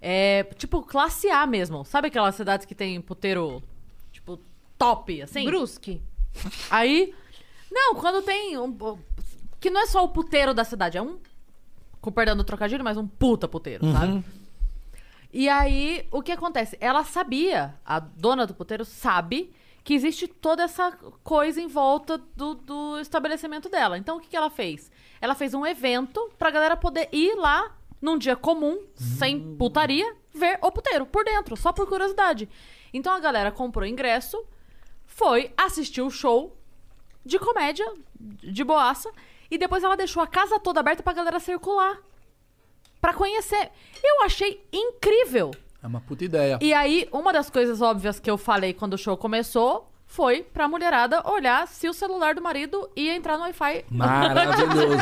Speaker 2: É, tipo, classe A mesmo. Sabe aquelas cidades que tem puteiro, tipo, top, assim?
Speaker 3: Brusque.
Speaker 2: Aí. Não, quando tem. um- que não é só o puteiro da cidade, é um. Com perdão do trocadilho, mas um puta puteiro, sabe? E aí, o que acontece? Ela sabia, a dona do puteiro sabe que existe toda essa coisa em volta do, do estabelecimento dela. Então, o que, que ela fez? Ela fez um evento pra galera poder ir lá num dia comum, sem putaria, ver o puteiro por dentro, só por curiosidade. Então, a galera comprou ingresso, foi assistir o show de comédia, de boaça, e depois ela deixou a casa toda aberta pra galera circular. Pra conhecer. Eu achei incrível.
Speaker 4: É uma puta ideia.
Speaker 2: E aí, uma das coisas óbvias que eu falei quando o show começou foi pra mulherada olhar se o celular do marido ia entrar no Wi-Fi. [LAUGHS]
Speaker 4: Maravilhoso.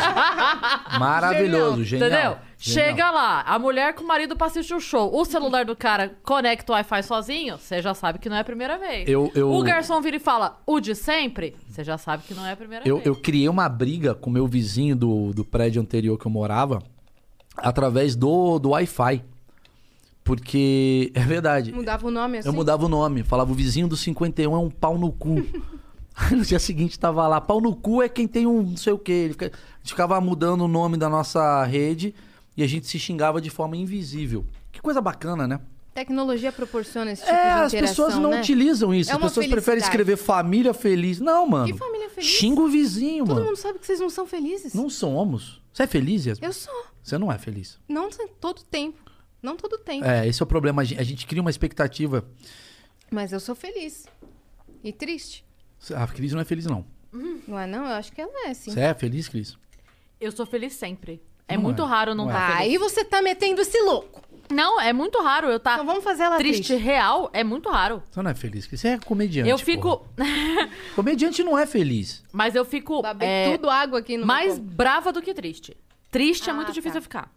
Speaker 4: Maravilhoso, genial.
Speaker 2: Entendeu?
Speaker 4: Genial.
Speaker 2: Chega lá, a mulher com o marido pra assistir o show. O celular do cara conecta o Wi-Fi sozinho, você já sabe que não é a primeira vez.
Speaker 4: Eu- eu-
Speaker 2: O garçom vira e fala, o de sempre, você já sabe que não é a primeira
Speaker 4: Eu,
Speaker 2: vez.
Speaker 4: eu criei uma briga com meu vizinho do, do prédio anterior que eu morava através do, do Wi-Fi. Porque [LAUGHS] é verdade.
Speaker 3: Mudava o nome assim.
Speaker 4: Eu mudava o nome, falava o vizinho do 51 é um pau no cu. [LAUGHS] Aí no dia seguinte tava lá, pau no cu é quem tem um não sei o quê. Ele fica- A gente ficava mudando o nome da nossa rede e a gente se xingava de forma invisível. Que coisa bacana, né?
Speaker 3: Tecnologia proporciona esse tipo
Speaker 4: é,
Speaker 3: de
Speaker 4: as
Speaker 3: interação,
Speaker 4: pessoas não
Speaker 3: né?
Speaker 4: utilizam isso.
Speaker 3: É
Speaker 4: as
Speaker 3: uma
Speaker 4: pessoas preferem
Speaker 3: felicidade.
Speaker 4: escrever família feliz. Não, mano.
Speaker 3: Que família feliz?
Speaker 4: Xinga o vizinho,
Speaker 3: Todo
Speaker 4: mano.
Speaker 3: mundo sabe que vocês não são felizes.
Speaker 4: Não somos. Você é feliz, Yasmin?
Speaker 3: Eu sou.
Speaker 4: Você não é feliz.
Speaker 3: Não t- todo tempo. Não todo tempo.
Speaker 4: É, esse é o problema. A gen- a gente cria uma expectativa.
Speaker 3: Mas eu sou feliz. E triste.
Speaker 4: A Cris não é feliz, não.
Speaker 3: Não é não? Eu acho que ela é, sim.
Speaker 4: Você é feliz, Cris?
Speaker 2: Eu sou feliz sempre. É
Speaker 4: Não
Speaker 2: muito
Speaker 4: é.
Speaker 2: raro não
Speaker 4: Não
Speaker 2: estar feliz.
Speaker 3: Aí você tá metendo esse louco.
Speaker 2: Não, é muito raro eu estar
Speaker 3: Então vamos fazer ela
Speaker 2: triste,
Speaker 3: triste.
Speaker 2: real, é muito raro.
Speaker 4: Você não é feliz, Cris. Você é comediante.
Speaker 2: eu fico.
Speaker 4: porra. Comediante não é feliz.
Speaker 2: [LAUGHS] Mas eu fico
Speaker 3: Babei
Speaker 2: é,
Speaker 3: tudo água aqui no
Speaker 2: mais
Speaker 3: meu corpo.
Speaker 2: brava do que triste. Triste é
Speaker 3: Ah,
Speaker 2: muito difícil
Speaker 3: tá. Uhum.
Speaker 2: eu ficar.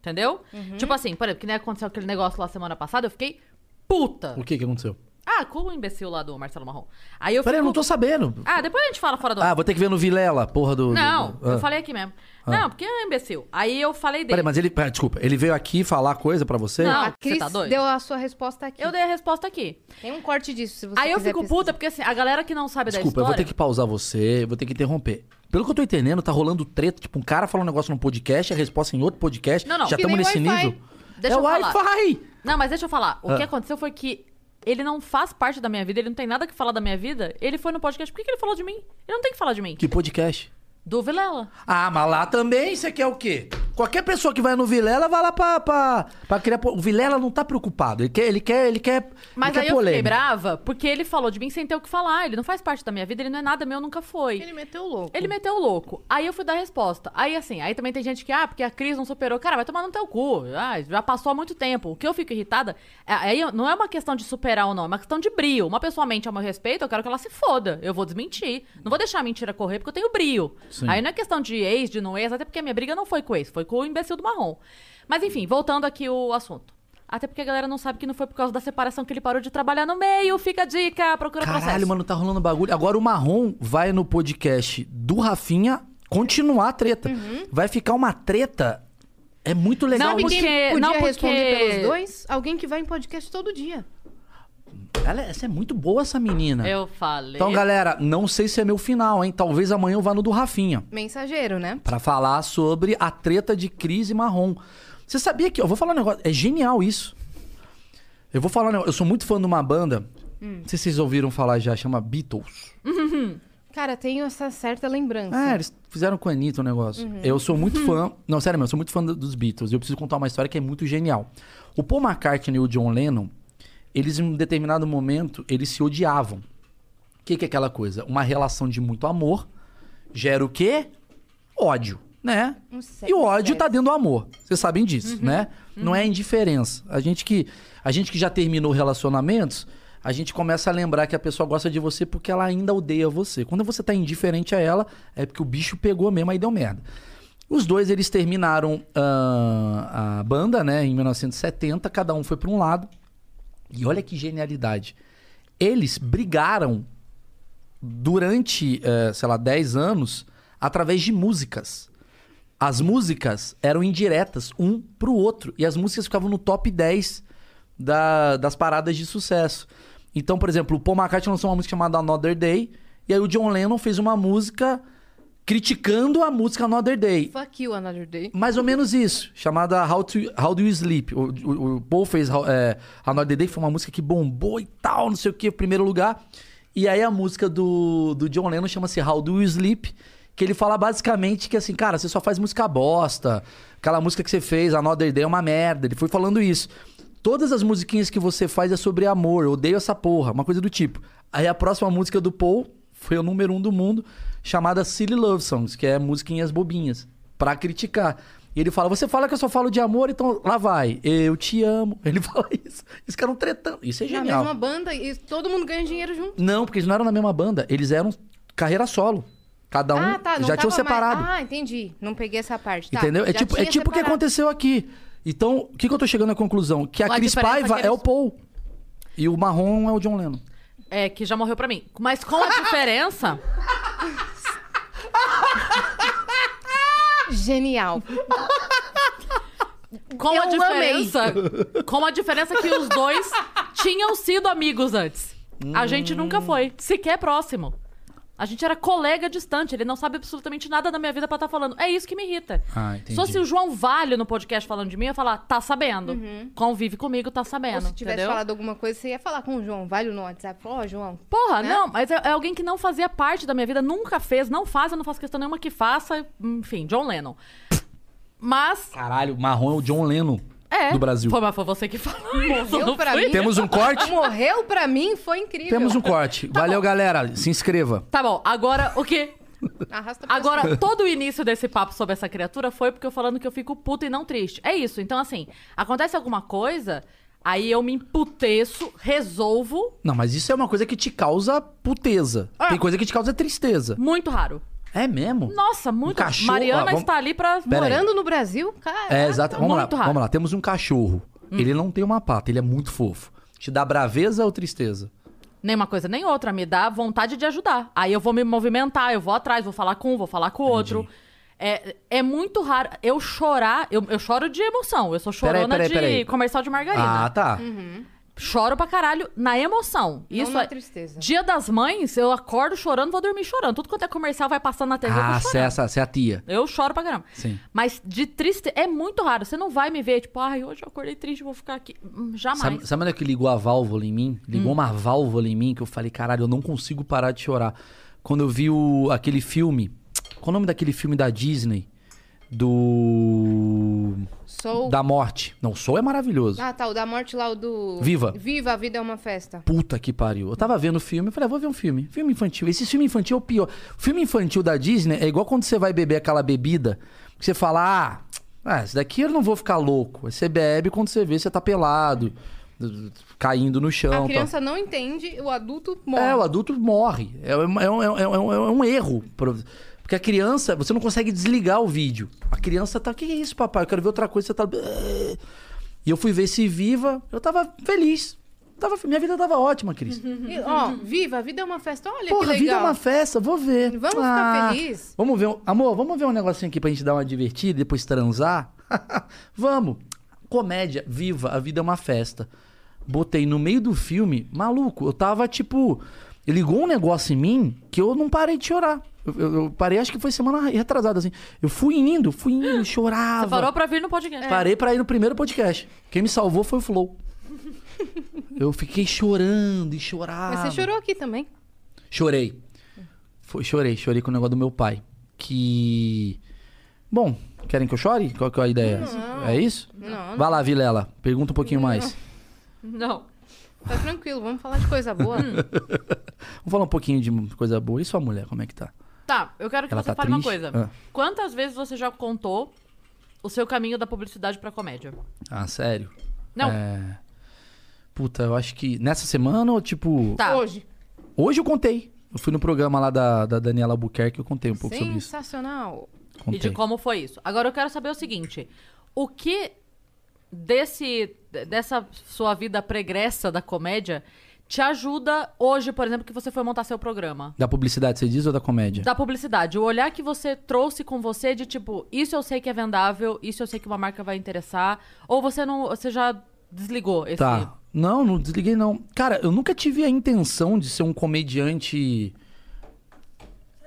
Speaker 2: Entendeu? Tipo assim, por exemplo, que nem aconteceu aquele negócio lá semana passada, eu fiquei puta.
Speaker 4: O que que aconteceu?
Speaker 2: Ah, com o imbecil lá do Marcelo Marrom. Aí eu
Speaker 4: Peraí, eu
Speaker 2: fico-
Speaker 4: não tô sabendo.
Speaker 2: Ah, depois a gente fala fora do.
Speaker 4: Ah, vou ter que ver no Vilela, porra do. do-
Speaker 2: não,
Speaker 4: do-
Speaker 2: eu
Speaker 4: ah.
Speaker 2: falei aqui mesmo. Não, porque é imbecil. Aí eu falei dele.
Speaker 4: Peraí, mas ele. pera, desculpa, ele veio aqui falar coisa pra você?
Speaker 2: Não.
Speaker 3: A
Speaker 2: Você
Speaker 3: Cris
Speaker 2: tá doido?
Speaker 3: deu a sua resposta aqui.
Speaker 2: Eu dei a resposta aqui.
Speaker 3: Tem um corte disso, se você
Speaker 2: Aí eu
Speaker 3: quiser
Speaker 2: fico
Speaker 3: pesquisar.
Speaker 2: puta, porque assim, a galera que não sabe
Speaker 4: Desculpa,
Speaker 2: da
Speaker 4: eu vou
Speaker 2: história.
Speaker 4: ter que pausar você, eu vou ter que interromper. Pelo que eu tô entendendo, tá rolando treta. Tipo, um cara fala um negócio num podcast, a resposta é em outro podcast.
Speaker 2: Não, não.
Speaker 4: Já
Speaker 2: Que
Speaker 4: estamos
Speaker 3: nem
Speaker 4: nesse
Speaker 3: Wi-Fi.
Speaker 4: nível.
Speaker 2: Deixa
Speaker 4: é
Speaker 2: eu falar.
Speaker 4: Wi-Fi!
Speaker 2: Não, mas deixa eu falar. O
Speaker 4: Ah.
Speaker 2: que aconteceu foi que ele não faz parte da minha vida, ele não tem nada que falar da minha vida. Ele foi no podcast. Por que, que ele falou de mim? Ele não tem que falar de mim.
Speaker 4: Que podcast?
Speaker 2: Do Vilela.
Speaker 4: Ah, mas lá também você quer o quê? Qualquer pessoa que vai no Vilela vai lá pra, pra, pra criar. po- O Vilela não tá preocupado. Ele quer. Ele quer, ele quer
Speaker 2: Mas
Speaker 4: ele
Speaker 2: aí
Speaker 4: quer
Speaker 2: eu fiquei
Speaker 4: polêmica.
Speaker 2: brava porque ele falou de mim sem ter o que falar. Ele não faz parte da minha vida, ele não é nada meu, nunca foi.
Speaker 3: Ele meteu o louco.
Speaker 2: Ele meteu o louco. Aí eu fui dar a resposta. Aí assim, aí também tem gente que, ah, porque a Cris não superou. Cara, vai tomar no teu cu. Ah, já passou há muito tempo. O que eu fico irritada, é- aí eu- não é uma questão de superar ou não, é uma questão de brio. Uma pessoa mente ao meu respeito, eu quero que ela se foda. Eu vou desmentir. Não vou deixar a mentira correr porque eu tenho brio.
Speaker 4: Sim.
Speaker 2: Aí não é questão de ex, de não ex, até porque a minha briga não foi com ex, foi com o imbecil do marrom. Mas enfim, voltando aqui o assunto. Até porque a galera não sabe que não foi por causa da separação que ele parou de trabalhar no meio. Fica a dica, procura o processo.
Speaker 4: Caralho, mano, tá rolando bagulho. Agora o Marrom vai no podcast do Rafinha continuar a treta. Vai ficar uma treta. É muito legal.
Speaker 2: Uhum. Não,
Speaker 3: Sabe quem
Speaker 2: porque-
Speaker 3: podia
Speaker 2: não, porque-
Speaker 3: responder pelos dois? Alguém que vai em podcast todo dia.
Speaker 4: Ela, essa é muito boa, essa menina.
Speaker 2: Eu falei.
Speaker 4: Então, galera, não sei se é meu final, hein? Talvez amanhã eu vá no do Rafinha.
Speaker 3: Mensageiro, né?
Speaker 4: Pra falar sobre a treta de crise marrom. Você sabia que. Eu vou falar um negócio. É genial isso. Eu vou falar um negócio. Eu sou muito fã de uma banda. Não sei se vocês ouviram falar já, chama Beatles.
Speaker 3: Cara, tenho essa certa lembrança.
Speaker 4: Ah, eles fizeram com a Anitta o negócio. Eu sou muito fã. Não, sério mesmo, eu sou muito fã do- dos Beatles. Eu preciso contar uma história que é muito genial. O Paul McCartney e o John Lennon, eles em um determinado momento, eles se odiavam. O que, que é aquela coisa? Uma relação de muito amor gera o quê? Ódio, né?
Speaker 3: Um certo Uhum,
Speaker 4: E o ódio tá dentro do amor. Vocês sabem disso, né? Não é indiferença. A gente que a gente que já terminou relacionamentos, a gente começa a lembrar que a pessoa gosta de você porque ela ainda odeia você. Quando você tá indiferente a ela, é porque o bicho pegou mesmo aí deu merda. Os dois eles terminaram ah, a banda, né, em 1970, cada um foi pra um lado. E olha que genialidade. Eles brigaram durante, eh, sei lá, 10 anos, através de músicas. As músicas eram indiretas um pro outro. E as músicas ficavam no top 10 da- das paradas de sucesso. Então, por exemplo, o Paul McCartney lançou uma música chamada Another Day. E aí o John Lennon fez uma música criticando a música Another Day.
Speaker 3: Fuck you, another day.
Speaker 4: Mais ou menos isso, chamada How, to, How Do You Sleep. O, o, o Paul fez how- é, a Another Day, foi uma música que bombou e tal, não sei o que, primeiro lugar. E aí a música do, do John Lennon chama-se How Do You Sleep, que ele fala basicamente que assim, cara, você só faz música bosta, aquela música que você fez, a Another Day é uma merda. Ele foi falando isso. Todas as musiquinhas que você faz é sobre amor, eu odeio essa porra, uma coisa do tipo. Aí a próxima música do Paul foi o número um do mundo, chamada Silly Love Songs, que é musiquinhas bobinhas, pra criticar. E ele fala, você fala que eu só falo de amor, então lá vai, eu te amo. [LAUGHS] Ele fala isso. Eles ficaram tretando. Isso é
Speaker 3: Na
Speaker 4: genial.
Speaker 3: mesma banda e todo mundo ganha dinheiro junto.
Speaker 4: Não, porque eles não eram na mesma banda, eles eram carreira solo. Cada um
Speaker 3: ah, tá. Não
Speaker 4: já
Speaker 3: tava
Speaker 4: tinham separado.
Speaker 3: Mais... Ah, entendi. Não peguei essa parte. Tá,
Speaker 4: Entendeu?
Speaker 3: já
Speaker 4: É tipo, é
Speaker 3: tinha
Speaker 4: tipo o que
Speaker 3: separado.
Speaker 4: aconteceu aqui. Então, o que, que eu tô chegando à conclusão? Que a,
Speaker 2: A
Speaker 4: Cris
Speaker 2: diferença é que
Speaker 4: Paiva é,
Speaker 2: eles-
Speaker 4: o Paul. E o marrom é o John Lennon.
Speaker 2: É, que já morreu pra mim. Mas com
Speaker 3: [LAUGHS]
Speaker 2: a diferença.
Speaker 4: [LAUGHS]
Speaker 3: Genial.
Speaker 2: Com a
Speaker 3: Eu amei.
Speaker 2: diferença. Com a diferença que os dois tinham sido amigos antes. A gente
Speaker 3: Hum.
Speaker 2: nunca foi, sequer próximo. A gente era colega distante, ele não sabe absolutamente nada da minha vida pra estar falando. É isso que me irrita.
Speaker 4: Ah, entendi.
Speaker 2: Só se o João Valho no podcast falando de mim, eu ia falar, tá sabendo. Convive comigo, tá sabendo.
Speaker 3: Uhum. Ou se tivesse
Speaker 2: entendeu?
Speaker 3: falado alguma coisa, você ia falar com o João Valho no WhatsApp. Ó, [LAUGHS] João.
Speaker 2: Porra,
Speaker 3: né?
Speaker 2: não, mas é, é alguém que não fazia parte da minha vida, nunca fez, não faz, eu não faço questão nenhuma que faça. Enfim, John Lennon. Mas.
Speaker 4: Caralho, o marrom é o John Lennon
Speaker 2: É.
Speaker 4: do Brasil.
Speaker 2: Foi, mas é foi você que falou. isso,
Speaker 3: Morreu
Speaker 2: não
Speaker 3: pra
Speaker 2: fui
Speaker 3: mim.
Speaker 4: Temos um corte?
Speaker 3: Morreu pra mim, foi incrível.
Speaker 4: Temos um corte. Valeu, galera. Se inscreva.
Speaker 2: Tá bom, agora o quê?
Speaker 3: Arrasta pra cima.
Speaker 4: [LAUGHS]
Speaker 2: Agora, todo o início desse papo sobre essa criatura foi porque eu falando que eu fico puta e não triste. É isso. Então, assim, acontece alguma coisa, aí eu me emputeço, resolvo.
Speaker 4: Não, mas isso é uma coisa que te causa puteza.
Speaker 2: Ah.
Speaker 4: Tem coisa que te causa tristeza.
Speaker 2: Muito raro.
Speaker 4: É mesmo?
Speaker 2: Nossa, muito.
Speaker 4: cachorro,
Speaker 2: Mariana
Speaker 4: ah, vamos-
Speaker 2: está ali pra.
Speaker 4: Pera aí.
Speaker 3: Morando no Brasil, cara.
Speaker 4: É, exato. Vamos lá,
Speaker 2: muito Hum. raro.
Speaker 4: vamos lá. Temos um cachorro. Ele não tem uma pata, ele é muito fofo. Te dá braveza ou tristeza?
Speaker 2: Nenhuma coisa nem outra. Me dá vontade de ajudar. Aí eu vou me movimentar, eu vou atrás, vou falar com um, vou falar com o outro. É, é muito raro. Eu chorar, eu, eu choro de emoção. Eu sou
Speaker 4: Peraí,
Speaker 2: chorona
Speaker 4: peraí,
Speaker 2: de
Speaker 4: peraí.
Speaker 2: comercial de margarina.
Speaker 4: Ah, tá.
Speaker 2: Uhum. Choro pra caralho na emoção. Isso
Speaker 3: na
Speaker 2: é
Speaker 3: tristeza.
Speaker 2: Dia das Mães, eu acordo chorando, vou dormir chorando. Tudo quanto é comercial vai passando na TV, eu
Speaker 4: Ah,
Speaker 2: vou
Speaker 4: você é,
Speaker 2: chorando.
Speaker 4: essa- você é a tia.
Speaker 2: Eu choro pra caramba.
Speaker 4: Sim.
Speaker 2: Mas de triste é muito raro. Você não vai me ver, tipo, ai, hoje eu acordei triste, vou ficar aqui. Hum, Jamais.
Speaker 4: Sabe, sabe onde é que ligou a válvula em mim?
Speaker 3: Hum.
Speaker 4: Ligou uma válvula em mim que eu falei, caralho, eu não consigo parar de chorar. Quando eu vi o- aquele filme. Qual o nome daquele filme da Disney? Do.
Speaker 3: Sou.
Speaker 4: Da morte. Não, o Soul é maravilhoso.
Speaker 3: Ah, tá. O da morte lá, o do.
Speaker 4: Viva.
Speaker 3: Viva, a vida é uma festa.
Speaker 4: Puta que pariu. Eu tava vendo o filme, eu falei, ah, vou ver um filme. Filme infantil. Esse filme infantil é o pior. O filme infantil da Disney é igual quando você vai beber aquela bebida, que você fala, ah, ah, esse daqui eu não vou ficar louco. Aí você bebe quando você vê, você tá pelado, caindo no chão.
Speaker 3: a
Speaker 4: tal.
Speaker 3: criança não entende, o adulto morre.
Speaker 4: tá. É, o adulto morre. É, um- é um- é um- é um- é um erro. pro- Porque a criança, você não consegue desligar o vídeo. A criança tá, que é isso, papai? Eu quero ver outra coisa, você tá. E eu fui ver se viva, eu tava feliz. Tava, minha vida tava ótima, Cris.
Speaker 3: E, ó, viva, a vida é uma festa. Olha
Speaker 4: Porra,
Speaker 3: que
Speaker 4: vida é
Speaker 3: legal.
Speaker 4: uma festa, vou ver.
Speaker 3: Vamos ficar feliz.
Speaker 4: Vamos ver, um- amor, vamos ver um negocinho aqui pra gente dar uma divertida e depois transar? [LAUGHS] vamos. Comédia, viva, a vida é uma festa. Botei no meio do filme, maluco, eu tava tipo. Ligou um negócio em mim que eu não parei de chorar. Eu, eu- eu parei, acho que foi semana retrasada, assim. Eu fui indo, fui
Speaker 3: [GASPS]
Speaker 4: indo, chorava.
Speaker 2: Você parou pra vir no
Speaker 3: é.
Speaker 2: podcast.
Speaker 4: Parei pra ir no primeiro podcast. Quem me salvou foi
Speaker 3: [LAUGHS]
Speaker 4: o Flow. eu fiquei chorando e chorava.
Speaker 3: Mas você chorou aqui também.
Speaker 4: Chorei. Foi, chorei, chorei com o negócio do meu pai. Que. Bom, querem que eu chore? Qual que é a ideia? É isso?
Speaker 3: Não,
Speaker 4: Vai lá, Vilela. Pergunta um pouquinho mais.
Speaker 2: [LAUGHS] Não.
Speaker 3: tá tranquilo. Vamos falar de coisa boa.
Speaker 4: Vamos falar um pouquinho de coisa boa. E sua mulher, como é que tá?
Speaker 2: Tá, eu quero que
Speaker 4: Ela
Speaker 2: você
Speaker 4: tá
Speaker 2: fale uma
Speaker 4: triste?
Speaker 2: coisa.
Speaker 4: Ah.
Speaker 2: Quantas vezes você já contou o seu caminho da publicidade pra comédia?
Speaker 4: Ah, sério?
Speaker 2: Não.
Speaker 4: É... Puta, eu acho que. Nessa semana ou tipo.
Speaker 2: Tá.
Speaker 3: Hoje.
Speaker 4: Hoje eu contei. Eu fui no programa lá da, da Daniela Albuquerque eu contei um pouco sobre isso.
Speaker 3: Sensacional.
Speaker 4: Contei.
Speaker 2: E de como foi isso. Agora eu quero saber o seguinte: o que desse dessa sua vida pregressa da comédia te ajuda hoje, por exemplo, que você foi montar seu programa?
Speaker 4: Da publicidade, você diz, ou da comédia?
Speaker 2: Da publicidade. O olhar que você trouxe com você de tipo, isso eu sei que é vendável, isso eu sei que uma marca vai interessar. Ou você não. Você já desligou esse.
Speaker 4: Tá. Não, não desliguei não. Cara, eu nunca tive a intenção de ser um comediante.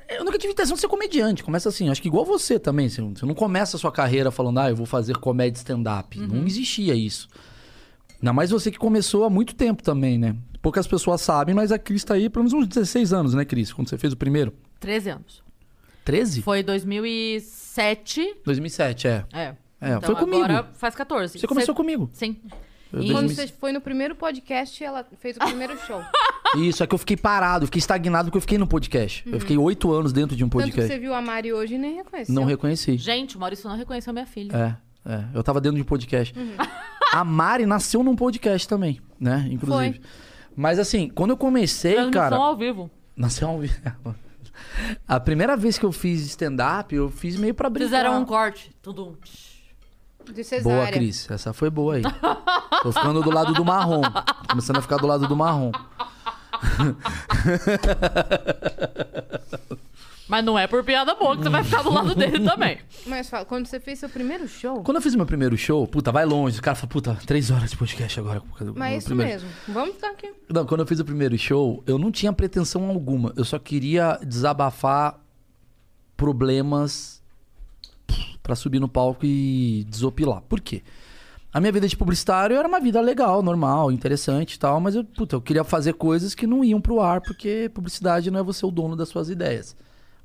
Speaker 4: Eu nunca tive a intenção de ser comediante. Começa assim, acho que igual você também. Você você não começa a sua carreira falando, ah, eu vou fazer comédia stand-up. Não existia isso. Ainda mais você que começou há muito tempo também, né? Poucas pessoas sabem, mas a Cris tá aí pelo menos uns 16 anos, né, Cris? Quando você fez o primeiro?
Speaker 2: 13 anos.
Speaker 4: 13?
Speaker 2: Foi 2007.
Speaker 4: 2007, é.
Speaker 2: É.
Speaker 4: É,
Speaker 2: então
Speaker 4: foi comigo.
Speaker 2: agora faz 14.
Speaker 4: Você começou comigo.
Speaker 2: Sim.
Speaker 4: Eu
Speaker 2: E-
Speaker 4: dei-
Speaker 3: Quando você
Speaker 4: 2000.
Speaker 3: foi no primeiro podcast, ela fez o
Speaker 4: [LAUGHS]
Speaker 3: primeiro show.
Speaker 4: Isso, é que eu fiquei parado, eu fiquei estagnado porque eu fiquei no podcast. Eu fiquei oito anos dentro de um
Speaker 3: Tanto que
Speaker 4: podcast.
Speaker 3: você viu a Mari hoje e nem reconheceu.
Speaker 4: Não reconheci.
Speaker 2: Gente, o Maurício não reconheceu minha filha.
Speaker 4: É, é. Eu tava dentro de um podcast.
Speaker 3: Uhum.
Speaker 4: A Mari nasceu num podcast também, né? Inclusive.
Speaker 3: Foi.
Speaker 4: Mas assim, quando eu comecei,
Speaker 2: Transmissão
Speaker 4: cara.
Speaker 2: ao vivo.
Speaker 4: Nasceu ao vivo. [LAUGHS] A primeira vez que eu fiz stand-up, eu fiz meio pra brincar.
Speaker 2: Fizeram um corte. Tudo.
Speaker 3: De cesárea.
Speaker 4: Boa, Cris. Essa foi
Speaker 3: [LAUGHS]
Speaker 4: boa aí. Tô ficando do lado do marrom. Tô Começando a ficar do lado do marrom.
Speaker 2: Mas não é por piada boa que você vai ficar do lado
Speaker 4: [LAUGHS]
Speaker 2: dele também.
Speaker 3: Mas fala, quando você fez seu primeiro show...
Speaker 4: Quando eu fiz meu primeiro show, puta, vai longe. O cara fala, puta, três horas de podcast agora.
Speaker 3: Mas é isso
Speaker 4: Primeiro-
Speaker 3: mesmo. Vamos ficar aqui.
Speaker 4: Não, quando eu fiz o primeiro show, eu não tinha pretensão alguma. Eu só queria desabafar problemas pra subir no palco e desopilar. Por quê? A minha vida de publicitário era uma vida legal, normal, interessante e tal, mas eu, puta, eu queria fazer coisas que não iam pro ar, porque publicidade não é você o dono das suas ideias.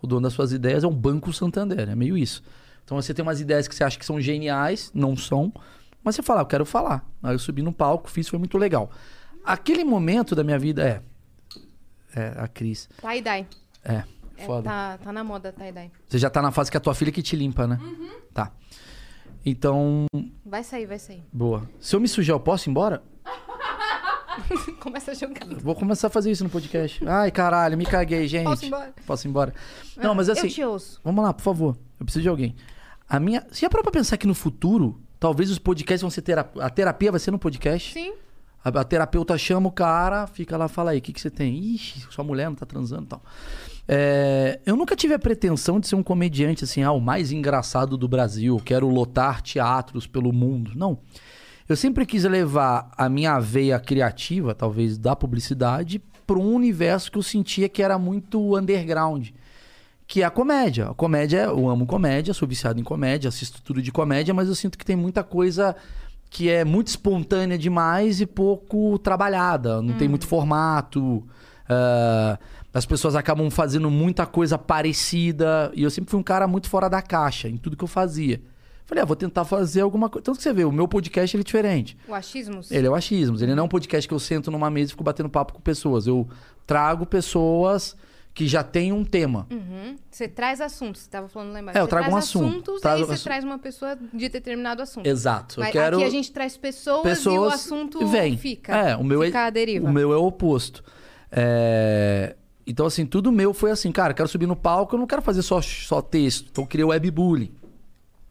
Speaker 4: O dono das suas ideias é um banco Santander, é meio isso. Então você tem umas ideias que você acha que são geniais, não são, mas você fala, "Ah, eu quero falar. Aí eu subi no palco, fiz, foi muito legal. Aquele momento da minha vida é. É, a Cris.
Speaker 3: Tie-dye.
Speaker 4: É,
Speaker 3: É,
Speaker 4: foda.
Speaker 3: tá, tá na moda tie-dye.
Speaker 4: Você já tá na fase que é a tua filha que te limpa, né?
Speaker 3: Uhum.
Speaker 4: Tá. Então,
Speaker 3: Vai sair, vai sair. [LAUGHS]
Speaker 4: boa. Se eu me sujar, eu posso ir embora?
Speaker 3: Começa a jogar.
Speaker 4: Vou começar a fazer isso no podcast. Ai, caralho, me caguei, gente.
Speaker 3: Posso ir embora? É,
Speaker 4: Posso ir embora. Não, mas assim.
Speaker 3: Eu te ouço.
Speaker 4: Vamos lá, por favor. Eu preciso de alguém. A minha. Você já parou pra pensar que no futuro, talvez os podcasts vão ser terapia. A terapia vai ser no podcast?
Speaker 3: Sim.
Speaker 4: A, a terapeuta chama o cara, fica lá, fala aí, o que, que você tem? Ixi, sua mulher não tá transando e tal. É, eu nunca tive a pretensão de ser um comediante assim, ah, o mais engraçado do Brasil, quero lotar teatros pelo mundo. Não. Eu sempre quis levar a minha veia criativa, talvez da publicidade, para um universo que eu sentia que era muito underground que é a comédia. A comédia, é, eu amo comédia, sou viciado em comédia, assisto tudo de comédia, mas eu sinto que tem muita coisa que é muito espontânea demais e pouco trabalhada. Não tem muito formato. ah, as pessoas acabam fazendo muita coisa parecida. E eu sempre fui um cara muito fora da caixa em tudo que eu fazia. Falei, ah, vou tentar fazer alguma coisa. Tanto que você vê, o meu podcast ele é diferente.
Speaker 3: O achismos?
Speaker 4: Ele é o achismos. Ele não é um podcast que eu sento numa mesa e fico batendo papo com pessoas. Eu trago pessoas que já têm um tema.
Speaker 3: Uhum. Você traz assuntos, você tava falando lá embaixo.
Speaker 4: É, eu
Speaker 3: Você
Speaker 4: trago um
Speaker 3: traz
Speaker 4: assunto.
Speaker 3: assuntos,
Speaker 4: Trago
Speaker 3: aí você
Speaker 4: assu-
Speaker 3: traz uma pessoa de determinado assunto.
Speaker 4: Exato.
Speaker 3: Mas
Speaker 4: eu quero
Speaker 3: Aqui a gente traz pessoas, e o
Speaker 4: pessoas
Speaker 3: assunto
Speaker 4: vem.
Speaker 3: fica.
Speaker 4: É, o meu
Speaker 3: fica
Speaker 4: é
Speaker 3: à deriva.
Speaker 4: o meu é o oposto. É, Então assim, tudo meu foi assim, cara, eu quero subir no palco, eu não quero fazer só só texto. Então eu criei o webbullying.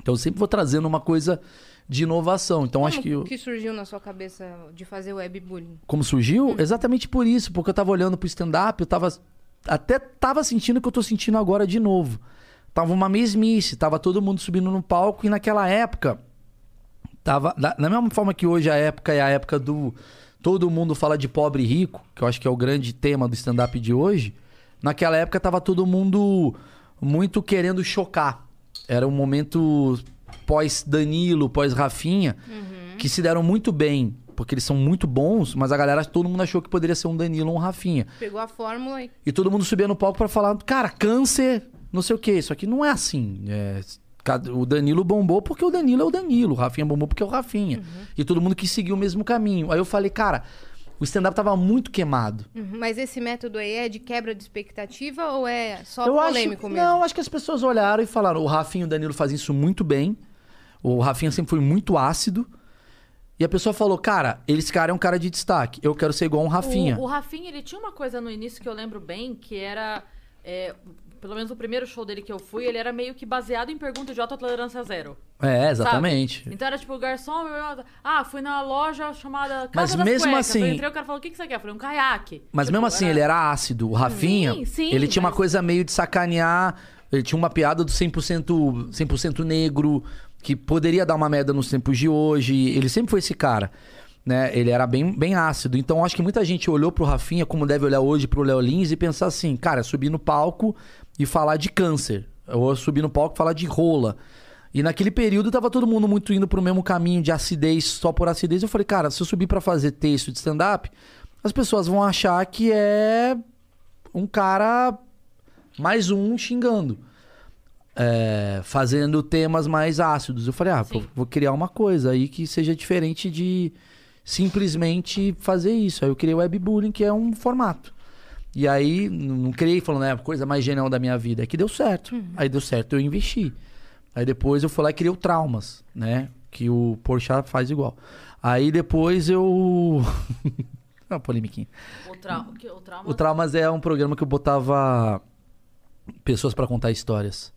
Speaker 4: Então eu sempre vou trazendo uma coisa de inovação. Então
Speaker 3: Como
Speaker 4: acho que eu-
Speaker 3: que surgiu na sua cabeça de fazer webbullying?
Speaker 4: como surgiu?
Speaker 3: Hum.
Speaker 4: Exatamente por isso, porque eu tava olhando pro stand-up, eu tava. Até tava sentindo o que eu tô sentindo agora de novo. Tava uma mesmice, tava todo mundo subindo no palco e naquela época. Tava. Da, da mesma forma que hoje a época é a época do. Todo mundo fala de pobre e rico, que eu acho que é o grande tema do stand-up de hoje. Naquela época tava todo mundo muito querendo chocar. Era um momento pós-Danilo, pós-Rafinha, que se deram muito bem, porque eles são muito bons, mas a galera, todo mundo achou que poderia ser um Danilo ou um Rafinha.
Speaker 3: Pegou a fórmula e
Speaker 4: E todo mundo subia no palco pra falar, cara, câncer, não sei o que, isso aqui não é assim. É, cada- o Danilo bombou porque o Danilo é o Danilo, o Rafinha bombou porque é o Rafinha.
Speaker 3: Uhum.
Speaker 4: E todo mundo quis seguir o mesmo caminho. Aí eu falei, cara, o stand-up tava muito queimado.
Speaker 3: Uhum, Mas esse método aí é de quebra de expectativa ou é só
Speaker 4: eu
Speaker 3: polêmico
Speaker 4: acho,
Speaker 3: mesmo?
Speaker 4: Não, acho que as pessoas olharam e falaram, o Rafinha e o Danilo fazem isso muito bem. O Rafinha sempre foi muito ácido. E a pessoa falou, cara, esse cara é um cara de destaque. Eu quero ser igual um Rafinha.
Speaker 2: O, o Rafinha, ele tinha uma coisa no início que eu lembro bem, que era. é, Pelo menos o primeiro show dele que eu fui, ele era meio que baseado em pergunta de alta tolerância zero.
Speaker 4: É,
Speaker 2: sabe?
Speaker 4: exatamente.
Speaker 2: Então era tipo, garçom, meu- ah, fui na loja chamada Casa
Speaker 4: Mas
Speaker 2: das
Speaker 4: mesmo
Speaker 2: Cuecas.
Speaker 4: assim-
Speaker 2: Eu entrei, o cara falou, o que, que você quer? Eu falei, um caiaque.
Speaker 4: Mas
Speaker 2: Tipo,
Speaker 4: mesmo assim, ele era ácido. O Rafinha,
Speaker 2: Sim, sim,
Speaker 4: ele tinha uma
Speaker 2: mas-
Speaker 4: coisa meio de sacanear. Ele tinha uma piada do 100%, 100 negro, que poderia dar uma merda nos tempos de hoje. Ele sempre foi esse cara. Né? Ele era bem, bem ácido. Então, acho que muita gente olhou pro Rafinha, como deve olhar hoje pro Léo Lins, e pensar assim: cara, é subir no palco e falar de câncer. Ou é subir no palco e falar de rola. E naquele período tava todo mundo muito indo pro mesmo caminho de acidez, só por acidez. Eu falei, cara, se eu subir pra fazer texto de stand-up, as pessoas vão achar que é um cara mais um xingando. É, fazendo temas mais ácidos. Eu falei, ah,
Speaker 2: Sim.
Speaker 4: vou, vou criar uma coisa aí que seja diferente de simplesmente fazer isso. Aí eu criei o webbullying, que é um formato. E aí, n- não criei falando, é a coisa mais genial da minha vida. É que deu certo. Aí deu certo, eu investi. Aí depois eu fui lá e criei o Traumas, né? Que o Porchat faz igual. Aí depois eu... [LAUGHS] uma polemiquinha.
Speaker 2: O, tra... o que- o trauma...
Speaker 4: é O Traumas é um programa que eu botava pessoas pra contar histórias.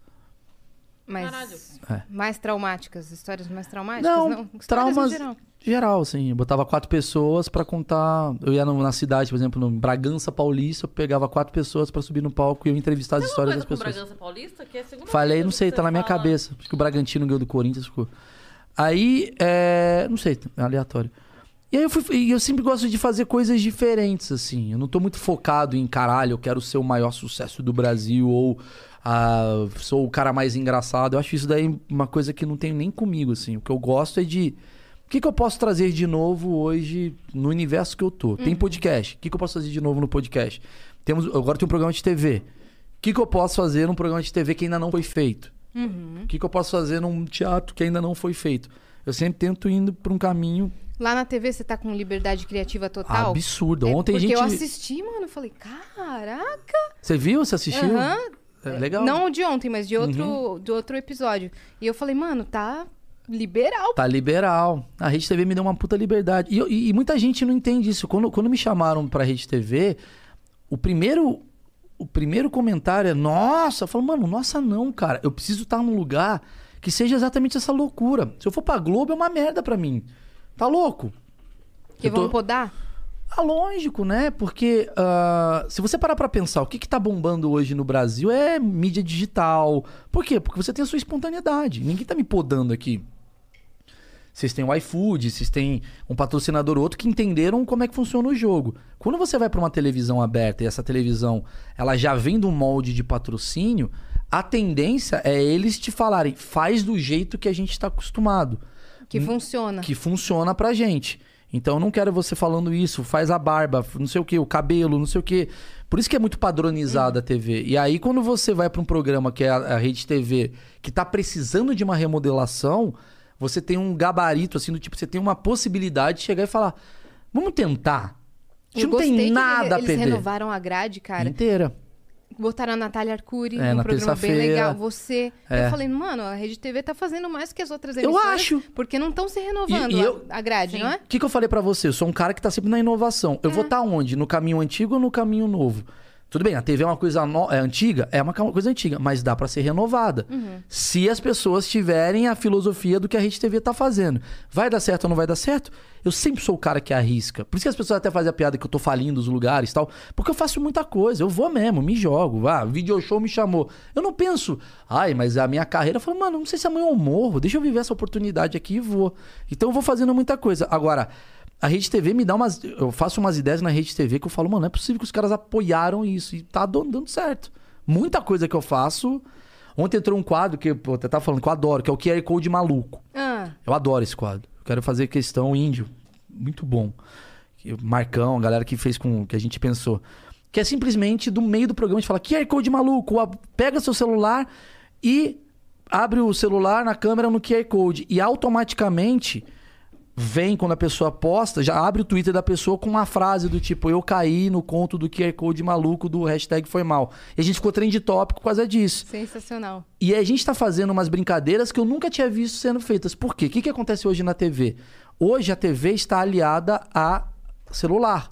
Speaker 2: Caralho.
Speaker 3: Mas
Speaker 4: É.
Speaker 3: mais traumáticas, histórias mais
Speaker 2: Ah,
Speaker 3: traumáticas?
Speaker 4: Não,
Speaker 3: histórias
Speaker 4: traumas
Speaker 3: no geral.
Speaker 4: geral. assim. Eu botava quatro pessoas pra contar. Eu ia no- na cidade, por exemplo, no Bragança Paulista, eu pegava quatro pessoas pra subir no palco e eu entrevistar as
Speaker 2: Tem alguma
Speaker 4: histórias
Speaker 2: coisa
Speaker 4: das
Speaker 2: com
Speaker 4: pessoas.
Speaker 2: Bragança Paulista? Que é a segunda
Speaker 4: Falei,
Speaker 2: vez
Speaker 4: não
Speaker 2: que
Speaker 4: sei,
Speaker 2: você
Speaker 4: tá na minha
Speaker 2: fala.
Speaker 4: cabeça. Porque o Bragantino ganhou do Corinthians, ficou. Aí, é... não sei, é aleatório. E aí eu, fui, e eu sempre gosto de fazer coisas diferentes, assim. Eu não tô muito focado em caralho, eu quero ser o maior sucesso do Brasil ou ah, sou o cara mais engraçado. Eu acho isso daí uma coisa que não tem nem comigo, assim. O que eu gosto é de. O que, que eu posso trazer de novo hoje no universo que eu tô? Tem podcast. O que, que eu posso fazer de novo no podcast? Temos, agora tem um programa de TV. O que, que eu posso fazer num programa de TV que ainda não foi feito? O que, que eu posso fazer num teatro que ainda não foi feito? Eu sempre tento indo pra um caminho
Speaker 3: Lá na TV você tá com liberdade criativa total?
Speaker 4: absurdo.
Speaker 3: É
Speaker 4: Ontem a
Speaker 3: porque
Speaker 4: gente.
Speaker 3: eu assisti, mano, eu falei, caraca!
Speaker 4: Você viu? Você assistiu?
Speaker 3: Aham.
Speaker 4: É legal.
Speaker 3: Não de ontem, mas
Speaker 4: Uhum.
Speaker 3: de outro, de outro episódio. E eu falei, mano, tá liberal.
Speaker 4: Tá liberal. A Rede TV me deu uma puta liberdade. E, eu- e- e muita gente não entende isso. Quando, quando me chamaram pra Rede TV, o primeiro. O primeiro comentário é, nossa, eu falo, mano, nossa não, cara. Eu preciso estar num lugar que seja exatamente essa loucura. Se eu for pra Globo, é uma merda pra mim. Tá louco?
Speaker 3: Porque
Speaker 4: eu tô-
Speaker 3: vão podar?
Speaker 4: Ah, lógico, né? Porque ah, se você parar pra pensar, o que, que tá bombando hoje no Brasil é mídia digital. Por quê? Porque você tem a sua espontaneidade. Ninguém tá me podando aqui. Vocês têm o iFood, vocês têm um patrocinador ou outro que entenderam como é que funciona o jogo. Quando você vai pra uma televisão aberta e essa televisão ela já vem de um molde de patrocínio, a tendência é eles te falarem, faz do jeito que a gente tá acostumado
Speaker 3: Que funciona.
Speaker 4: Hum, que funciona pra gente. Então eu não quero você falando isso, faz a barba, não sei o que, o cabelo, não sei o que. Por isso que é muito padronizada a TV. E aí quando você vai pra um programa que é a, a rede TV, que tá precisando de uma remodelação, você tem um gabarito assim do tipo, você tem uma possibilidade de chegar e falar: "Vamos tentar". A
Speaker 3: eu
Speaker 4: gente não
Speaker 3: gostei
Speaker 4: tem
Speaker 3: que
Speaker 4: nada a
Speaker 3: eles
Speaker 4: perder.
Speaker 3: renovaram a grade, cara.
Speaker 4: inteira.
Speaker 3: Botaram a Natália Arcuri
Speaker 4: É,
Speaker 3: num
Speaker 4: na
Speaker 3: programa bem
Speaker 4: terça-feira.
Speaker 3: legal. Você.
Speaker 4: É.
Speaker 3: Eu falei, mano, a Rede TV tá fazendo mais que as outras
Speaker 4: Eu
Speaker 3: emissoras.
Speaker 4: acho.
Speaker 3: Porque não estão se renovando
Speaker 4: E- e
Speaker 3: a-
Speaker 4: eu-
Speaker 3: a grade,
Speaker 2: Sim.
Speaker 3: não é?
Speaker 4: O que, que eu falei pra você? Eu sou um cara que tá sempre na inovação. Eu vou estar onde? No caminho antigo ou no caminho novo? Tudo bem, a TV é uma coisa no- é antiga? É uma ca- coisa antiga, mas dá pra ser renovada.
Speaker 3: Uhum.
Speaker 4: Se as pessoas tiverem a filosofia do que a Rede TV tá fazendo. Vai dar certo ou não vai dar certo? Eu sempre sou o cara que arrisca. Por isso que as pessoas até fazem a piada que eu tô falindo os lugares e tal. Porque eu faço muita coisa. Eu vou mesmo, me jogo. Vá, video show me chamou. Eu não penso, ai, mas a minha carreira. Eu falo, mano, não sei se amanhã eu morro. Deixa eu viver essa oportunidade aqui e vou. Então eu vou fazendo muita coisa. Agora, a Rede TV me dá umas. Eu faço umas ideias na Rede TV que eu falo, mano, não é possível que os caras apoiaram isso. E tá dando, dando certo. Muita coisa que eu faço. Ontem entrou um quadro que pô, eu até tava falando que eu adoro, que é o QR Code maluco.
Speaker 3: Ah,
Speaker 4: Eu adoro esse quadro. Eu quero fazer questão índio. Muito bom. Que o Marcão, a galera que fez com o que a gente pensou. Que é simplesmente do meio do programa a gente fala QR Code maluco, a- pega seu celular e abre o celular na câmera no QR Code. E automaticamente vem quando a pessoa posta, já abre o Twitter da pessoa com uma frase do tipo, eu caí no conto do QR Code maluco do hashtag foi mal. E a gente ficou trend tópico por causa disso.
Speaker 3: sensacional.
Speaker 4: E a gente tá fazendo umas brincadeiras que eu nunca tinha visto sendo feitas. Por quê? O que, que acontece hoje na TV? Hoje a TV está aliada a celular.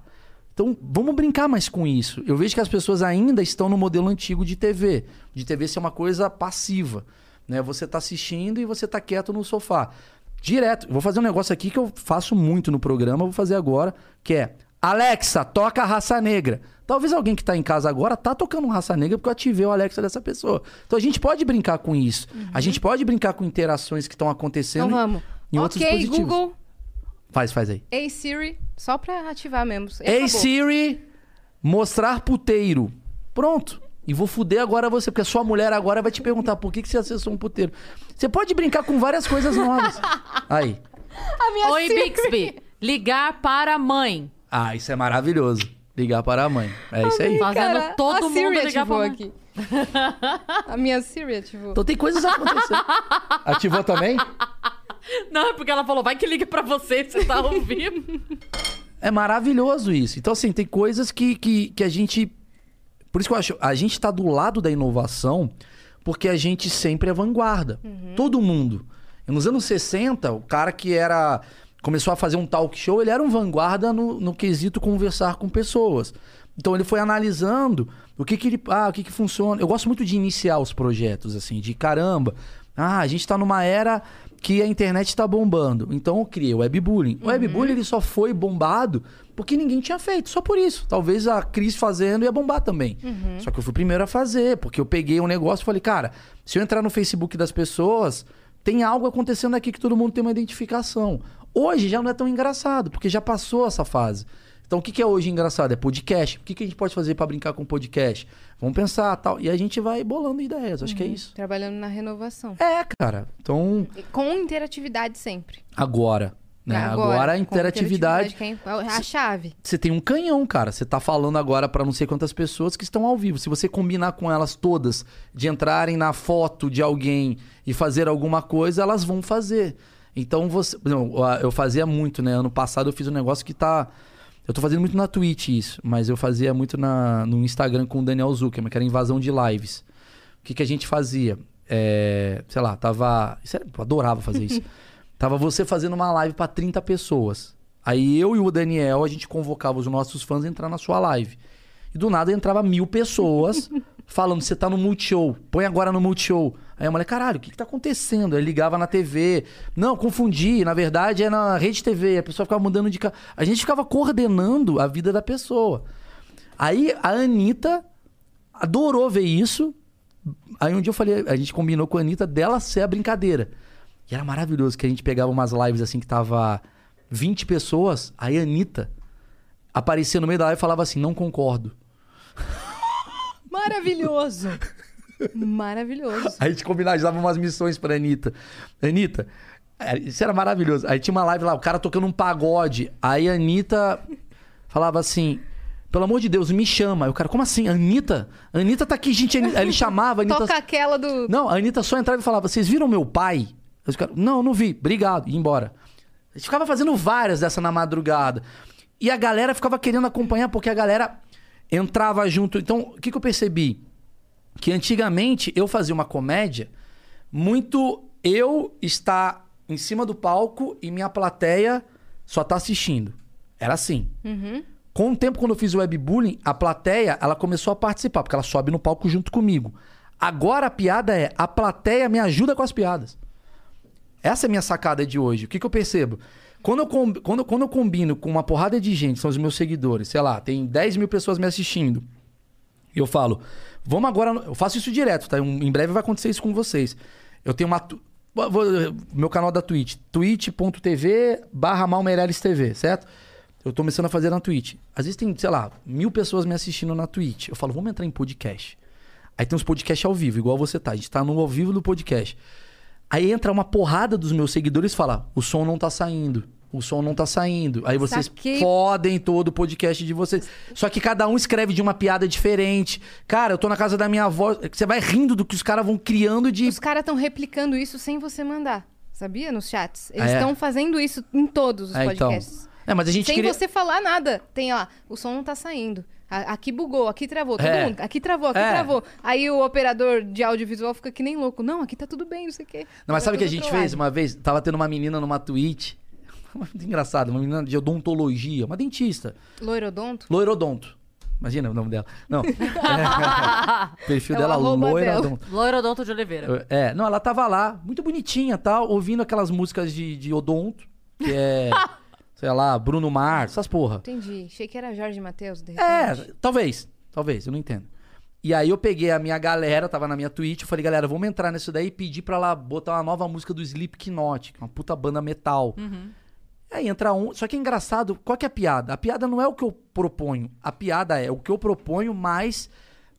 Speaker 4: Então, vamos brincar mais com isso. Eu vejo que as pessoas ainda estão no modelo antigo de TV. De TV ser uma coisa passiva. Né? Você está assistindo e você está quieto no sofá. Direto. Vou fazer um negócio aqui que eu faço muito no programa, vou fazer agora, que é Alexa, toca a raça negra. Talvez alguém que está em casa agora tá tocando raça negra porque eu ativei o Alexa dessa pessoa. Então a gente pode brincar com isso. A gente pode brincar com interações que estão acontecendo.
Speaker 3: Uhum. Então vamos.
Speaker 4: Em outros
Speaker 3: ok,
Speaker 4: dispositivos.
Speaker 3: Google,
Speaker 4: Faz, faz aí.
Speaker 3: Ei Siri, só pra ativar mesmo. E
Speaker 4: Ei,
Speaker 3: Então acabou.
Speaker 4: Siri, mostrar puteiro. Pronto. E vou fuder agora você, porque a sua mulher agora vai te perguntar por que, que você acessou um puteiro. Você pode brincar com várias
Speaker 3: [LAUGHS]
Speaker 4: coisas novas. Aí.
Speaker 3: A minha
Speaker 2: Oi,
Speaker 3: Siri.
Speaker 4: [LAUGHS]
Speaker 2: Bixby. Ligar para a mãe.
Speaker 4: Ah, isso é maravilhoso. Ligar para a mãe.
Speaker 3: Tá
Speaker 4: É isso aí.
Speaker 2: Fazendo
Speaker 3: Cara,
Speaker 2: todo
Speaker 3: a
Speaker 2: mundo
Speaker 3: Siri
Speaker 2: ligar
Speaker 3: ativou
Speaker 2: pra-
Speaker 3: aqui. a minha Siri ativou.
Speaker 4: Então tem
Speaker 3: [LAUGHS]
Speaker 4: coisas acontecendo. Ativou também?
Speaker 2: Não, é porque ela falou, vai que liga pra você, você tá [LAUGHS] ouvindo.
Speaker 4: É maravilhoso isso. Então, assim, tem coisas que, que, que a gente. Por isso que eu acho. A gente tá do lado da inovação porque a gente sempre é vanguarda. Todo mundo. Nos anos 60, o cara que era. Começou a fazer um talk show, ele era um vanguarda no, no quesito conversar com pessoas. Então ele foi analisando o que que ele. Ah, o que que funciona. Eu gosto muito de iniciar os projetos, assim, de caramba. Ah, a gente tá numa era que a internet está bombando. Então eu criei o webbullying. O webbullying ele só foi bombado porque ninguém tinha feito, só por isso. Talvez a Cris fazendo ia bombar também. Só que eu fui o primeiro a fazer, porque eu peguei um negócio e falei, cara, se eu entrar no Facebook das pessoas, tem algo acontecendo aqui que todo mundo tem uma identificação. Hoje já não é tão engraçado, porque já passou essa fase. Então o que, que é hoje engraçado? É podcast. O que, que a gente pode fazer para brincar com podcast? Vamos pensar, tal. E a gente vai bolando ideias, acho que é isso.
Speaker 3: Trabalhando na renovação.
Speaker 4: É, cara. Então,
Speaker 3: E Com interatividade sempre.
Speaker 4: agora. Né? Agora, a
Speaker 3: com
Speaker 4: interatividade.
Speaker 3: interatividade, que é a chave.
Speaker 4: Você tem um canhão, cara. Você tá falando agora pra não sei quantas pessoas que estão ao vivo. Se você combinar com elas todas de entrarem na foto de alguém e fazer alguma coisa, elas vão fazer. Então você. Não, a- eu fazia muito, né? Ano passado eu fiz um negócio que tá. Eu tô fazendo muito na Twitch isso, mas eu fazia muito na, no Instagram com o Daniel Zuckerman, que era invasão de lives. O que, que a gente fazia? É, sei lá, tava. Isso era- eu adorava fazer isso. tava você fazendo uma live pra 30 pessoas. Aí eu e o Daniel, a gente convocava os nossos fãs a entrar na sua live. E do nada entrava mil pessoas falando: você tá no Multishow, põe agora no Multishow. Aí a mulher, caralho, o que, que tá acontecendo? Aí ligava na TV. Não, confundi. Na verdade é na Rede TV. A pessoa ficava mudando de. ca- A gente ficava coordenando a vida da pessoa. Aí a Anitta adorou ver isso. Aí um dia eu falei, a gente combinou com a Anitta dela ser a brincadeira. E era maravilhoso que a gente pegava umas lives assim que tava 20 pessoas, aí a Anitta aparecia no meio da live e falava assim, não concordo.
Speaker 3: Maravilhoso. [LAUGHS] Maravilhoso.
Speaker 4: Aí a gente combinava, a gente dava umas missões pra Anitta. Anitta, é, isso era maravilhoso. Aí tinha uma live lá, o cara tocando um pagode. Aí a Anitta falava assim. Pelo amor de Deus, me chama. Aí o cara, como assim? Anitta? Anitta tá aqui, gente. Anitta." Aí ele chamava, a Anitta.
Speaker 3: Toca aquela do...
Speaker 4: Não, a Anitta só entrava e falava: Vocês viram meu pai? Aí os caras, não, não vi, obrigado, e ia embora. A gente ficava fazendo várias dessa na madrugada. E a galera ficava querendo acompanhar, porque a galera entrava junto. Então, o que, que eu percebi? Que antigamente eu fazia uma comédia muito eu estar em cima do palco e minha plateia só tá assistindo. Era assim. Com o tempo, quando eu fiz o webbullying, a plateia ela começou a participar, porque ela sobe no palco junto comigo. Agora a piada é: a plateia me ajuda com as piadas. Essa é a minha sacada de hoje. O que, que eu percebo? Quando eu, com- quando, eu- quando eu combino com uma porrada de gente, são os meus seguidores, sei lá, tem 10 mil pessoas me assistindo. E eu falo, vamos agora. no- Eu faço isso direto, tá? Um- Em breve vai acontecer isso com vocês. Eu tenho uma. tu- vou- vou- Meu canal é da Twitch, twitch.tv barra Malmeireles TV, certo? Eu tô começando a fazer na Twitch. Às vezes tem, sei lá, mil pessoas me assistindo na Twitch. Eu falo, vamos entrar em podcast. Aí tem uns podcasts ao vivo, igual você tá. A gente tá no ao vivo do podcast. Aí entra uma porrada dos meus seguidores e fala: o som não tá saindo. O som não tá saindo. Aí vocês
Speaker 3: Saquei.
Speaker 4: podem todo o podcast de vocês. Só que cada um escreve de uma piada diferente. Cara, eu tô na casa da minha avó. Você vai rindo do que os caras vão criando de.
Speaker 3: Os caras estão replicando isso sem você mandar. Sabia? Nos chats. Eles
Speaker 4: É.
Speaker 3: estão fazendo isso em todos os
Speaker 4: É, então.
Speaker 3: podcasts.
Speaker 4: É, mas a gente
Speaker 3: Sem
Speaker 4: queria.
Speaker 3: você falar nada. Tem lá, o som não tá saindo. A- Aqui bugou, aqui travou, todo
Speaker 4: É.
Speaker 3: mundo. Aqui travou, aqui
Speaker 4: É.
Speaker 3: travou. Aí o operador de audiovisual fica que nem louco. Não, aqui tá tudo bem, não sei o quê.
Speaker 4: Não, mas sabe o que a gente fez
Speaker 3: mano?
Speaker 4: uma vez? Tava tendo uma menina numa Twitch. [LAUGHS] Muito engraçado, uma menina de odontologia, uma dentista.
Speaker 3: Loirodonto?
Speaker 4: Loirodonto. Imagina o nome dela. Não. O perfil
Speaker 3: [LAUGHS] É o
Speaker 4: dela,
Speaker 3: arroba
Speaker 4: loirodonto.
Speaker 2: Loirodonto de Oliveira.
Speaker 4: É, não, ela tava lá, muito bonitinha tal, ouvindo aquelas músicas de, de Odonto, que
Speaker 3: [LAUGHS]
Speaker 4: é, sei lá, Bruno Mars, essas porra.
Speaker 3: Entendi. Achei que era Jorge Matheus, de
Speaker 4: É,
Speaker 3: repente.
Speaker 4: talvez, talvez, eu não entendo. E aí eu peguei a minha galera, tava na minha Twitch, eu falei, galera, vamos entrar nisso daí e pedi pra ela botar uma nova música do Slipknot, que é uma puta banda metal. Aí entra um. Só que é engraçado, qual que é a piada? A piada não é o que eu proponho. A piada é o que eu proponho, mais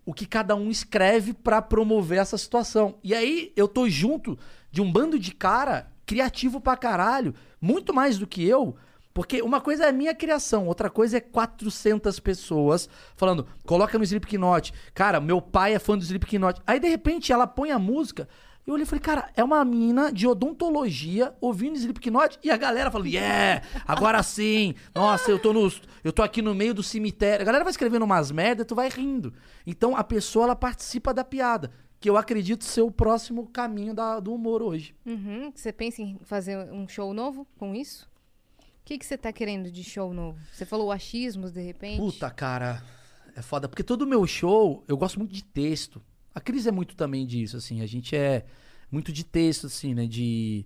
Speaker 4: o que cada um escreve pra promover essa situação. E aí eu tô junto de um bando de cara criativo pra caralho, muito mais do que eu. Porque uma coisa é a minha criação, outra coisa é 400 pessoas falando, coloca no Slipknot. Cara, meu pai é fã do Slipknot. Aí, de repente, ela põe a música eu olhei e falei, cara, é uma mina de odontologia ouvindo Slipknot e a galera falando, yeah, agora sim, nossa, eu tô, no, eu tô aqui no meio do cemitério. A galera vai escrevendo umas merda e tu vai rindo. Então a pessoa, ela participa da piada, que eu acredito ser o próximo caminho da- do humor hoje.
Speaker 3: Uhum. Você pensa em fazer um show novo com isso? O que, que você tá querendo de show novo? Você falou achismos, de repente?
Speaker 4: Puta, cara, é foda. Porque todo meu show, eu gosto muito de texto. A Cris é muito também disso, assim. A gente é muito de texto, assim, né? De,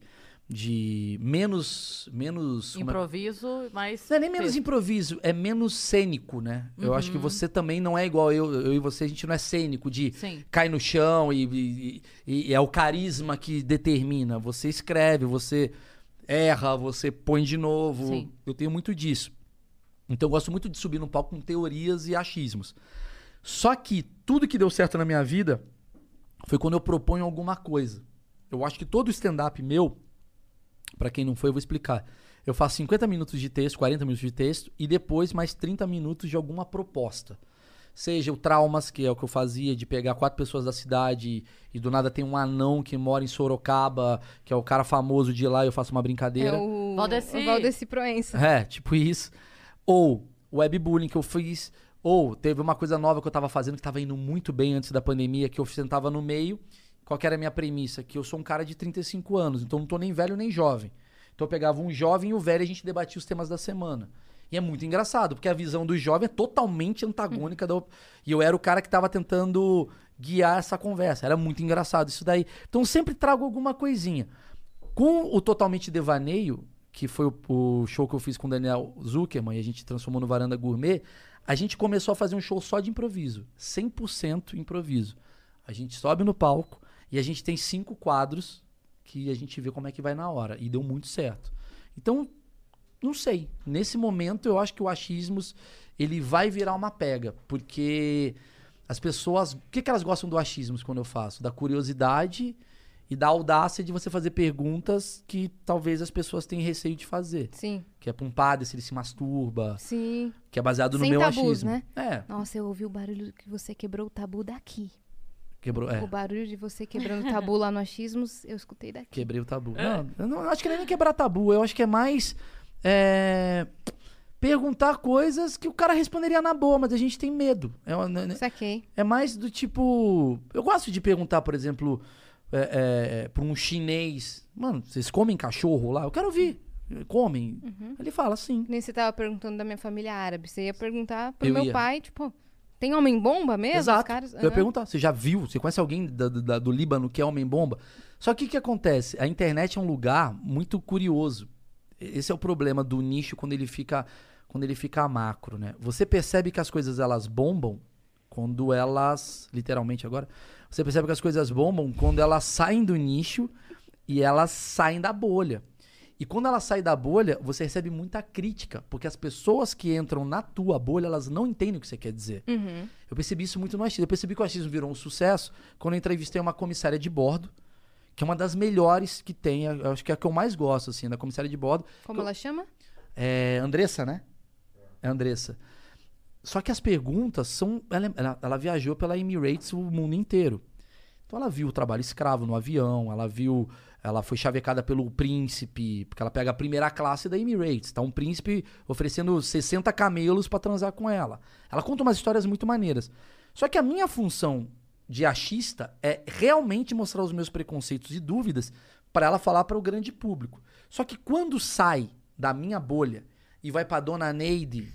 Speaker 4: de menos... menos como é-
Speaker 2: Improviso, mas.
Speaker 4: Não é nem menos improviso, é menos cênico, né? Eu acho que você também não é igual eu, eu e você, a gente não é cênico de
Speaker 2: Sim.
Speaker 4: cai no chão e, e- e- e é o carisma que determina. Você escreve, você erra, você põe de novo.
Speaker 2: Sim.
Speaker 4: Eu tenho muito disso. Então eu gosto muito de subir no palco com teorias e achismos. Só que tudo que deu certo na minha vida foi quando eu proponho alguma coisa. Eu acho que todo stand-up meu, pra quem não foi, eu vou explicar. Eu faço 50 minutos de texto, 40 minutos de texto e depois mais 30 minutos de alguma proposta. Seja o Traumas, que é o que eu fazia, de pegar quatro pessoas da cidade e do nada tem um anão que mora em Sorocaba, que é o cara famoso de lá e eu faço uma brincadeira.
Speaker 3: É o
Speaker 2: Valdeci.
Speaker 3: o Valdeci Proença.
Speaker 4: É, tipo isso. Ou webbullying que eu fiz. Ou teve uma coisa nova que eu tava fazendo que tava indo muito bem antes da pandemia, que eu sentava no meio. Qual que era a minha premissa? Que eu sou um cara de 35 anos, então não tô nem velho nem jovem. Então eu pegava um jovem e o velho e a gente debatia os temas da semana. E é muito engraçado, porque a visão do jovem é totalmente antagônica da. op- E eu era o cara que tava tentando guiar essa conversa. Era muito engraçado isso daí. Então eu sempre trago alguma coisinha. Com o Totalmente Devaneio, que foi o, o show que eu fiz com o Daniel Zuckerman e a gente transformou no Varanda Gourmet, a gente começou a fazer um show só de improviso. 100% improviso. A gente sobe no palco e a gente tem cinco quadros que a gente vê como é que vai na hora. E deu muito certo. Então, não sei. Nesse momento, eu acho que o achismos ele vai virar uma pega, porque as pessoas, o que, que elas gostam do achismos quando eu faço? Da curiosidade e da audácia de você fazer perguntas que talvez as pessoas tenham receio de fazer.
Speaker 3: Sim,
Speaker 4: Que é pra um padre se ele se masturba,
Speaker 3: sim.
Speaker 4: que é baseado no
Speaker 3: Sem
Speaker 4: meu
Speaker 3: tabus,
Speaker 4: achismo.
Speaker 3: né?
Speaker 4: É,
Speaker 3: Nossa, eu ouvi o barulho que você quebrou o tabu daqui.
Speaker 4: quebrou,
Speaker 3: O
Speaker 4: é,
Speaker 3: barulho de você quebrando o tabu lá no achismos, eu escutei daqui.
Speaker 4: quebrei o tabu. Não, eu não eu acho que não é nem quebrar tabu, eu acho que é mais é, perguntar coisas que o cara responderia na boa, mas a gente tem medo. É, uma-
Speaker 3: Saquei.
Speaker 4: É mais do tipo. Eu gosto de perguntar, por exemplo, é, é, pra um chinês: Mano, vocês comem cachorro lá? Eu quero ouvir. Comem?
Speaker 3: Uhum.
Speaker 4: Ele fala sim.
Speaker 3: Que Nem você tava perguntando da minha família árabe. Você ia perguntar pro
Speaker 4: Eu
Speaker 3: meu
Speaker 4: ia.
Speaker 3: pai, tipo, tem homem-bomba mesmo? Os
Speaker 4: Exato.
Speaker 3: caras...
Speaker 4: Eu ia
Speaker 3: Ah,
Speaker 4: perguntar: Você já viu? Você conhece alguém da- da- do Líbano que é homem-bomba? Só que o que acontece? A internet é um lugar muito curioso. Esse é o problema do nicho quando ele fica quando ele fica macro, né? Você percebe que as coisas elas bombam quando elas, literalmente agora, você percebe que as coisas bombam quando elas saem do nicho e elas saem da bolha. E quando ela sai da bolha, você recebe muita crítica, porque as pessoas que entram na tua bolha, elas não entendem o que você quer dizer.
Speaker 3: Uhum.
Speaker 4: Eu percebi isso muito no achismo. Eu percebi que o achismo virou um sucesso quando eu entrevistei uma comissária de bordo, que é uma das melhores que tem, eu acho que é a que eu mais gosto, assim, da comissária de bordo.
Speaker 3: Como ela chama?
Speaker 4: É Andressa, né? É Andressa. Só que as perguntas são. Ela, ela- ela viajou pela Emirates o mundo inteiro. Então ela viu o trabalho escravo no avião, ela viu. Ela foi chavecada pelo príncipe, porque ela pega a primeira classe da Emirates. Tá um príncipe oferecendo 60 camelos pra transar com ela. Ela conta umas histórias muito maneiras. Só que a minha função de achista é realmente mostrar os meus preconceitos e dúvidas pra ela falar para o grande público. Só que quando sai da minha bolha e vai pra dona Neide,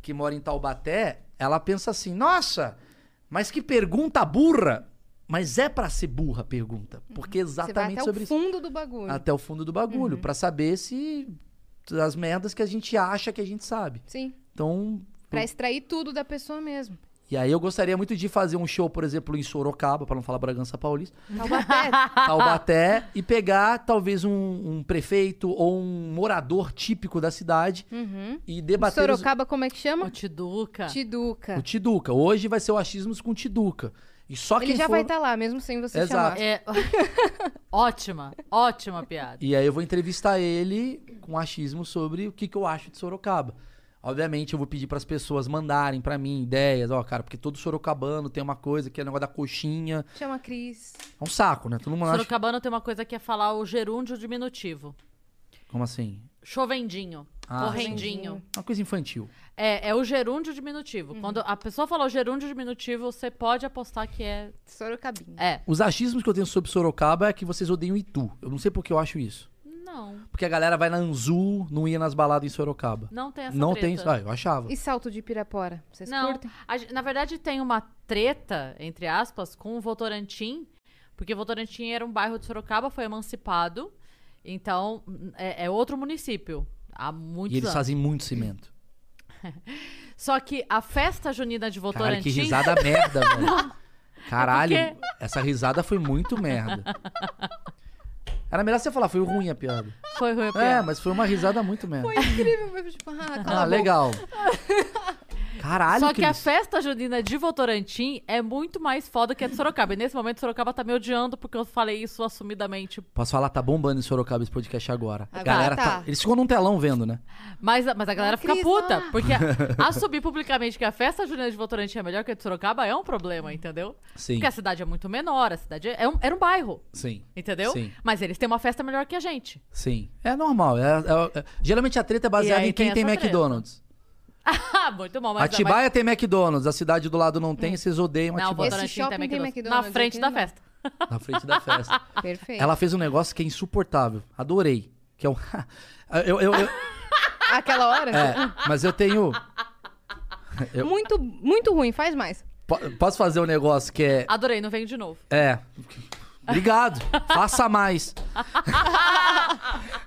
Speaker 4: que mora em Taubaté, ela pensa assim: nossa, mas que pergunta burra! Mas é pra ser burra a pergunta. Porque é
Speaker 3: Uhum. Você vai
Speaker 4: exatamente
Speaker 3: até
Speaker 4: sobre
Speaker 3: o
Speaker 4: isso.
Speaker 3: fundo Uhum. do bagulho.
Speaker 4: Até o fundo do bagulho, pra saber se. as merdas que a gente acha que a gente sabe.
Speaker 3: Sim.
Speaker 4: Então.
Speaker 3: Pra extrair tudo da pessoa
Speaker 4: [LAUGHS]
Speaker 3: mesmo.
Speaker 4: E aí eu gostaria muito de fazer um show, por exemplo, em Sorocaba, pra não falar Bragança Paulista, [LAUGHS]
Speaker 3: Tá Taubaté.
Speaker 4: Taubaté, e pegar talvez um, um prefeito ou um morador típico da cidade
Speaker 3: uhum.
Speaker 4: e debater os-
Speaker 3: Sorocaba, como é que
Speaker 2: O
Speaker 3: chama?
Speaker 2: Tiduca.
Speaker 3: Tiduca.
Speaker 4: o Tiduca. Hoje vai ser o achismos com o Tiduca. E só
Speaker 3: Ele
Speaker 4: quem
Speaker 3: já
Speaker 4: for...
Speaker 3: vai tá- estar lá, mesmo sem você
Speaker 4: Exato.
Speaker 3: chamar.
Speaker 2: É... [LAUGHS] ótima, ótima piada.
Speaker 4: E aí eu vou entrevistar ele com achismo sobre o que, que eu acho de Sorocaba. Obviamente eu vou pedir para as pessoas mandarem para mim ideias, ó, cara, porque todo sorocabano tem uma coisa que é o negócio da coxinha.
Speaker 3: Chama a Cris.
Speaker 4: É um saco, né? Todo mundo acha.
Speaker 2: Sorocabano tem uma coisa que é falar o gerúndio diminutivo.
Speaker 4: Como assim?
Speaker 2: Chovendinho.
Speaker 4: Ah,
Speaker 2: correndinho.
Speaker 4: É Uma coisa infantil.
Speaker 2: É, é o gerúndio
Speaker 4: Uhum.
Speaker 2: diminutivo. Quando a pessoa fala o gerúndio diminutivo, você pode apostar que é.
Speaker 3: Sorocabinha.
Speaker 2: É.
Speaker 4: Os achismos que eu tenho sobre Sorocaba é que vocês odeiam Itu. Eu não sei por que eu acho isso.
Speaker 2: Não.
Speaker 4: Porque a galera vai na Anzu, não ia nas baladas em Sorocaba.
Speaker 2: Não tem essa
Speaker 4: não
Speaker 2: treta. é
Speaker 4: tem isso. Ah, eu achava.
Speaker 3: E Salto de Pirapora? Vocês
Speaker 2: Não.
Speaker 3: curtem?
Speaker 2: a gen- na verdade, tem uma treta, entre aspas, com o Votorantim, porque o Votorantim era um bairro de Sorocaba, foi emancipado. Então, é, é outro município. Há muitos
Speaker 4: E eles
Speaker 2: anos.
Speaker 4: fazem muito cimento.
Speaker 2: Só que a festa junina de Votorantim.
Speaker 4: Caralho, que risada
Speaker 2: [LAUGHS]
Speaker 4: merda, velho. Caralho,
Speaker 2: É porque-
Speaker 4: essa risada foi
Speaker 2: [LAUGHS]
Speaker 4: muito merda. Era melhor você falar, foi ruim a piada.
Speaker 2: Foi ruim a
Speaker 4: É,
Speaker 2: piada.
Speaker 4: mas foi uma risada muito merda.
Speaker 3: Foi incrível, foi tipo, ah,
Speaker 4: [LAUGHS]
Speaker 3: cala a
Speaker 2: [LAUGHS]
Speaker 3: boca.
Speaker 4: Ah, legal. Caralho,
Speaker 2: Só que a
Speaker 4: Cris.
Speaker 2: festa junina de Votorantim é muito mais foda que a de Sorocaba. E nesse momento, Sorocaba tá me odiando porque eu falei isso assumidamente.
Speaker 4: Posso falar, tá bombando em Sorocaba esse podcast agora. A
Speaker 3: Agora
Speaker 4: galera
Speaker 3: tá.
Speaker 4: tá- Eles ficam num telão vendo, né?
Speaker 2: Mas, a- mas a galera
Speaker 3: Ah,
Speaker 2: fica
Speaker 3: Cris,
Speaker 2: puta,
Speaker 3: ah.
Speaker 4: [LAUGHS]
Speaker 2: porque a- assumir publicamente que a festa junina de Votorantim é melhor que a de Sorocaba é um problema, entendeu?
Speaker 4: Sim.
Speaker 2: Porque a cidade é muito menor, a cidade é é um, era um bairro,
Speaker 4: Sim.
Speaker 2: entendeu?
Speaker 4: Sim.
Speaker 2: Mas eles têm uma festa melhor que a gente. [LAUGHS]
Speaker 4: Sim. É normal. é- é- é- Geralmente a treta é baseada
Speaker 2: aí
Speaker 4: em quem
Speaker 2: tem
Speaker 4: tem,
Speaker 2: essa
Speaker 4: McDonald's.
Speaker 2: Ah, muito bom, mas...
Speaker 4: Atibaia é tem McDonald's, a cidade do lado não tem, vocês odeiam
Speaker 2: mas... Não,
Speaker 4: Atibaia.
Speaker 2: Votorantim tem
Speaker 3: shopping tem
Speaker 2: McDonald's.
Speaker 3: McDonald's, né?
Speaker 2: Na frente da
Speaker 3: entendo.
Speaker 2: festa.
Speaker 4: Na frente da festa.
Speaker 3: Perfeito.
Speaker 4: Ela fez um negócio que é insuportável. Adorei. Que é um. [LAUGHS] eu, eu, eu-
Speaker 3: Aquela hora?
Speaker 4: é, mas eu tenho. Eu-
Speaker 3: Muito, muito ruim, faz mais.
Speaker 4: po- posso fazer um negócio que é.
Speaker 2: Adorei, não venho de novo.
Speaker 4: É. Obrigado. Faça mais.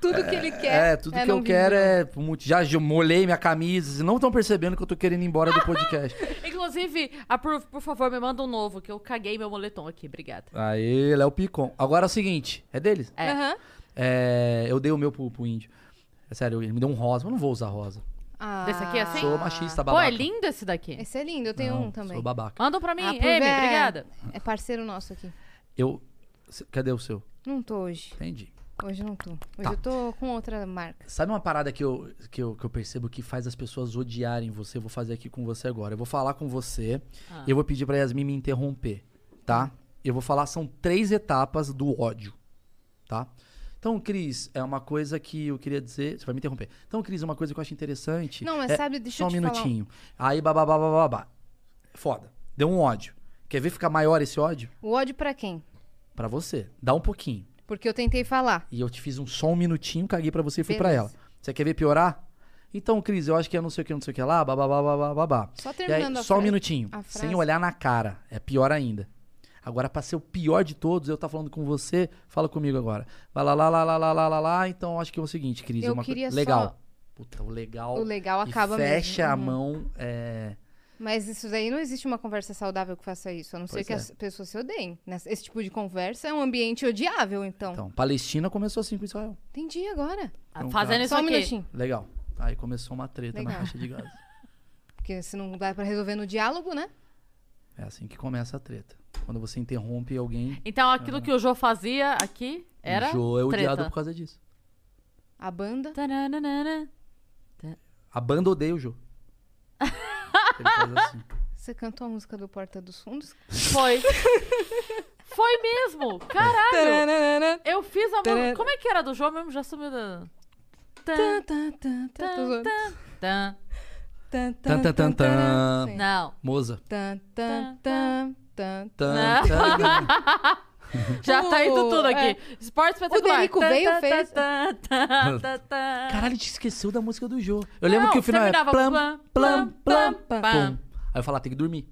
Speaker 3: Tudo que ele quer.
Speaker 4: É, tudo que
Speaker 3: não
Speaker 4: eu quero
Speaker 3: viver.
Speaker 4: é. muito- Já jo- molhei minha camisa. Vocês não estão percebendo que eu tô querendo ir embora do podcast.
Speaker 2: Inclusive, approve, por favor, me manda um novo, que eu caguei meu moletom aqui, obrigada.
Speaker 4: Aê, Léo Picon. Agora é o seguinte: é deles?
Speaker 2: É.
Speaker 3: Aham.
Speaker 4: É, eu dei o meu pro, pro índio. É sério, ele me deu um rosa, mas eu não vou usar rosa.
Speaker 3: Ah,
Speaker 2: Desse aqui é assim?
Speaker 4: Sou machista,
Speaker 2: Pô,
Speaker 4: tá babaca.
Speaker 2: é lindo esse daqui.
Speaker 3: Esse é lindo, eu tenho
Speaker 4: Não,
Speaker 3: um também.
Speaker 4: Sou babaca.
Speaker 2: Manda um pra mim,
Speaker 3: Ah,
Speaker 2: Amy,
Speaker 3: pois é.
Speaker 2: obrigada.
Speaker 3: É parceiro nosso aqui.
Speaker 4: Eu. c- Cadê o seu?
Speaker 3: Não tô hoje.
Speaker 4: Entendi.
Speaker 3: Hoje eu não tô. Hoje
Speaker 4: Tá.
Speaker 3: eu tô com outra marca.
Speaker 4: Sabe uma parada que eu, que, eu, que eu percebo que faz as pessoas odiarem você? Eu vou fazer aqui com você agora. Eu vou falar com você
Speaker 2: Ah.
Speaker 4: e eu vou pedir pra Yasmin me interromper, tá? Eu vou falar, são três etapas do ódio, tá? Então, Cris, é uma coisa que eu queria dizer. Você vai me interromper. Então, Cris, uma coisa que eu acho interessante.
Speaker 3: Não, mas
Speaker 4: é-
Speaker 3: sabe, deixa
Speaker 4: Só
Speaker 3: eu
Speaker 4: um
Speaker 3: te falar um-
Speaker 4: minutinho. Aí, babá, babá, babá. Foda. Deu um ódio. Quer ver ficar maior esse ódio?
Speaker 3: O ódio pra quem?
Speaker 4: Pra você. Dá um pouquinho.
Speaker 3: Porque eu tentei falar.
Speaker 4: E eu te fiz um só um minutinho, caguei pra você e fui pra ela.
Speaker 3: Beleza.
Speaker 4: Você quer ver piorar? Então, Cris, eu acho que é não sei o que, não sei o que lá, babá, babá, babá, babá.
Speaker 3: Só
Speaker 4: E aí,
Speaker 3: terminando a
Speaker 4: só um
Speaker 3: frase-
Speaker 4: minutinho,
Speaker 3: a frase.
Speaker 4: sem olhar na cara, é pior ainda. Agora, pra ser o pior de todos, eu tá falando com você, fala comigo agora. Vai lá, lá, lá, lá, lá, lá, lá, lá, então acho que é o seguinte, Cris, é
Speaker 3: Eu
Speaker 4: uma co-
Speaker 3: queria só-
Speaker 4: legal. Puta, o legal.
Speaker 3: O legal
Speaker 4: e
Speaker 3: acaba
Speaker 4: fecha
Speaker 3: mesmo.
Speaker 4: a
Speaker 3: Uhum.
Speaker 4: mão, é...
Speaker 3: Mas isso daí não existe uma conversa saudável que faça isso. A não ser
Speaker 4: Pois
Speaker 3: que
Speaker 4: é.
Speaker 3: as pessoas se odeiem. né? Esse tipo de conversa é um ambiente odiável, então.
Speaker 4: Então, Palestina começou assim com Israel.
Speaker 3: Entendi agora.
Speaker 2: Ah,
Speaker 4: tá.
Speaker 2: Fazendo isso
Speaker 3: Só um
Speaker 2: aqui.
Speaker 3: minutinho.
Speaker 4: Legal. Aí começou uma treta na
Speaker 3: Legal.
Speaker 4: caixa de gás.
Speaker 3: Porque se não dá pra resolver no diálogo, né?
Speaker 4: É assim que começa a treta. Quando você interrompe alguém...
Speaker 2: Então, aquilo que o Jô fazia aqui era
Speaker 4: O Jô é odiado
Speaker 2: treta.
Speaker 4: por causa disso.
Speaker 3: A banda.
Speaker 2: Tananana.
Speaker 4: A banda
Speaker 2: [LAUGHS]
Speaker 4: odeia o Jô. Ele faz assim.
Speaker 3: Você cantou a música do Porta dos Fundos?
Speaker 2: Foi. [LAUGHS] Foi mesmo. Caralho.
Speaker 3: Tananana.
Speaker 2: Eu fiz a música.
Speaker 3: Taran-
Speaker 2: Como é que era do Jô mesmo? Já sumiu da...
Speaker 3: Tan, tan, tan, tan, Tá, tô
Speaker 2: Tan,
Speaker 3: zoando.
Speaker 2: tan, tan.
Speaker 3: Tan,
Speaker 4: Tan, tan, tan, tan.
Speaker 3: Sim.
Speaker 2: Não.
Speaker 4: Moza.
Speaker 3: Tan, tan, tan, tan.
Speaker 4: Tan, tan, tan.
Speaker 2: Já
Speaker 3: O-
Speaker 2: tá indo tudo aqui.
Speaker 3: é.
Speaker 2: Esporte espetacular.
Speaker 3: Derico
Speaker 2: Tan,
Speaker 3: veio,
Speaker 2: tan,
Speaker 3: fez-
Speaker 2: tan, tan, tan, tan.
Speaker 4: Caralho, te esqueceu da música do Jô. Eu lembro que o
Speaker 2: você
Speaker 4: final é
Speaker 2: virava plam,
Speaker 4: plam, plam,
Speaker 2: plam,
Speaker 4: plam, plam,
Speaker 2: plam.
Speaker 4: pum. Aí eu falava, tem que dormir.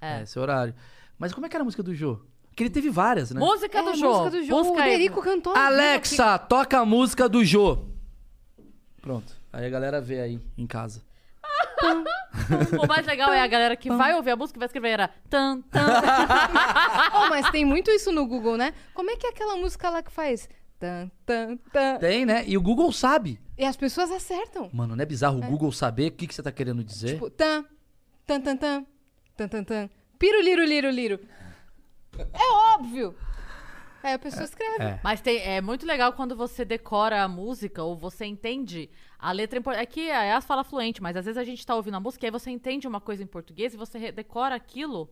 Speaker 2: É.
Speaker 4: É. Esse é o horário. Mas como é que era a música do Jô? Que ele teve várias, né?
Speaker 2: Música
Speaker 3: É,
Speaker 2: do
Speaker 3: a
Speaker 2: jogo.
Speaker 3: música do jogo. o Derico cantou. ao vivo aqui.
Speaker 4: Alexa, toca a música do Jô. Pronto. Aí a galera vê aí em casa.
Speaker 2: O mais legal é a galera que vai ouvir a música e vai escrever era tan, tan.
Speaker 3: Oh, mas tem muito isso no Google, né? Como é que é aquela música lá que faz? Tan, tan, tan.
Speaker 4: Tem, né? E o Google sabe.
Speaker 3: E as pessoas acertam.
Speaker 4: Mano, não é bizarro o Google saber o que, que você tá querendo dizer?
Speaker 3: Tipo, tan, tan, tan, tan, tan, tan, tan. Piru, liru, liru, liru. É óbvio. Aí a pessoa escreve.
Speaker 4: é.
Speaker 2: Mas tem- é muito legal quando você decora a música ou você entende a letra em português. É que a Yas fala fluente, mas às vezes a gente tá ouvindo a música e aí você entende uma coisa em português e você re- decora aquilo.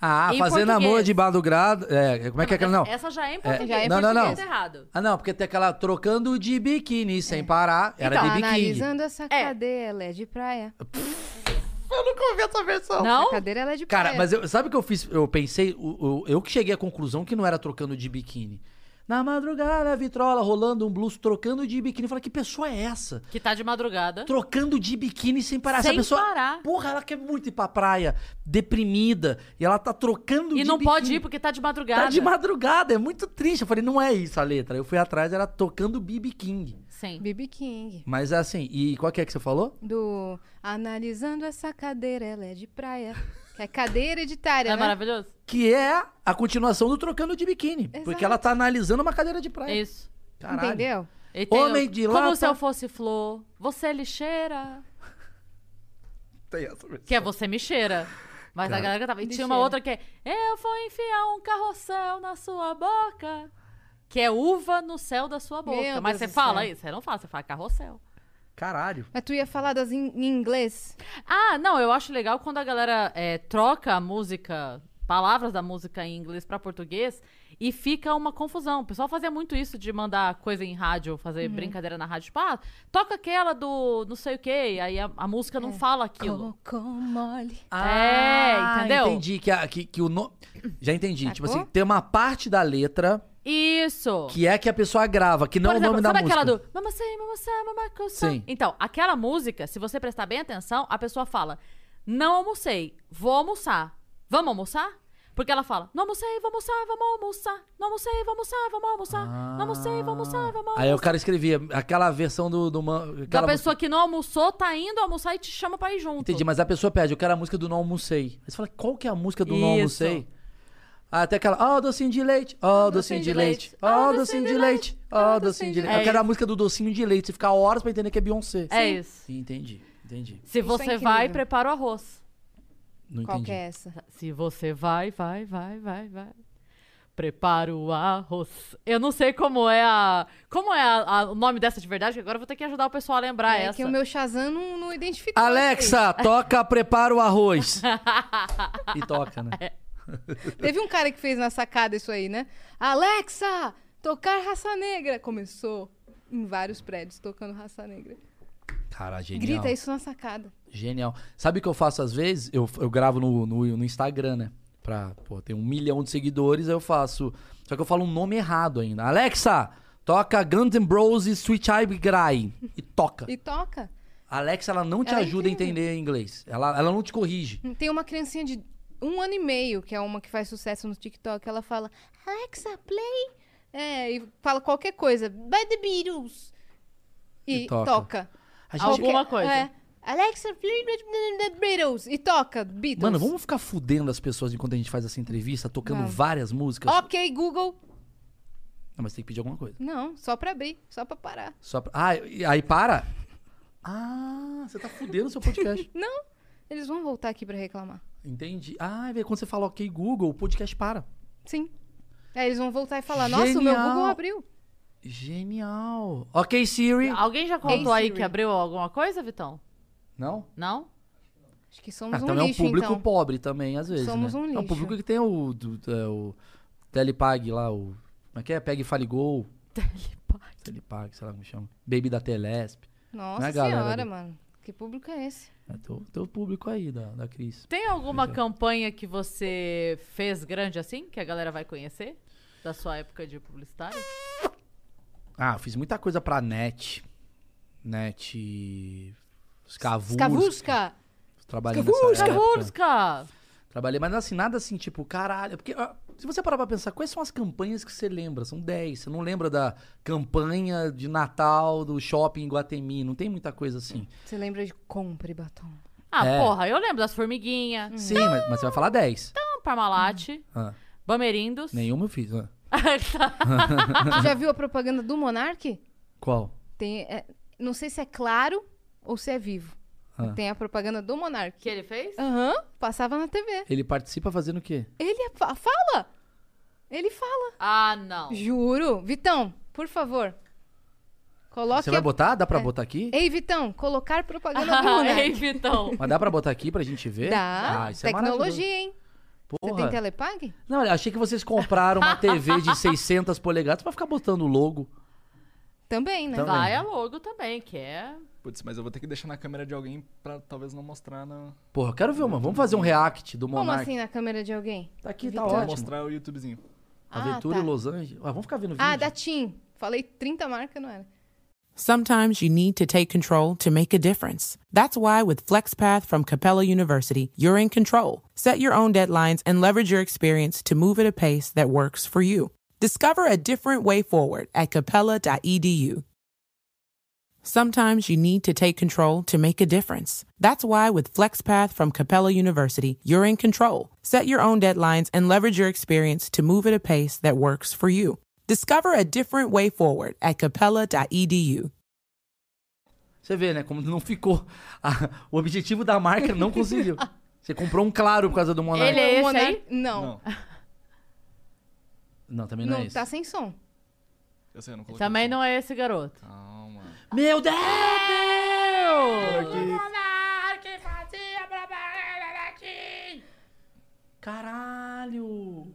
Speaker 4: Ah,
Speaker 2: Em
Speaker 4: fazendo amor
Speaker 2: português.
Speaker 4: de balogrado. É, como é que é aquela? Não.
Speaker 2: Essa já é em português.
Speaker 3: já é em
Speaker 4: não, não, não.
Speaker 2: Tá errado.
Speaker 4: Ah, não, porque tem aquela trocando de biquíni sem parar. Era
Speaker 3: Tá
Speaker 4: de biquíni.
Speaker 3: analisando essa cadeira, ela é de praia.
Speaker 2: Não?
Speaker 3: Essa cadeira, ela é de
Speaker 4: Cara,
Speaker 3: praia.
Speaker 4: mas eu, sabe o que eu fiz? Eu pensei, o- o- eu que cheguei à conclusão que não era trocando de biquíni. Na madrugada, a vitrola rolando um blues, trocando de biquíni. Eu Falei, que pessoa é essa?
Speaker 2: Que tá de madrugada.
Speaker 4: Trocando de biquíni sem parar.
Speaker 2: Sem
Speaker 4: essa pessoa,
Speaker 2: parar.
Speaker 4: porra, ela quer muito ir pra praia, deprimida, e ela tá trocando de
Speaker 2: E não
Speaker 4: biquíni.
Speaker 2: pode ir porque tá de madrugada.
Speaker 4: Tá de madrugada, é muito triste. Eu falei, não é isso a letra. Eu fui atrás, era tocando BB King.
Speaker 2: Sim.
Speaker 3: BB King.
Speaker 4: Mas é assim, e qual que é que você falou?
Speaker 3: Do analisando essa cadeira, ela é de praia. Que é cadeira hereditária,
Speaker 2: É
Speaker 3: né?
Speaker 2: maravilhoso?
Speaker 4: Que é a continuação do Trocando de Biquíni.
Speaker 3: Exato.
Speaker 4: Porque ela tá analisando uma cadeira de
Speaker 2: É
Speaker 4: praia.
Speaker 2: isso.
Speaker 4: Caralho.
Speaker 3: Entendeu?
Speaker 2: E tem
Speaker 4: Homem
Speaker 2: o-
Speaker 4: de
Speaker 2: Como
Speaker 4: lata.
Speaker 2: se eu fosse flor, você é lixeira.
Speaker 4: Tem essa mesmo.
Speaker 2: Que é você me cheira. Mas a
Speaker 4: Cara.
Speaker 2: galera cantava. E tinha uma
Speaker 3: Lixeira.
Speaker 2: outra que é Eu vou enfiar um carrossel na sua boca. Que é uva no céu da sua boca.
Speaker 3: Meu
Speaker 2: Mas
Speaker 3: Deus
Speaker 2: você
Speaker 3: do
Speaker 2: fala
Speaker 3: céu.
Speaker 2: isso, você não fala, você fala carrossel. É,
Speaker 4: Caralho.
Speaker 3: Mas tu ia falar das in- em inglês?
Speaker 2: Ah, não, eu acho legal quando a galera é, troca a música, palavras da música em inglês pra português e fica uma confusão. O pessoal fazia muito isso de mandar coisa em rádio, fazer brincadeira na rádio. Tipo, ah, toca aquela do não sei o quê, aí a, a música não fala aquilo.
Speaker 3: Cocô mole.
Speaker 2: É, entendeu?
Speaker 4: Ah, Entendi que, a- que, que o nome. Já entendi.
Speaker 3: Sacou?
Speaker 4: Tipo assim, tem uma parte da letra
Speaker 2: Isso!
Speaker 4: que é que a pessoa grava, que não
Speaker 2: Por
Speaker 4: é o
Speaker 2: exemplo,
Speaker 4: nome da
Speaker 2: sabe
Speaker 4: música.
Speaker 2: aquela do Mama Say, Mama Say, Mama Costa?
Speaker 4: Sim.
Speaker 2: Então, aquela música, se você prestar bem atenção, a pessoa fala: Não almocei, vou almoçar. Vamos almoçar? Porque ela fala: Não almocei, vou almoçar, vamos almoçar. Não almocei, vou almoçar, vamos almoçar. Não almocei, vou almoçar, vamos almoçar.
Speaker 4: Ah. Aí o cara escrevia aquela versão do. do man-
Speaker 2: Da
Speaker 4: aquela
Speaker 2: pessoa que não almoçou, tá indo almoçar e te chama pra ir junto.
Speaker 4: Entendi, mas a pessoa pede, eu quero a música do Não Almocei. Aí você fala, qual que é a música do
Speaker 2: Isso.
Speaker 4: Não Almocei? Ah, tem aquela, ó, docinho de leite, ó, docinho de leite, ó, docinho de leite, ó, docinho de leite.
Speaker 2: leite.
Speaker 4: Eu quero a música do docinho de leite, você fica horas pra entender que é Beyoncé.
Speaker 2: É isso.
Speaker 4: Sim, entendi, entendi.
Speaker 2: Se
Speaker 3: Isso é
Speaker 2: você
Speaker 3: incrível.
Speaker 2: vai, prepara o arroz.
Speaker 4: Não
Speaker 3: Qual
Speaker 4: entendi.
Speaker 3: que é essa?
Speaker 2: Se você vai, vai, vai, vai, vai. Prepara o arroz. Eu não sei como é a. Como é a- a- o nome dessa de verdade, que agora eu vou ter que ajudar o pessoal a lembrar
Speaker 3: é
Speaker 2: essa.
Speaker 3: que o meu Shazam não, não identificou. isso
Speaker 4: Ah, Alexa, toca Prepara o Arroz. e toca, né?
Speaker 3: aí. Teve um cara que fez na sacada isso aí, né? Alexa, tocar raça negra. Começou em vários prédios tocando raça negra.
Speaker 4: Cara, genial.
Speaker 3: Grita isso na sacada.
Speaker 4: Genial. Sabe o que eu faço às vezes? Eu, eu gravo no, no, no Instagram, né? Pra, pô, tem um milhão de seguidores, aí eu faço. Só que eu falo um nome errado ainda. Alexa, toca Guns N' Roses Sweet Child Cry. E
Speaker 3: [LAUGHS]
Speaker 4: toca.
Speaker 3: E toca.
Speaker 4: A Alexa, ela não te
Speaker 3: Ela
Speaker 4: ajuda
Speaker 3: entende.
Speaker 4: a entender inglês. Ela, ela não te corrige.
Speaker 3: Tem uma criancinha de um ano e meio, que é uma que faz sucesso no TikTok, ela fala, Alexa, play. É, e fala qualquer coisa. By the Beatles. E,
Speaker 4: E
Speaker 3: toca.
Speaker 4: toca. A gente-
Speaker 2: Alguma coisa.
Speaker 3: É. Alexa, play the Beatles. E toca, Beatles.
Speaker 4: Mano, vamos ficar fudendo as pessoas enquanto a gente faz essa entrevista, tocando
Speaker 3: Vamos.
Speaker 4: várias músicas.
Speaker 3: Ok, Google.
Speaker 4: Não, mas tem que pedir alguma coisa.
Speaker 3: Não, só pra abrir, só pra parar.
Speaker 4: Só pra... Ah, e- aí para. Ah, você tá fudendo o seu
Speaker 3: [LAUGHS]
Speaker 4: podcast.
Speaker 3: Não, eles vão voltar aqui pra reclamar.
Speaker 4: Entendi. Ah, velho, quando você fala ok Google, o podcast para.
Speaker 3: Sim. Aí eles vão voltar e falar, nossa, o meu
Speaker 4: Genial.
Speaker 3: Google abriu.
Speaker 4: Genial. Ok Siri.
Speaker 2: Alguém já contou
Speaker 3: Ei,
Speaker 2: aí
Speaker 3: Siri.
Speaker 2: que abriu alguma coisa, Vitão?
Speaker 4: Não?
Speaker 2: Não?
Speaker 3: Acho que somos
Speaker 4: ah,
Speaker 3: um
Speaker 4: também
Speaker 3: lixo,
Speaker 4: é um público
Speaker 3: então.
Speaker 4: pobre também, às vezes,
Speaker 3: Somos
Speaker 4: né?
Speaker 3: um
Speaker 4: É
Speaker 3: lixo.
Speaker 4: um público que tem o, do- é, o Telepag lá, o... Como é que é? Pega e fale gol.
Speaker 3: [LAUGHS]
Speaker 4: Telepag. sei lá como chama. Baby da Telesp.
Speaker 3: Nossa
Speaker 4: Não é a galera
Speaker 3: senhora,
Speaker 4: do-
Speaker 3: mano. Que público é esse?
Speaker 4: É teu, teu público aí, da, da Cris.
Speaker 2: Tem alguma campanha que você fez grande assim, que a galera vai conhecer? da sua época de publicitário?
Speaker 4: Ah, eu fiz muita coisa pra net. Net. Os cavus.
Speaker 3: Escavusca!
Speaker 4: Trabalhei
Speaker 3: Escavusca.
Speaker 4: nessa época.
Speaker 2: Cavusca!
Speaker 4: Trabalhei, mas assim, nada assim, tipo, caralho. Porque ah, se você parar pra pensar, quais são as campanhas que você lembra? São 10. Você não lembra da campanha de Natal do shopping em Guatemi. Não tem muita coisa assim.
Speaker 3: Você lembra de compre batom?
Speaker 2: Ah,
Speaker 4: É.
Speaker 2: porra, eu lembro das
Speaker 3: Uhum. Hum.
Speaker 2: formiguinhas,
Speaker 4: Sim, mas, mas você vai falar 10.
Speaker 2: Parmalat,
Speaker 4: Ah,
Speaker 2: Bamerindos.
Speaker 4: nenhuma eu fiz. ah.
Speaker 3: Tu já viu a propaganda do Monark?
Speaker 4: Qual?
Speaker 3: Tem, é, não sei se é claro ou se é vivo.
Speaker 4: Ah.
Speaker 3: Tem a propaganda do Monark.
Speaker 2: [LAUGHS] que ele fez?
Speaker 3: Aham, passava na TV.
Speaker 4: Ele participa fazendo o quê?
Speaker 3: Ele é fa- fala! Ele fala.
Speaker 2: Ah, não.
Speaker 3: Juro. Vitão, por favor. Coloque.
Speaker 4: Você vai
Speaker 3: a-
Speaker 4: botar? é. Dá
Speaker 3: É.
Speaker 4: pra botar aqui?
Speaker 3: Ei, Vitão, colocar
Speaker 2: [LAUGHS]
Speaker 3: propaganda do
Speaker 2: Ah, Ei,
Speaker 3: Monark.
Speaker 2: Vitão.
Speaker 4: Mas dá pra botar aqui pra gente ver?
Speaker 3: Dá.
Speaker 4: Ah, isso é maravilhoso.
Speaker 3: Tecnologia, hein? Você tem
Speaker 4: Porra.
Speaker 3: telepag?
Speaker 4: Não, olha, achei que vocês compraram uma
Speaker 3: [LAUGHS]
Speaker 4: TV de 600 polegadas pra ficar botando o logo.
Speaker 3: Também, né?
Speaker 4: Também.
Speaker 2: Vai a logo também, que é...
Speaker 5: Putz, mas eu vou ter que deixar na câmera de alguém pra talvez não mostrar na.
Speaker 4: Porra, eu quero ver uma. Vamos fazer um react do
Speaker 3: Como
Speaker 4: Monark.
Speaker 3: assim na câmera de alguém?
Speaker 4: Tá aqui, tá
Speaker 3: Vitor.
Speaker 5: Vou
Speaker 4: ótimo.
Speaker 5: mostrar o YouTubezinho.
Speaker 4: Aventura
Speaker 3: tá.
Speaker 4: e Los Angeles. Ah, vamos ficar vendo vídeo.
Speaker 3: Ah, da TIM. Falei 30 marcas, não era?
Speaker 1: Sometimes you need to take control to make a difference. That's why with FlexPath from Capella University, you're in control. Set your own deadlines and leverage your experience to move at a pace that works for you. Discover a different way forward at capella.edu. Sometimes you need to take control to make a difference. That's why with FlexPath from Capella University, you're in control. Set your own deadlines and leverage your experience to move at a pace that works for you. Discover a different way forward at E capella.edu.
Speaker 4: Você vê, né? Como não ficou. Ah, o objetivo da marca
Speaker 3: [LAUGHS]
Speaker 4: não conseguiu. Você comprou um claro por causa do Monark.
Speaker 2: Ele é esse
Speaker 3: Monark-
Speaker 2: aí?
Speaker 3: Não.
Speaker 5: Não,
Speaker 4: Não, também não,
Speaker 3: Não,
Speaker 4: é isso.
Speaker 3: tá sem som.
Speaker 5: eu sei, eu não coloquei.
Speaker 4: assim.
Speaker 2: Também não é esse garoto.
Speaker 5: Calma.
Speaker 4: Meu Deus!
Speaker 3: É!
Speaker 4: Caralho!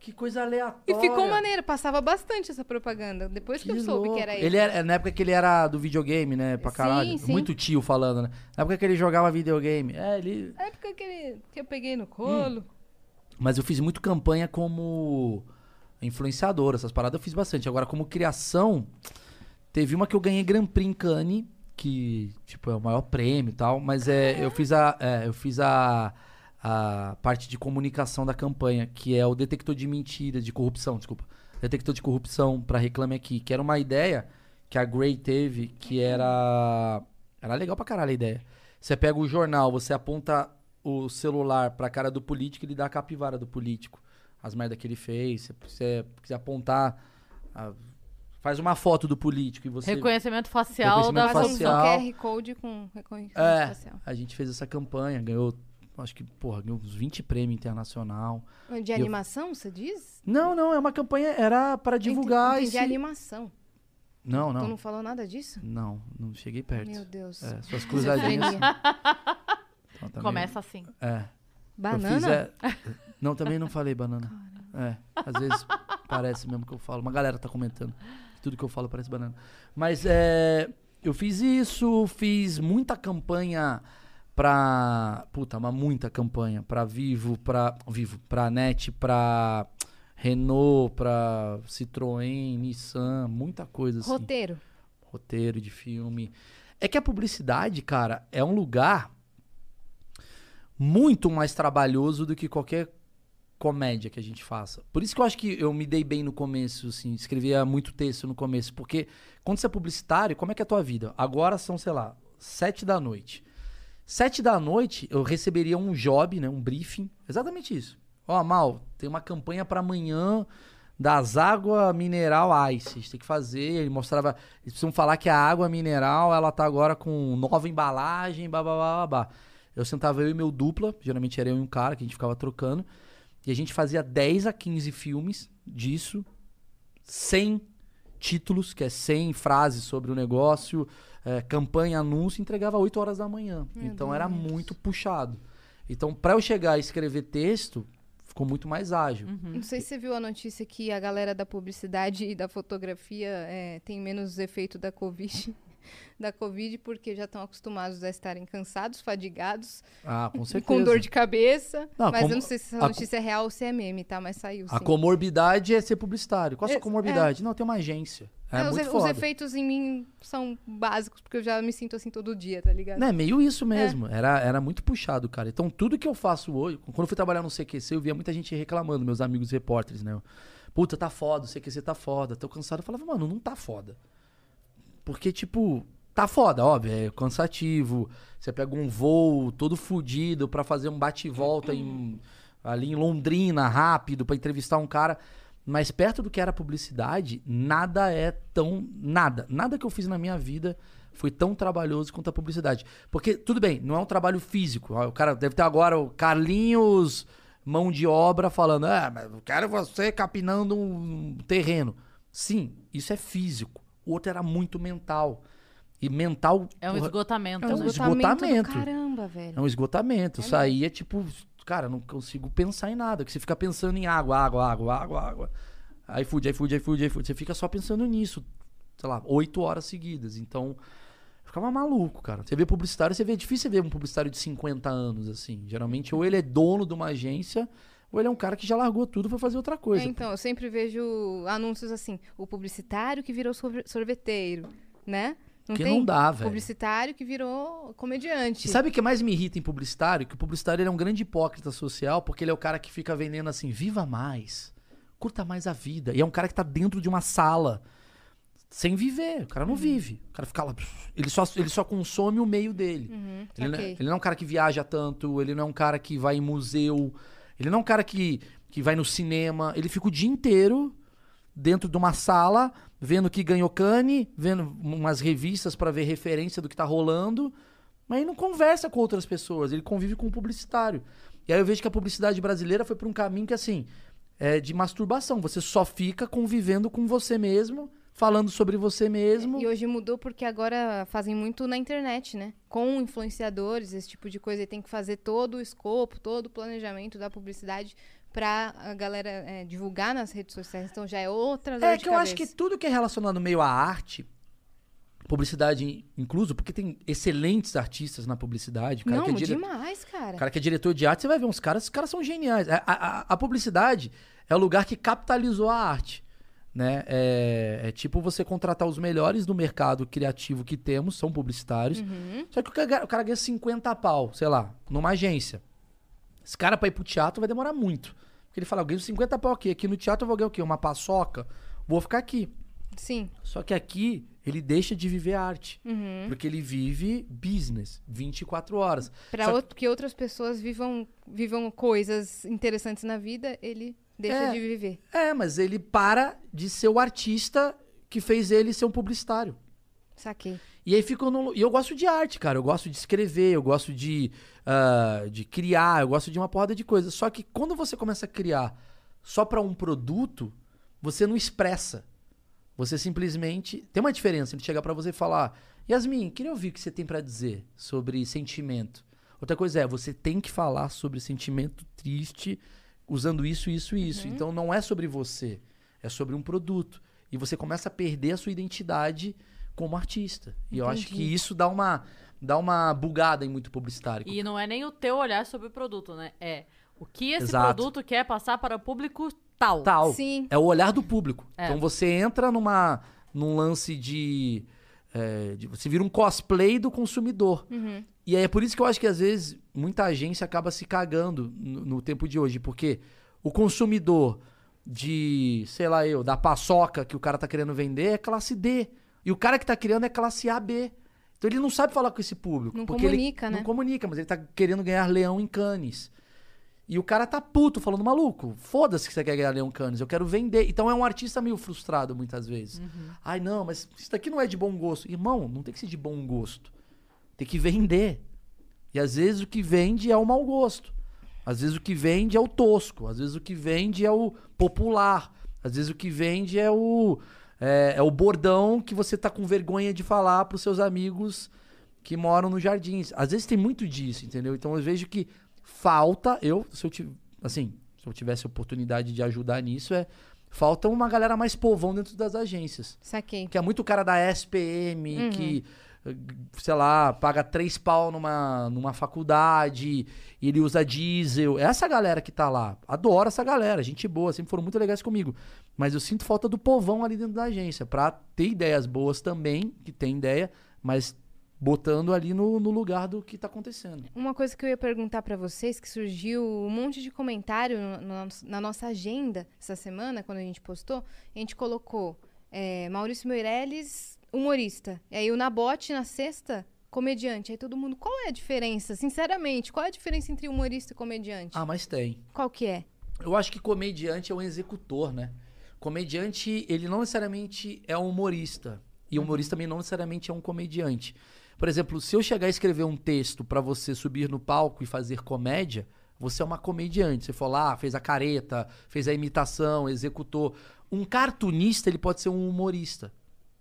Speaker 4: Que coisa aleatória.
Speaker 3: E ficou maneiro, passava bastante essa propaganda. Depois que, eu soube
Speaker 4: louco.
Speaker 3: que era ele.
Speaker 4: ele. Era, na época que ele era do videogame, né? Pra
Speaker 3: Sim,
Speaker 4: caralho.
Speaker 3: sim.
Speaker 4: Muito tio falando, né? Na época que ele jogava videogame. É, Hum, ele.
Speaker 3: A época que, ele, que eu peguei no colo.
Speaker 4: Mas eu fiz muito campanha como influenciador, essas paradas eu fiz bastante. Agora, como criação, teve uma que eu ganhei Grand Prix em Cannes, que, tipo, é o maior prêmio e tal, mas é, eu fiz a. é, eu fiz a. A parte de comunicação da campanha, que é o detector de mentira, de corrupção, desculpa. Detector de corrupção pra Reclame Aqui, que era uma ideia que a Grey teve, que era. Era legal pra caralho a ideia. Você pega o jornal, você aponta o celular pra cara do político e ele dá a capivara do político. As merda que ele fez. Se você quiser apontar. a- faz uma foto do político e você.
Speaker 2: Reconhecimento facial
Speaker 4: Reconhecimento
Speaker 2: da
Speaker 3: Faz um
Speaker 2: função.
Speaker 4: facial.
Speaker 3: QR Code com reconhecimento
Speaker 4: É,
Speaker 3: facial.
Speaker 4: a gente fez essa campanha, ganhou. Acho que, porra, ganhou uns 20 prêmios internacional.
Speaker 3: De animação, você diz?
Speaker 4: Não, não, é uma campanha, era para divulgar
Speaker 3: Entendi, De
Speaker 4: esse...
Speaker 3: animação.
Speaker 4: Não,
Speaker 3: Tu não
Speaker 4: não,
Speaker 3: falou nada disso?
Speaker 4: não, não cheguei perto.
Speaker 3: Meu Deus.
Speaker 4: É, suas cruzadinhas.
Speaker 3: Esquizofrenia.
Speaker 4: Então, também-
Speaker 2: Começa assim.
Speaker 4: É. Eu
Speaker 3: Banana?
Speaker 4: fiz, é, Não, também não falei banana. É, às vezes parece mesmo que eu falo. Uma galera tá comentando. Tudo que eu falo parece banana. Mas é, eu fiz isso, fiz muita campanha pra. Puta, mas muita campanha. Pra Vivo, pra. Vivo, pra NET, pra Renault, pra Citroën, Nissan, muita coisa assim
Speaker 3: Roteiro.
Speaker 4: roteiro de filme. É que a publicidade, cara, é um lugar muito mais trabalhoso do que qualquer comédia que a gente faça. Por isso que eu acho que eu me dei bem no começo, assim, escrevia muito texto no começo, porque quando você é publicitário, como é que é a tua vida? Agora são, sei lá, sete da noite. Sete da noite eu receberia um job, né, um briefing, exatamente isso. Ó, Mal, tem uma campanha pra amanhã das água mineral ice. Vocês têm que fazer. Ele mostrava. Eles precisam falar que a água mineral ela tá agora com nova embalagem, blá blá blá blá. blá. Eu sentava eu e meu dupla, geralmente era eu e um cara que a gente ficava trocando. E a gente fazia 10 a 15 filmes disso, 100 títulos, que é 100 frases sobre o negócio, eh, campanha, anúncio, entregava 8 horas da manhã. então era muito puxado. Então, pra eu chegar a escrever texto, ficou muito mais ágil.
Speaker 3: Não sei se você viu a notícia que a galera da publicidade e da fotografia é, tem menos efeito da Covid. [LAUGHS] da Covid, porque já estão acostumados a estarem cansados, fadigados,
Speaker 4: Ah, com certeza.
Speaker 3: com dor de cabeça.
Speaker 4: Não,
Speaker 3: mas
Speaker 4: como-
Speaker 3: eu não sei se
Speaker 4: a
Speaker 3: essa
Speaker 4: co-
Speaker 3: notícia é real ou se é meme, tá? Mas saiu sim.
Speaker 4: A comorbidade é ser publicitário. Qual a sua
Speaker 3: É,
Speaker 4: comorbidade? Não, tem uma agência. É,
Speaker 3: É, os,
Speaker 4: muito
Speaker 3: e- os
Speaker 4: foda.
Speaker 3: efeitos em mim são básicos, porque eu já me sinto assim todo dia, tá ligado?
Speaker 4: Né, meio isso mesmo.
Speaker 3: É.
Speaker 4: Era, era muito puxado, cara. Então, tudo que eu faço hoje, quando eu fui trabalhar no CQC, eu via muita gente reclamando, meus amigos repórteres, né? Puta, tá foda, o CQC tá foda. Tô cansado. Eu falava, mano, não tá foda. Porque, tipo, tá foda, óbvio, é cansativo. Você pega um voo todo fudido pra fazer um bate-volta em- ali em Londrina, rápido, pra entrevistar um cara. Mas perto do que era publicidade, nada é tão. Nada. Nada que eu fiz na minha vida foi tão trabalhoso quanto a publicidade. Porque, tudo bem, não é um trabalho físico. Ó, O cara deve ter agora o Carlinhos mão de obra falando: ah, mas eu quero você capinando um terreno. Sim, isso é físico. O outro era muito mental. E mental.
Speaker 2: É um
Speaker 4: porra,
Speaker 2: esgotamento,
Speaker 4: é um
Speaker 2: né?
Speaker 3: esgotamento do
Speaker 4: esgotamento.
Speaker 3: Caramba, velho.
Speaker 4: é um esgotamento. Isso aí é tipo, cara, não consigo pensar em nada. Que você fica pensando em água, água, água, água, água. iFood, iFood, iFood, iFood. Você fica só pensando nisso, sei lá, oito horas seguidas. Então, eu ficava maluco, cara. Você vê publicitário, você vê, é difícil você ver um publicitário de 50 anos, assim. Geralmente, ou ele é dono de uma agência, ou ele é um cara que já largou tudo e foi fazer outra coisa.
Speaker 3: É, então, eu sempre vejo anúncios assim, o publicitário que virou sorve- sorveteiro, né? Não
Speaker 4: Porque
Speaker 3: tem
Speaker 4: não dá, velho.
Speaker 3: publicitário que virou comediante.
Speaker 4: E sabe o que mais me irrita em publicitário? Que o publicitário ele é um grande hipócrita social, porque ele é o cara que fica vendendo assim, viva mais, curta mais a vida. E é um cara que tá dentro de uma sala, sem viver. O cara não vive. O cara fica lá, pff, ele só, ele só consome o meio dele.
Speaker 3: Uhum,
Speaker 4: Ele, não,
Speaker 3: saquei.
Speaker 4: ele não é um cara que viaja tanto, ele não é um cara que vai em museu, ele não é um cara que, que vai no cinema. Ele fica o dia inteiro dentro de uma sala, vendo que ganhou Cane, vendo umas revistas pra ver referência do que tá rolando, mas ele não conversa com outras pessoas, ele convive com o publicitário. E aí eu vejo que a publicidade brasileira foi pra um caminho que assim, é de masturbação, você só fica convivendo com você mesmo, falando sobre você mesmo.
Speaker 3: E hoje mudou porque agora fazem muito na internet, né? Com influenciadores, esse tipo de coisa. E tem que fazer todo o escopo, todo o planejamento da publicidade pra a galera é, divulgar nas redes sociais. Então já é outra dor
Speaker 4: É
Speaker 3: de
Speaker 4: que eu acho que
Speaker 3: cabeça.
Speaker 4: tudo que é relacionado meio à arte, publicidade in- incluso, porque tem excelentes artistas na publicidade. O cara, que é
Speaker 3: Não,
Speaker 4: dire-
Speaker 3: demais, cara.
Speaker 4: o cara que é diretor de arte, você vai ver uns caras, os caras são geniais. A, a- a- a publicidade é o lugar que capitalizou a arte. Né? É, é tipo você contratar os melhores do mercado criativo que temos, são publicitários. Só que o cara, o cara ganha 50 pau, sei lá, numa agência. Esse cara pra ir pro teatro vai demorar muito. Porque ele fala, eu ganho 50 pau aqui. Aqui no teatro eu vou ganhar o quê? Uma paçoca? Vou ficar aqui.
Speaker 3: Sim.
Speaker 4: Só que aqui ele deixa de viver arte.
Speaker 3: Uhum.
Speaker 4: Porque ele vive business 24 horas.
Speaker 3: Pra
Speaker 4: Só que-
Speaker 3: outro- que outras pessoas vivam, vivam coisas interessantes na vida, ele deixa
Speaker 4: É.
Speaker 3: de viver.
Speaker 4: É, mas ele para de ser o artista que fez ele ser um publicitário.
Speaker 3: Saquei.
Speaker 4: E aí ficou no... E eu gosto de arte, cara. Eu gosto de escrever, eu gosto de, ah, de criar, eu gosto de uma porrada de coisa. Só que quando você começa a criar só pra um produto, você não expressa. Você simplesmente. Tem uma diferença ele chegar pra você e falar: Yasmin, queria ouvir o que você tem pra dizer sobre sentimento. Outra coisa é, você tem que falar sobre sentimento triste usando isso, isso e isso. Então não é sobre você, é sobre um produto. E você começa a perder a sua identidade como artista. E eu acho que isso dá uma, dá uma bugada em muito publicitário.
Speaker 2: E não é nem o teu olhar sobre o produto, né? É o que esse
Speaker 4: Exato.
Speaker 2: produto quer passar para o público tal.
Speaker 4: Tal.
Speaker 3: Sim.
Speaker 4: É o olhar do público.
Speaker 2: É.
Speaker 4: Então você entra numa, num lance de, é, de- Você vira um cosplay do consumidor. E aí é por isso que eu acho que às vezes muita agência acaba se cagando no, no tempo de hoje, porque o consumidor de, sei lá eu, da paçoca que o cara tá querendo vender é classe D. E o cara que tá criando é classe AB. Então ele não sabe falar com esse público.
Speaker 3: Não
Speaker 4: porque ele-
Speaker 3: comunica, né?
Speaker 4: Não comunica, mas ele tá querendo ganhar leão em canes. E o cara tá puto, falando, maluco, foda-se que você quer ganhar Leon Cannes, eu quero vender. Então é um artista meio frustrado muitas vezes.
Speaker 3: Uhum.
Speaker 4: Ai, não, mas isso daqui não é de bom gosto. Irmão, não tem que ser de bom gosto. Tem que vender. E às vezes o que vende é o mau gosto. Às vezes o que vende é o tosco. Às vezes o que vende é o popular. Às vezes o que vende é o, é, é o bordão que você tá com vergonha de falar pros seus amigos que moram nos jardins. Às vezes tem muito disso, entendeu? Então eu vejo que falta, eu, se eu tive, assim, se eu tivesse oportunidade de ajudar nisso, é Falta uma galera mais povão dentro das agências.
Speaker 3: Saquei.
Speaker 4: Que é muito cara da SPM, que, eh, sei lá, paga três pau numa, numa faculdade, ele usa diesel. É Essa galera que tá lá, adoro essa galera, gente boa, sempre foram muito legais comigo. Mas eu sinto falta do povão ali dentro da agência, pra ter ideias boas também, que tem ideia, mas botando ali no, no lugar do que tá acontecendo.
Speaker 3: Uma coisa que eu ia perguntar pra vocês, que surgiu um monte de comentário no- no nosso- na nossa agenda essa semana, quando a gente postou, a gente colocou é, Maurício Meirelles, humorista. E aí o Nabote, na sexta, comediante. Aí todo mundo, qual é a diferença? Sinceramente, qual é a diferença entre humorista e comediante?
Speaker 4: Ah, mas tem.
Speaker 3: Qual que é?
Speaker 4: Eu acho que comediante é um executor, né? Comediante, ele não necessariamente é um humorista. E humorista também não necessariamente é um comediante. Por exemplo, se eu chegar a escrever um texto pra você subir no palco e fazer comédia, você é uma comediante. Você foi lá, fez a careta, fez a imitação, executou. Um cartunista, ele pode ser um humorista.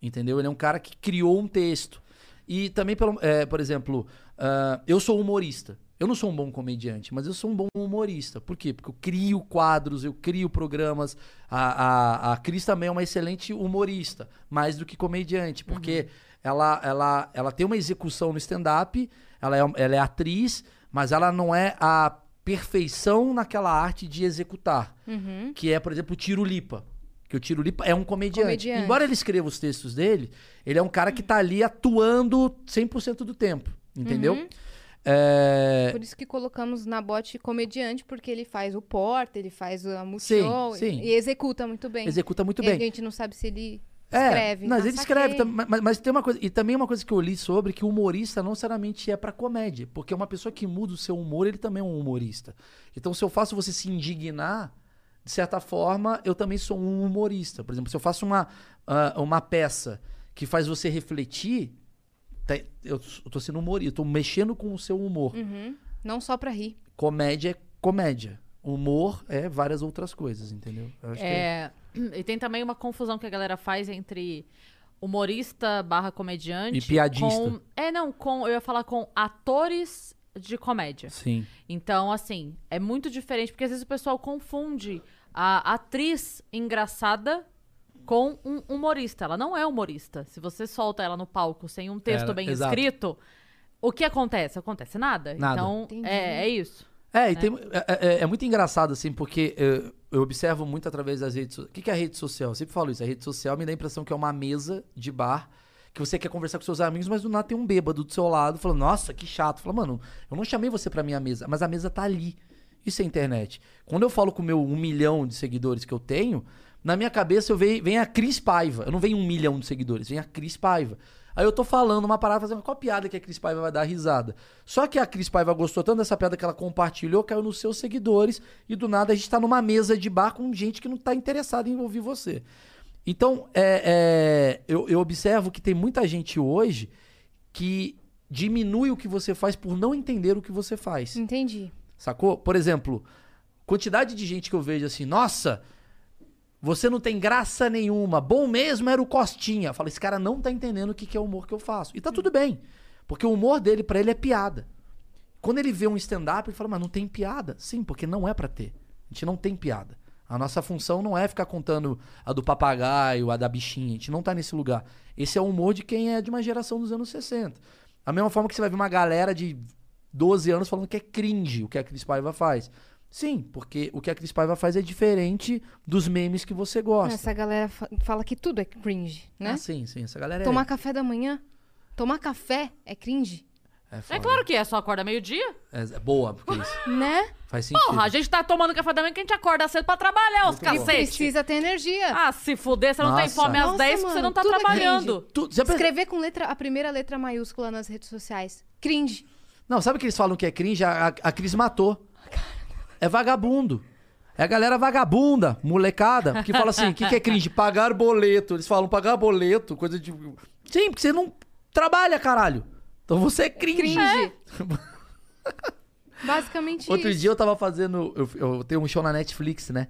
Speaker 4: Entendeu? Ele é um cara que criou um texto. E também, pelo, é, por exemplo, ah, eu sou humorista. Eu não sou um bom comediante, mas eu sou um bom humorista. Por quê? Porque eu crio quadros, eu crio programas. A, a, a Cris também é uma excelente humorista, mais do que comediante, porque ela, ela, ela tem uma execução no stand-up, ela é, ela é atriz, mas ela não é a perfeição naquela arte de executar.
Speaker 3: Uhum.
Speaker 4: Que é, por exemplo, o Tiro Lipa. Que o Tiro Lipa é um comediante.
Speaker 3: Comediante.
Speaker 4: Embora ele escreva os textos dele, ele é um cara que tá ali atuando 100% do tempo. Entendeu?
Speaker 3: Uhum.
Speaker 4: É,
Speaker 3: Por isso que colocamos Nabote comediante, porque ele faz o porta, ele faz a
Speaker 4: Sim,
Speaker 3: multishow
Speaker 4: sim.
Speaker 3: e executa muito bem.
Speaker 4: Executa muito
Speaker 3: E
Speaker 4: bem.
Speaker 3: A gente não sabe se ele
Speaker 4: É,
Speaker 3: escreve.
Speaker 4: Mas
Speaker 3: Ah,
Speaker 4: ele escreve,
Speaker 3: saquei.
Speaker 4: tam- ma- mas, mas tem uma coisa. E também uma coisa que eu li sobre que o humorista não necessariamente é pra comédia. Porque uma pessoa que muda o seu humor, ele também é um humorista. Então, se eu faço você se indignar, de certa forma, eu também sou um humorista. Por exemplo, se eu faço uma, ah, uma peça que faz você refletir, tá- eu, s- eu tô sendo humorista, eu tô mexendo com o seu humor.
Speaker 3: Uhum. Não só pra rir.
Speaker 4: Comédia é comédia. Humor é várias outras coisas, entendeu? Eu acho que
Speaker 2: É, [CLEARS THROAT] e tem também uma confusão que a galera faz entre humorista barra comediante.
Speaker 4: E piadista.
Speaker 2: com- é, não, com. Eu ia falar com atores de comédia.
Speaker 4: Sim.
Speaker 2: Então, assim, é muito diferente, porque às vezes o pessoal confunde a atriz engraçada com um humorista. Ela não é humorista. Se você solta ela no palco sem um texto
Speaker 4: Ela-
Speaker 2: bem
Speaker 4: exato.
Speaker 2: escrito, o que acontece? Acontece nada.
Speaker 4: Nada.
Speaker 2: Então,
Speaker 3: Entendi.
Speaker 2: é, é isso.
Speaker 4: É, e tem, é, é- é muito engraçado, assim, porque é, eu observo muito através das redes sociais. O que que é rede social? Eu sempre falo isso. A rede social me dá a impressão que é uma mesa de bar que você quer conversar com seus amigos, mas do nada tem um bêbado do seu lado falando, nossa, que chato. Fala, mano, eu não chamei você pra minha mesa, mas a mesa tá ali. Isso é internet. Quando eu falo com o meu um milhão de seguidores que eu tenho, na minha cabeça eu veio, vem a Cris Paiva. Eu não venho um milhão de seguidores, vem a Cris Paiva. Aí eu tô falando uma parada, fazendo qual piada que a Cris Paiva vai dar risada. Só que a Cris Paiva gostou tanto dessa piada que ela compartilhou, caiu nos seus seguidores, e do nada a gente tá numa mesa de bar com gente que não tá interessada em ouvir você. Então, é, é, eu, eu observo que tem muita gente hoje que diminui o que você faz por não entender o que você faz.
Speaker 3: Entendi.
Speaker 4: Sacou? Por exemplo, quantidade de gente que eu vejo assim, nossa, você não tem graça nenhuma, bom mesmo era o Costinha. Fala, esse cara não tá entendendo o que, que é o humor que eu faço. E tá tudo bem, porque o humor dele, pra ele, é piada. Quando ele vê um stand-up, ele fala, mas não tem piada. Sim, porque não é pra ter. A gente não tem piada. A nossa função não é ficar contando a do papagaio, a da bichinha. A gente não tá nesse lugar. Esse é o humor de quem é de uma geração dos anos 60. A mesma forma que você vai ver uma galera de 12 anos falando que é cringe o que a Cris Paiva faz. Sim, porque o que a Cris Paiva faz é diferente dos memes que você gosta.
Speaker 3: Essa galera fa- fala que tudo é cringe, né?
Speaker 4: Ah, sim, sim. Essa galera
Speaker 3: Tomar café da manhã. Tomar café é cringe,
Speaker 4: é. É,
Speaker 2: É
Speaker 4: foda.
Speaker 2: claro que é, só acorda meio-dia.
Speaker 4: É, é boa, porque isso
Speaker 3: né?
Speaker 4: faz sentido.
Speaker 2: Porra, a gente tá tomando café da manhã que a gente acorda cedo pra trabalhar, os cacete.
Speaker 3: Precisa ter energia.
Speaker 2: Ah, se fuder, você não tem
Speaker 4: Nossa.
Speaker 2: fome às
Speaker 3: Nossa,
Speaker 2: 10 porque você
Speaker 3: mano,
Speaker 2: não tá
Speaker 3: tudo é
Speaker 2: trabalhando.
Speaker 4: Tu- já pensa-
Speaker 3: Escrever com letra, a primeira letra maiúscula nas redes sociais. Cringe.
Speaker 4: Não, sabe o que eles falam que é cringe? A, a, a Cris matou. É vagabundo. É a galera vagabunda, molecada, que fala assim: o que, que é cringe? Pagar boleto. Eles falam pagar boleto, coisa de. Sim, porque você não trabalha, caralho. Então você é cringe.
Speaker 3: Cringe. [LAUGHS] Basicamente
Speaker 4: Outro
Speaker 3: isso.
Speaker 4: dia eu tava fazendo. Eu, eu tenho um show na Netflix, né?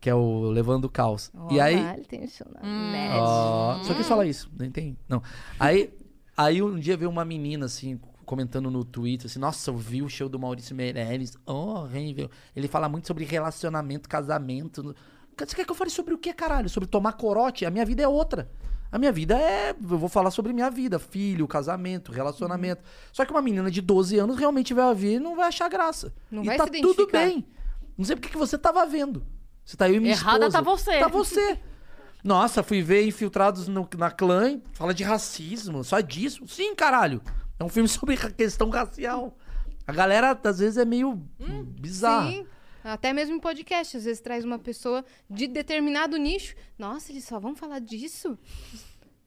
Speaker 4: Que é o Levando o Caos. e
Speaker 3: Olha,
Speaker 4: aí. Ah.
Speaker 3: ele tem um show na net.
Speaker 4: Ó, Só que fala isso, nem tem. Não. Aí, aí um dia veio uma menina assim, comentando no Twitter assim: Nossa, eu vi o oh, show do Maurício Meirelles, horrível. Ele fala muito sobre relacionamento, casamento. Você quer que eu fale sobre o que, caralho? Sobre tomar corote? A minha vida é outra. A minha vida é. Eu vou falar sobre minha vida, filho, casamento, relacionamento.
Speaker 3: Uhum.
Speaker 4: Só que uma menina de 12 anos realmente vai ouvir e não vai achar graça.
Speaker 3: Não
Speaker 4: e
Speaker 3: vai
Speaker 4: tá
Speaker 3: se
Speaker 4: tudo
Speaker 3: identificar.
Speaker 4: bem. Não sei porque que você tava vendo. Você tá eu e minha
Speaker 2: Errada
Speaker 4: esposa.
Speaker 2: tá você.
Speaker 4: Tá você. Nossa, fui ver Infiltrados no- na Clã, e fala de racismo, só disso. Sim, caralho. É um filme [LAUGHS] sobre ra- questão racial. A galera, às vezes, é meio
Speaker 2: Hum,
Speaker 4: bizarra.
Speaker 3: Sim. Até mesmo em podcast, às vezes traz uma pessoa de determinado nicho. Nossa, eles só vão falar disso?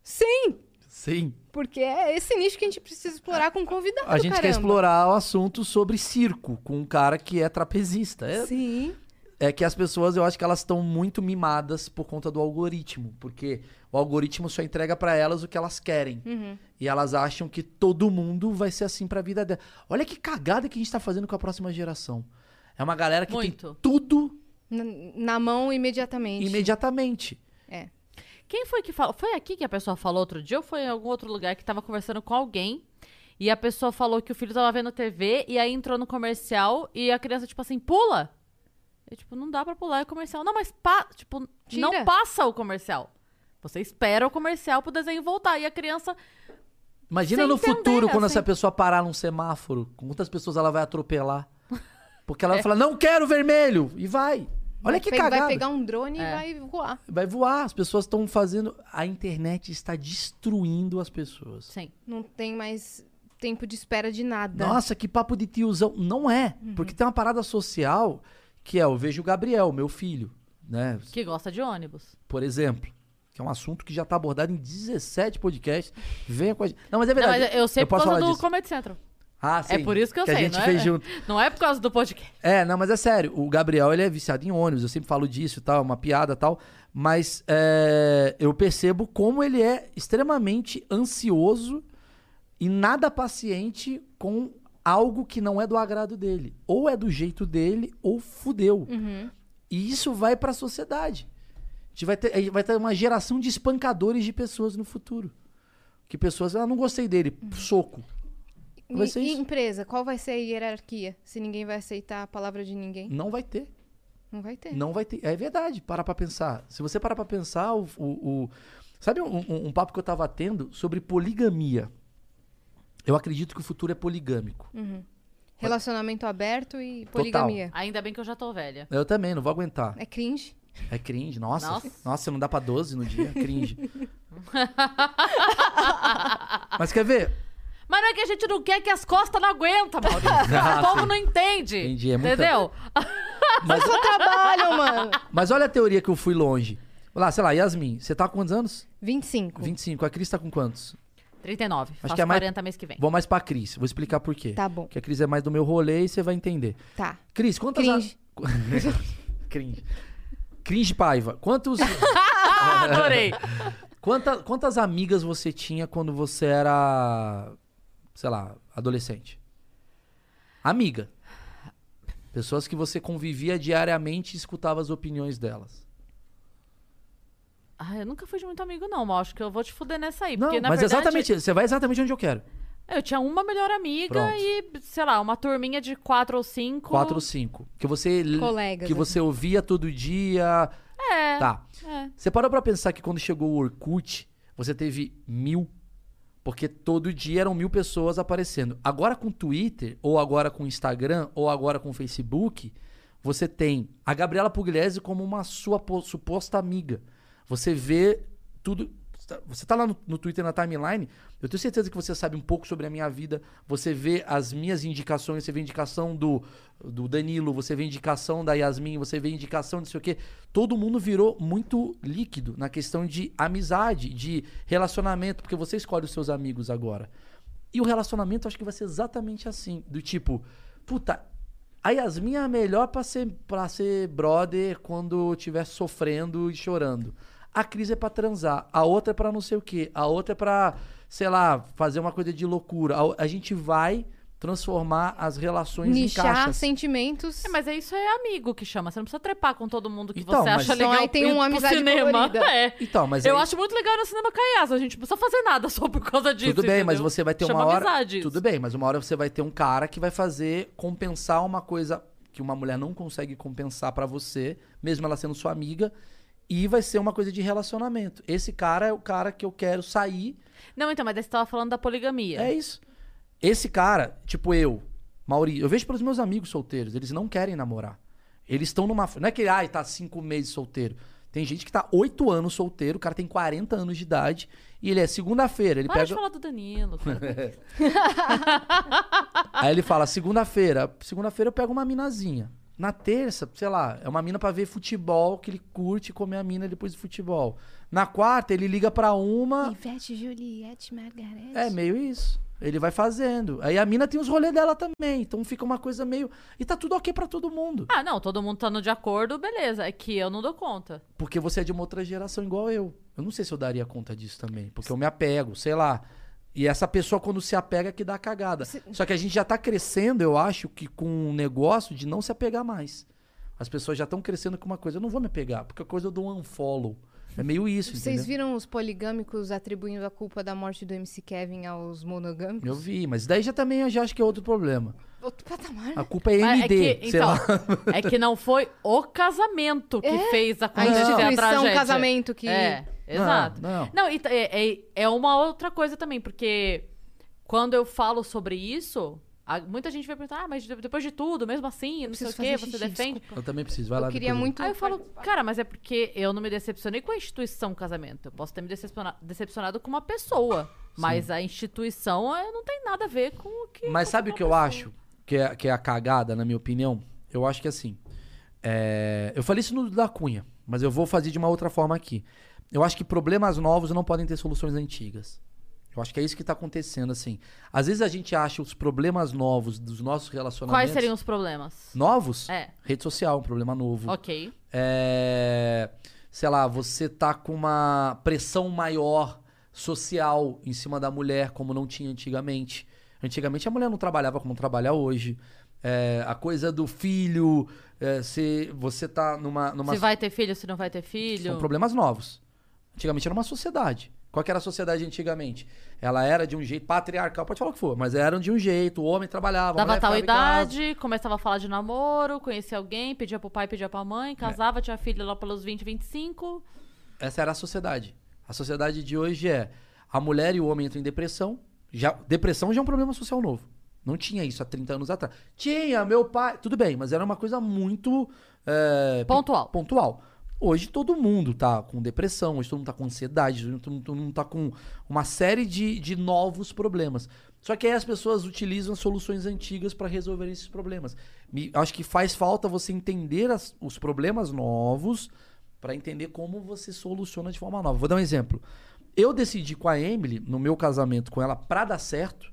Speaker 3: Sim!
Speaker 4: Sim.
Speaker 3: Porque é esse nicho que a gente precisa explorar com um convidado,
Speaker 4: A gente
Speaker 3: caramba.
Speaker 4: quer explorar o assunto sobre circo com um cara que é trapezista. É,
Speaker 3: Sim.
Speaker 4: é que as pessoas, eu acho que elas estão muito mimadas por conta do algoritmo. Porque o algoritmo só entrega pra elas o que elas querem.
Speaker 3: Uhum.
Speaker 4: E elas acham que todo mundo vai ser assim pra vida dela. Olha que cagada que a gente tá fazendo com a próxima geração. É uma galera que
Speaker 2: Muito.
Speaker 4: tem tudo
Speaker 3: Na, na mão imediatamente.
Speaker 4: imediatamente.
Speaker 2: Quem foi que falou? Foi aqui que a pessoa falou outro dia ou foi em algum outro lugar que tava conversando com alguém e a pessoa falou que o filho tava vendo TV e aí entrou no comercial e a criança, tipo assim, pula? Eu, tipo, não dá pra pular, é comercial. Não, mas pa tipo,
Speaker 3: Tira.
Speaker 2: não passa o comercial. Você espera o comercial pro desenho voltar. E a criança.
Speaker 4: Imagina
Speaker 2: Sem
Speaker 4: no
Speaker 2: entender,
Speaker 4: futuro, quando
Speaker 2: assim.
Speaker 4: essa pessoa parar num semáforo, com quantas pessoas ela
Speaker 3: [LAUGHS]
Speaker 4: vai atropelar. Porque ela vai falar, não quero vermelho! E vai. Olha
Speaker 3: É. Vai
Speaker 4: que
Speaker 3: pe-
Speaker 4: cagada.
Speaker 3: Vai pegar um drone
Speaker 2: É.
Speaker 3: e vai voar.
Speaker 4: Vai voar, as pessoas estão fazendo. A internet está destruindo as pessoas.
Speaker 2: Sim.
Speaker 3: Não tem mais tempo de espera de
Speaker 2: Né?
Speaker 3: nada.
Speaker 4: Nossa, que papo de tiozão. Não é.
Speaker 2: Uhum.
Speaker 4: Porque tem uma parada social que é: eu vejo o Gabriel, meu filho, né?
Speaker 2: Que gosta de ônibus.
Speaker 4: Por exemplo. Que é um assunto que já está abordado em 17 podcasts. Venha com a gente. Não, mas é
Speaker 2: Não,
Speaker 4: verdade.
Speaker 2: mas eu sei por
Speaker 4: posso
Speaker 2: causa
Speaker 4: falar
Speaker 2: do
Speaker 4: disso.
Speaker 2: Comedy Central.
Speaker 4: Ah, sim.
Speaker 2: é por isso que eu
Speaker 4: a
Speaker 2: sei,
Speaker 4: gente
Speaker 2: não é?
Speaker 4: fez junto.
Speaker 2: Não é por causa do podcast.
Speaker 4: É, não, mas é sério. O Gabriel, ele é viciado em ônibus. Eu sempre falo disso e tal, é uma piada e tal. Mas é, eu percebo como ele é extremamente ansioso e nada paciente com algo que não é do agrado dele. Ou é do jeito dele, ou fudeu.
Speaker 3: Uhum.
Speaker 4: E isso vai pra sociedade. A gente vai ter, a gente vai ter uma geração de espancadores de pessoas no futuro. Que pessoas, ah, não gostei dele, soco. Vai
Speaker 3: E-
Speaker 4: ser
Speaker 3: e
Speaker 4: isso.
Speaker 3: empresa, qual vai ser a hierarquia? Se ninguém vai aceitar a palavra de ninguém?
Speaker 4: Não vai ter.
Speaker 3: Não vai ter.
Speaker 4: Hum. Não vai ter. É verdade, para pra pensar. Se você parar pra pensar, o. o- o- sabe um, um- um papo que eu tava tendo sobre poligamia? Eu acredito que o futuro é poligâmico.
Speaker 3: Hum. Relacionamento aberto e
Speaker 4: Total.
Speaker 3: poligamia.
Speaker 2: Ainda bem que eu já tô velha.
Speaker 4: Eu também, não vou aguentar.
Speaker 3: É cringe?
Speaker 4: É cringe, nossa.
Speaker 2: Nossa.
Speaker 4: Nossa, não dá pra 12 no dia, é
Speaker 3: [LAUGHS]
Speaker 4: cringe. Mas quer ver?
Speaker 2: Mas não é que a gente não quer que as costas não aguentam,
Speaker 4: [LAUGHS]
Speaker 2: Maurício.
Speaker 4: Ah,
Speaker 2: o povo
Speaker 4: sim.
Speaker 2: não entende.
Speaker 4: Entendi, é muita-
Speaker 2: entendeu?
Speaker 4: Mas,
Speaker 3: Só trabalham, mano!
Speaker 4: mas olha a teoria que eu fui longe. Lá, sei lá, Yasmin, você tá com quantos anos?
Speaker 3: 25.
Speaker 4: 25. A Cris tá com quantos?
Speaker 2: 39. Faço
Speaker 4: que é mais-
Speaker 2: 40 mês
Speaker 4: [LAUGHS]
Speaker 2: que vem.
Speaker 4: Vou mais pra Cris, vou explicar por quê.
Speaker 3: Tá bom.
Speaker 4: Porque a Cris é mais do meu rolê e você vai entender.
Speaker 3: Tá.
Speaker 4: Cris, quantas
Speaker 3: Cringe.
Speaker 4: a- Cringe. Cringe Paiva.
Speaker 2: [LAUGHS]
Speaker 4: Quantos,
Speaker 2: Ah, adorei.
Speaker 4: quanta- quantas amigas você tinha quando você era, sei lá, adolescente? Amiga. Pessoas que você convivia diariamente e escutava as opiniões delas.
Speaker 2: Ah, eu nunca fui de muito amigo, não, mas acho que eu vou te fuder nessa aí.
Speaker 4: Não,
Speaker 2: porque, na
Speaker 4: mas é
Speaker 2: verdade,
Speaker 4: exatamente, você vai exatamente onde eu quero.
Speaker 2: Eu tinha uma melhor amiga
Speaker 4: Pronto.
Speaker 2: e, sei lá, uma turminha de quatro ou cinco.
Speaker 4: Quatro ou cinco. Que você
Speaker 3: Colegas,
Speaker 4: que você
Speaker 2: assim.
Speaker 4: ouvia todo dia.
Speaker 2: É,
Speaker 4: Tá.
Speaker 2: é.
Speaker 4: Você parou pra pensar que quando chegou o Orkut, você teve mil? Porque todo dia eram mil pessoas aparecendo. Agora com o Twitter, ou agora com o Instagram, ou agora com o Facebook, você tem a Gabriela Pugliese como uma sua po- suposta amiga. Você vê tudo. Você tá lá no, no Twitter, na timeline, eu tenho certeza que você sabe um pouco sobre a minha vida. Você vê as minhas indicações, você vê indicação do, do Danilo, você vê indicação da Yasmin, você vê indicação de não sei o quê. Todo mundo virou muito líquido na questão de amizade, de relacionamento, porque você escolhe os seus amigos agora. E o relacionamento acho que vai ser exatamente assim. Do tipo, puta, a Yasmin é a melhor pra ser, pra ser brother quando estiver sofrendo e chorando. A Cris é pra transar, a outra é pra não sei o quê, a outra é pra, sei lá, fazer uma coisa de loucura. A, a gente vai transformar as relações em
Speaker 3: Nichar
Speaker 4: caixas.
Speaker 3: sentimentos.
Speaker 2: É, mas é isso é amigo que chama. Você não precisa trepar com todo mundo que
Speaker 4: Então,
Speaker 2: você
Speaker 4: mas-
Speaker 2: acha
Speaker 4: Então,
Speaker 2: legal.
Speaker 3: aí tem
Speaker 2: ir
Speaker 3: uma
Speaker 2: pro
Speaker 3: amizade
Speaker 2: cinema.
Speaker 3: colorida.
Speaker 2: [LAUGHS] É.
Speaker 4: Então, mas
Speaker 2: eu
Speaker 4: aí-
Speaker 2: acho muito legal no cinema caiaço. A gente não precisa fazer nada [LAUGHS] só por causa disso.
Speaker 4: Tudo bem, mas
Speaker 2: entendeu?
Speaker 4: você vai ter
Speaker 2: Chama
Speaker 4: uma hora.
Speaker 2: amizade.
Speaker 4: Tudo bem, mas uma hora você vai ter um cara que vai fazer compensar uma coisa que uma mulher não consegue compensar pra você, mesmo ela sendo sua amiga, e vai ser uma coisa de relacionamento. Esse cara é o cara que eu quero sair,
Speaker 2: Não, então, mas daí você tava falando da poligamia.
Speaker 4: é isso. Esse cara, tipo eu, Mauri, eu vejo pelos meus amigos solteiros, eles não querem namorar. Eles estão numa. Não é que, ai, tá cinco meses solteiro. Tem gente que tá oito anos solteiro, o cara tem 40 anos de idade, e ele é segunda-feira, ele
Speaker 2: Para de
Speaker 4: pega.
Speaker 2: falar do Danilo.
Speaker 4: [LAUGHS]
Speaker 2: cara.
Speaker 4: Aí ele fala, segunda-feira, segunda-feira eu pego uma minazinha. Na terça, sei lá, é uma mina pra ver futebol, que ele curte comer a mina depois do futebol. Na quarta, ele liga pra uma.
Speaker 3: Ivete, Juliette, Margarete.
Speaker 4: É meio isso. Ele vai fazendo. Aí a mina tem os rolês dela também. Então fica uma coisa meio. E tá tudo ok pra todo mundo.
Speaker 2: ah, não, todo mundo estando de acordo, beleza. É que eu não dou conta.
Speaker 4: Porque você é de uma outra geração igual eu. Eu não sei se eu daria conta disso também. Porque eu me apego, sei lá. E essa pessoa, quando se apega, é que dá a cagada. Só que a gente já tá crescendo, eu acho, que com um negócio de não se apegar mais. As pessoas já estão crescendo com uma coisa. Eu não vou me apegar, porque a coisa eu dou um unfollow. É meio isso, entendeu?
Speaker 3: Vocês viram os poligâmicos atribuindo a culpa da morte do MC Kevin aos monogâmicos?
Speaker 4: Eu vi, mas daí já também eu já acho que é outro problema.
Speaker 3: Outro patamar, né?
Speaker 4: A culpa é
Speaker 2: Mas
Speaker 4: MD,
Speaker 2: é que,
Speaker 4: sei
Speaker 2: então,
Speaker 4: lá.
Speaker 2: é que não foi o casamento que fez
Speaker 3: É? A
Speaker 2: acontecer a,
Speaker 3: instituição,
Speaker 2: tragédia.
Speaker 3: o casamento que...
Speaker 4: Ah.
Speaker 2: É, exato.
Speaker 4: [LAUGHS] não.
Speaker 2: e t- é, é- é uma outra coisa também, porque quando eu falo sobre isso, a- muita gente vai perguntar, ah, mas de- depois de tudo, mesmo assim, não sei
Speaker 3: Preciso
Speaker 2: o quê,
Speaker 3: fazer
Speaker 2: você
Speaker 3: xixi,
Speaker 2: defende.
Speaker 4: Eu também preciso, vai lá.
Speaker 3: Eu queria
Speaker 4: depois eu-
Speaker 3: muito...
Speaker 2: Aí eu falo, cara, mas é porque eu não me decepcionei com a instituição casamento. Eu posso ter me decepciona- decepcionado com uma pessoa. Mas a instituição eh, não tem nada a ver com o que.
Speaker 4: Mas sabe o que eu acho? Que é, que é a cagada, na minha opinião? Eu acho que assim. é, Eu falei isso no da Cunha, mas eu vou fazer de uma outra forma aqui. Eu acho que problemas novos não podem ter soluções antigas. Eu acho que é isso que tá acontecendo, assim. Às vezes a gente acha os problemas novos dos nossos relacionamentos.
Speaker 2: Quais seriam os problemas?
Speaker 4: Novos?
Speaker 2: É.
Speaker 4: Rede social, um problema novo.
Speaker 2: Ok.
Speaker 4: É, sei lá, você tá com uma pressão maior social em cima da mulher, como não tinha antigamente. Antigamente a mulher não trabalhava como trabalha hoje. É, a coisa do filho, é, se você tá numa. numa
Speaker 2: Se vai ter filho, se não vai ter filho.
Speaker 4: são problemas novos. Antigamente era uma sociedade. Qual que era a sociedade antigamente? Ela era de um jeito patriarcal, pode falar o que for, mas era de um jeito, o homem trabalhava, a
Speaker 2: Dava
Speaker 4: mulher
Speaker 2: tal
Speaker 4: ficava em casa.
Speaker 2: idade, começava a falar de namoro, conhecia alguém, pedia pro pai, pedia pra mãe,
Speaker 4: É.
Speaker 2: casava, tinha filho lá pelos 20, 25.
Speaker 4: Essa era a sociedade. A sociedade de hoje é a mulher e o homem entram em depressão. Já, depressão já é um problema social novo. Não tinha isso há 30 anos atrás. Tinha, meu pai. Tudo bem, mas era uma coisa muito. é, pe-
Speaker 2: Pontual.
Speaker 4: Pontual. Hoje todo mundo tá com depressão, hoje todo mundo tá com ansiedade, hoje todo mundo- todo mundo tá com uma série de, de novos problemas. Só que aí as pessoas utilizam soluções antigas para resolver esses problemas. Me- acho que faz falta você entender as- os problemas novos para entender como você soluciona de forma nova. Vou dar um exemplo. Eu decidi com a Emily, no meu casamento com ela, pra dar certo,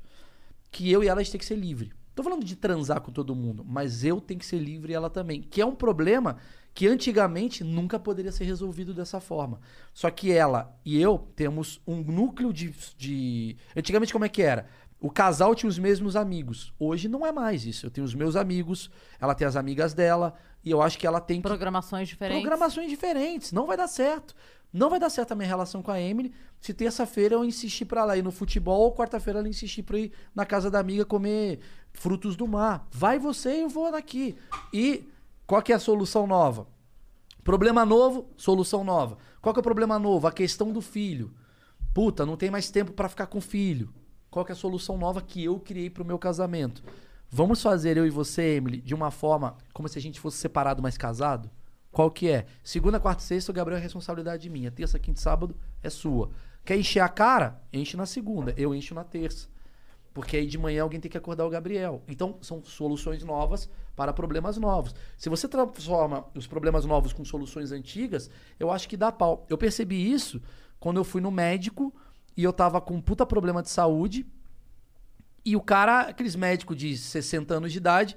Speaker 4: que eu e ela a gente tem que ser livre. Tô falando de transar com todo mundo, mas eu tenho que ser livre e ela também. Que é um problema que antigamente nunca poderia ser resolvido dessa forma. Só que ela e eu temos um núcleo de. de- Antigamente, como é que era? O casal tinha os mesmos amigos. Hoje não é mais isso. Eu tenho os meus amigos, ela tem as amigas dela, e eu acho que ela tem que
Speaker 2: Programações diferentes.
Speaker 4: Programações diferentes. Não vai dar certo. Não vai dar certo a minha relação com a Emily se terça-feira eu insistir pra ela ir no futebol ou quarta-feira ela insistir pra ir na casa da amiga comer frutos do mar. Vai você e eu vou daqui. E qual que é a solução nova? Problema novo, solução nova. Qual que é o problema novo? A questão do filho. Puta, não tem mais tempo pra ficar com o filho. Qual que é a solução nova que eu criei pro meu casamento? Vamos fazer eu e você, Emily, de uma forma como se a gente fosse separado, mas casado? Qual que é? Segunda, quarta e sexta, o Gabriel é responsabilidade minha. Terça, quinta e sábado é sua. Quer encher a cara? Enche na segunda. Eu encho na terça. Porque aí de manhã alguém tem que acordar o Gabriel. Então, são soluções novas para problemas novos. Se você transforma os problemas novos com soluções antigas, eu acho que dá pau. Eu percebi isso quando eu fui no médico e eu tava com um puta problema de saúde. E o cara, aqueles médicos de 60 anos de idade,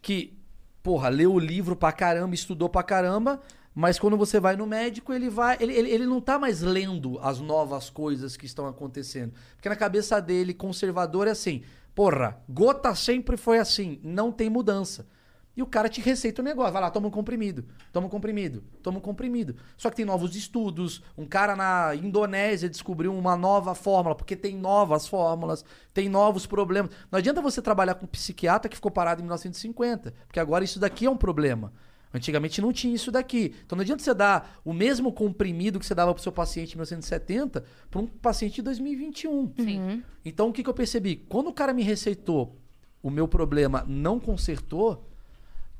Speaker 4: que, porra, leu o livro pra caramba, estudou pra caramba, mas quando você vai no médico, ele vai. Ele, ele, ele não tá mais lendo as novas coisas que estão acontecendo. Porque na cabeça dele, conservador, é assim, porra, gota sempre foi assim, não tem mudança. E o cara te receita o negócio. Vai lá, toma um comprimido, toma um comprimido, toma um comprimido. Só que tem novos estudos. Um cara na Indonésia descobriu uma nova fórmula, porque tem novas fórmulas, tem novos problemas. Não adianta você trabalhar com um psiquiatra que ficou parado em 1950, porque agora isso daqui é um problema. Antigamente não tinha isso daqui. Então não adianta você dar o mesmo comprimido que você dava pro seu paciente em 1970 para um paciente de 2021.
Speaker 2: Sim.
Speaker 4: Então o que, que eu percebi? Quando o cara me receitou, o meu problema não consertou,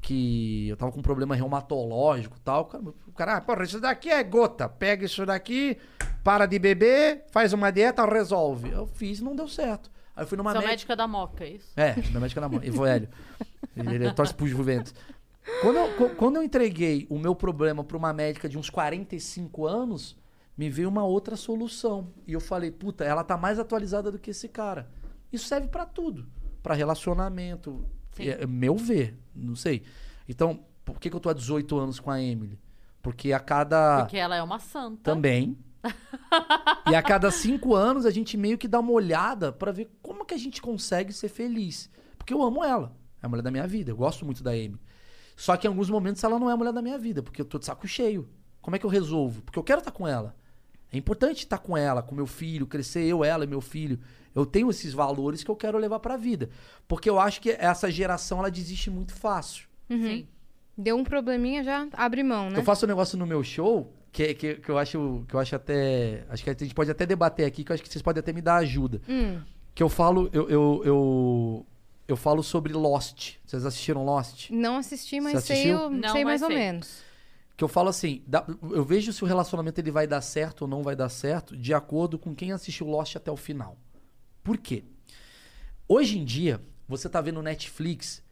Speaker 4: que eu tava com um problema reumatológico e tal, o cara, o cara, ah, porra, isso daqui é gota, pega isso daqui, para de beber, faz uma dieta, resolve. Eu fiz e não deu certo. Aí eu fui numa
Speaker 2: Você é
Speaker 4: médica.
Speaker 2: médica da Moca, é isso?
Speaker 4: É, meu médico na mão. Evoélio. Ele torce pro Juventus. Quando eu, co- quando eu entreguei o meu problema pra uma médica de uns 45 anos, me veio uma outra solução. E eu falei, puta, ela tá mais atualizada do que esse cara. Isso serve pra tudo. Pra relacionamento.
Speaker 2: Sim.
Speaker 4: É, é meu ver, não sei. Então, por que, que eu tô há 18 anos com a Emily? Porque a cada.
Speaker 2: Porque ela é uma santa.
Speaker 4: Também. e a cada cinco anos a gente meio que dá uma olhada pra ver como que a gente consegue ser feliz. Porque eu amo ela. É a mulher da minha vida. Eu gosto muito da Amy. Só que em alguns momentos ela não é a mulher da minha vida, porque eu tô de saco cheio. Como é que eu resolvo? Porque eu quero estar com ela. É importante estar com ela, com meu filho, crescer eu, ela e meu filho. Eu tenho esses valores que eu quero levar pra vida. Porque eu acho que essa geração ela desiste muito fácil.
Speaker 2: Sim.
Speaker 3: Deu um probleminha, já abre mão, né?
Speaker 4: Eu faço um negócio no meu show que, que, que eu acho que eu acho até. Acho que a gente pode até debater aqui, que eu acho que vocês podem até me dar ajuda.
Speaker 3: Hum,
Speaker 4: Que eu falo, eu, eu, eu, eu falo sobre Lost. Vocês assistiram Lost?
Speaker 3: não assisti,
Speaker 4: Você
Speaker 3: mas sei,
Speaker 4: assistiu?
Speaker 3: eu-
Speaker 2: Não,
Speaker 3: sei
Speaker 2: mas
Speaker 3: mais ou
Speaker 2: sei.
Speaker 3: menos.
Speaker 4: Que eu falo assim, dá- eu vejo se o relacionamento ele vai dar certo ou não vai dar certo de acordo com quem assistiu Lost até o final. Por quê? Hoje em dia, você tá vendo Netflix,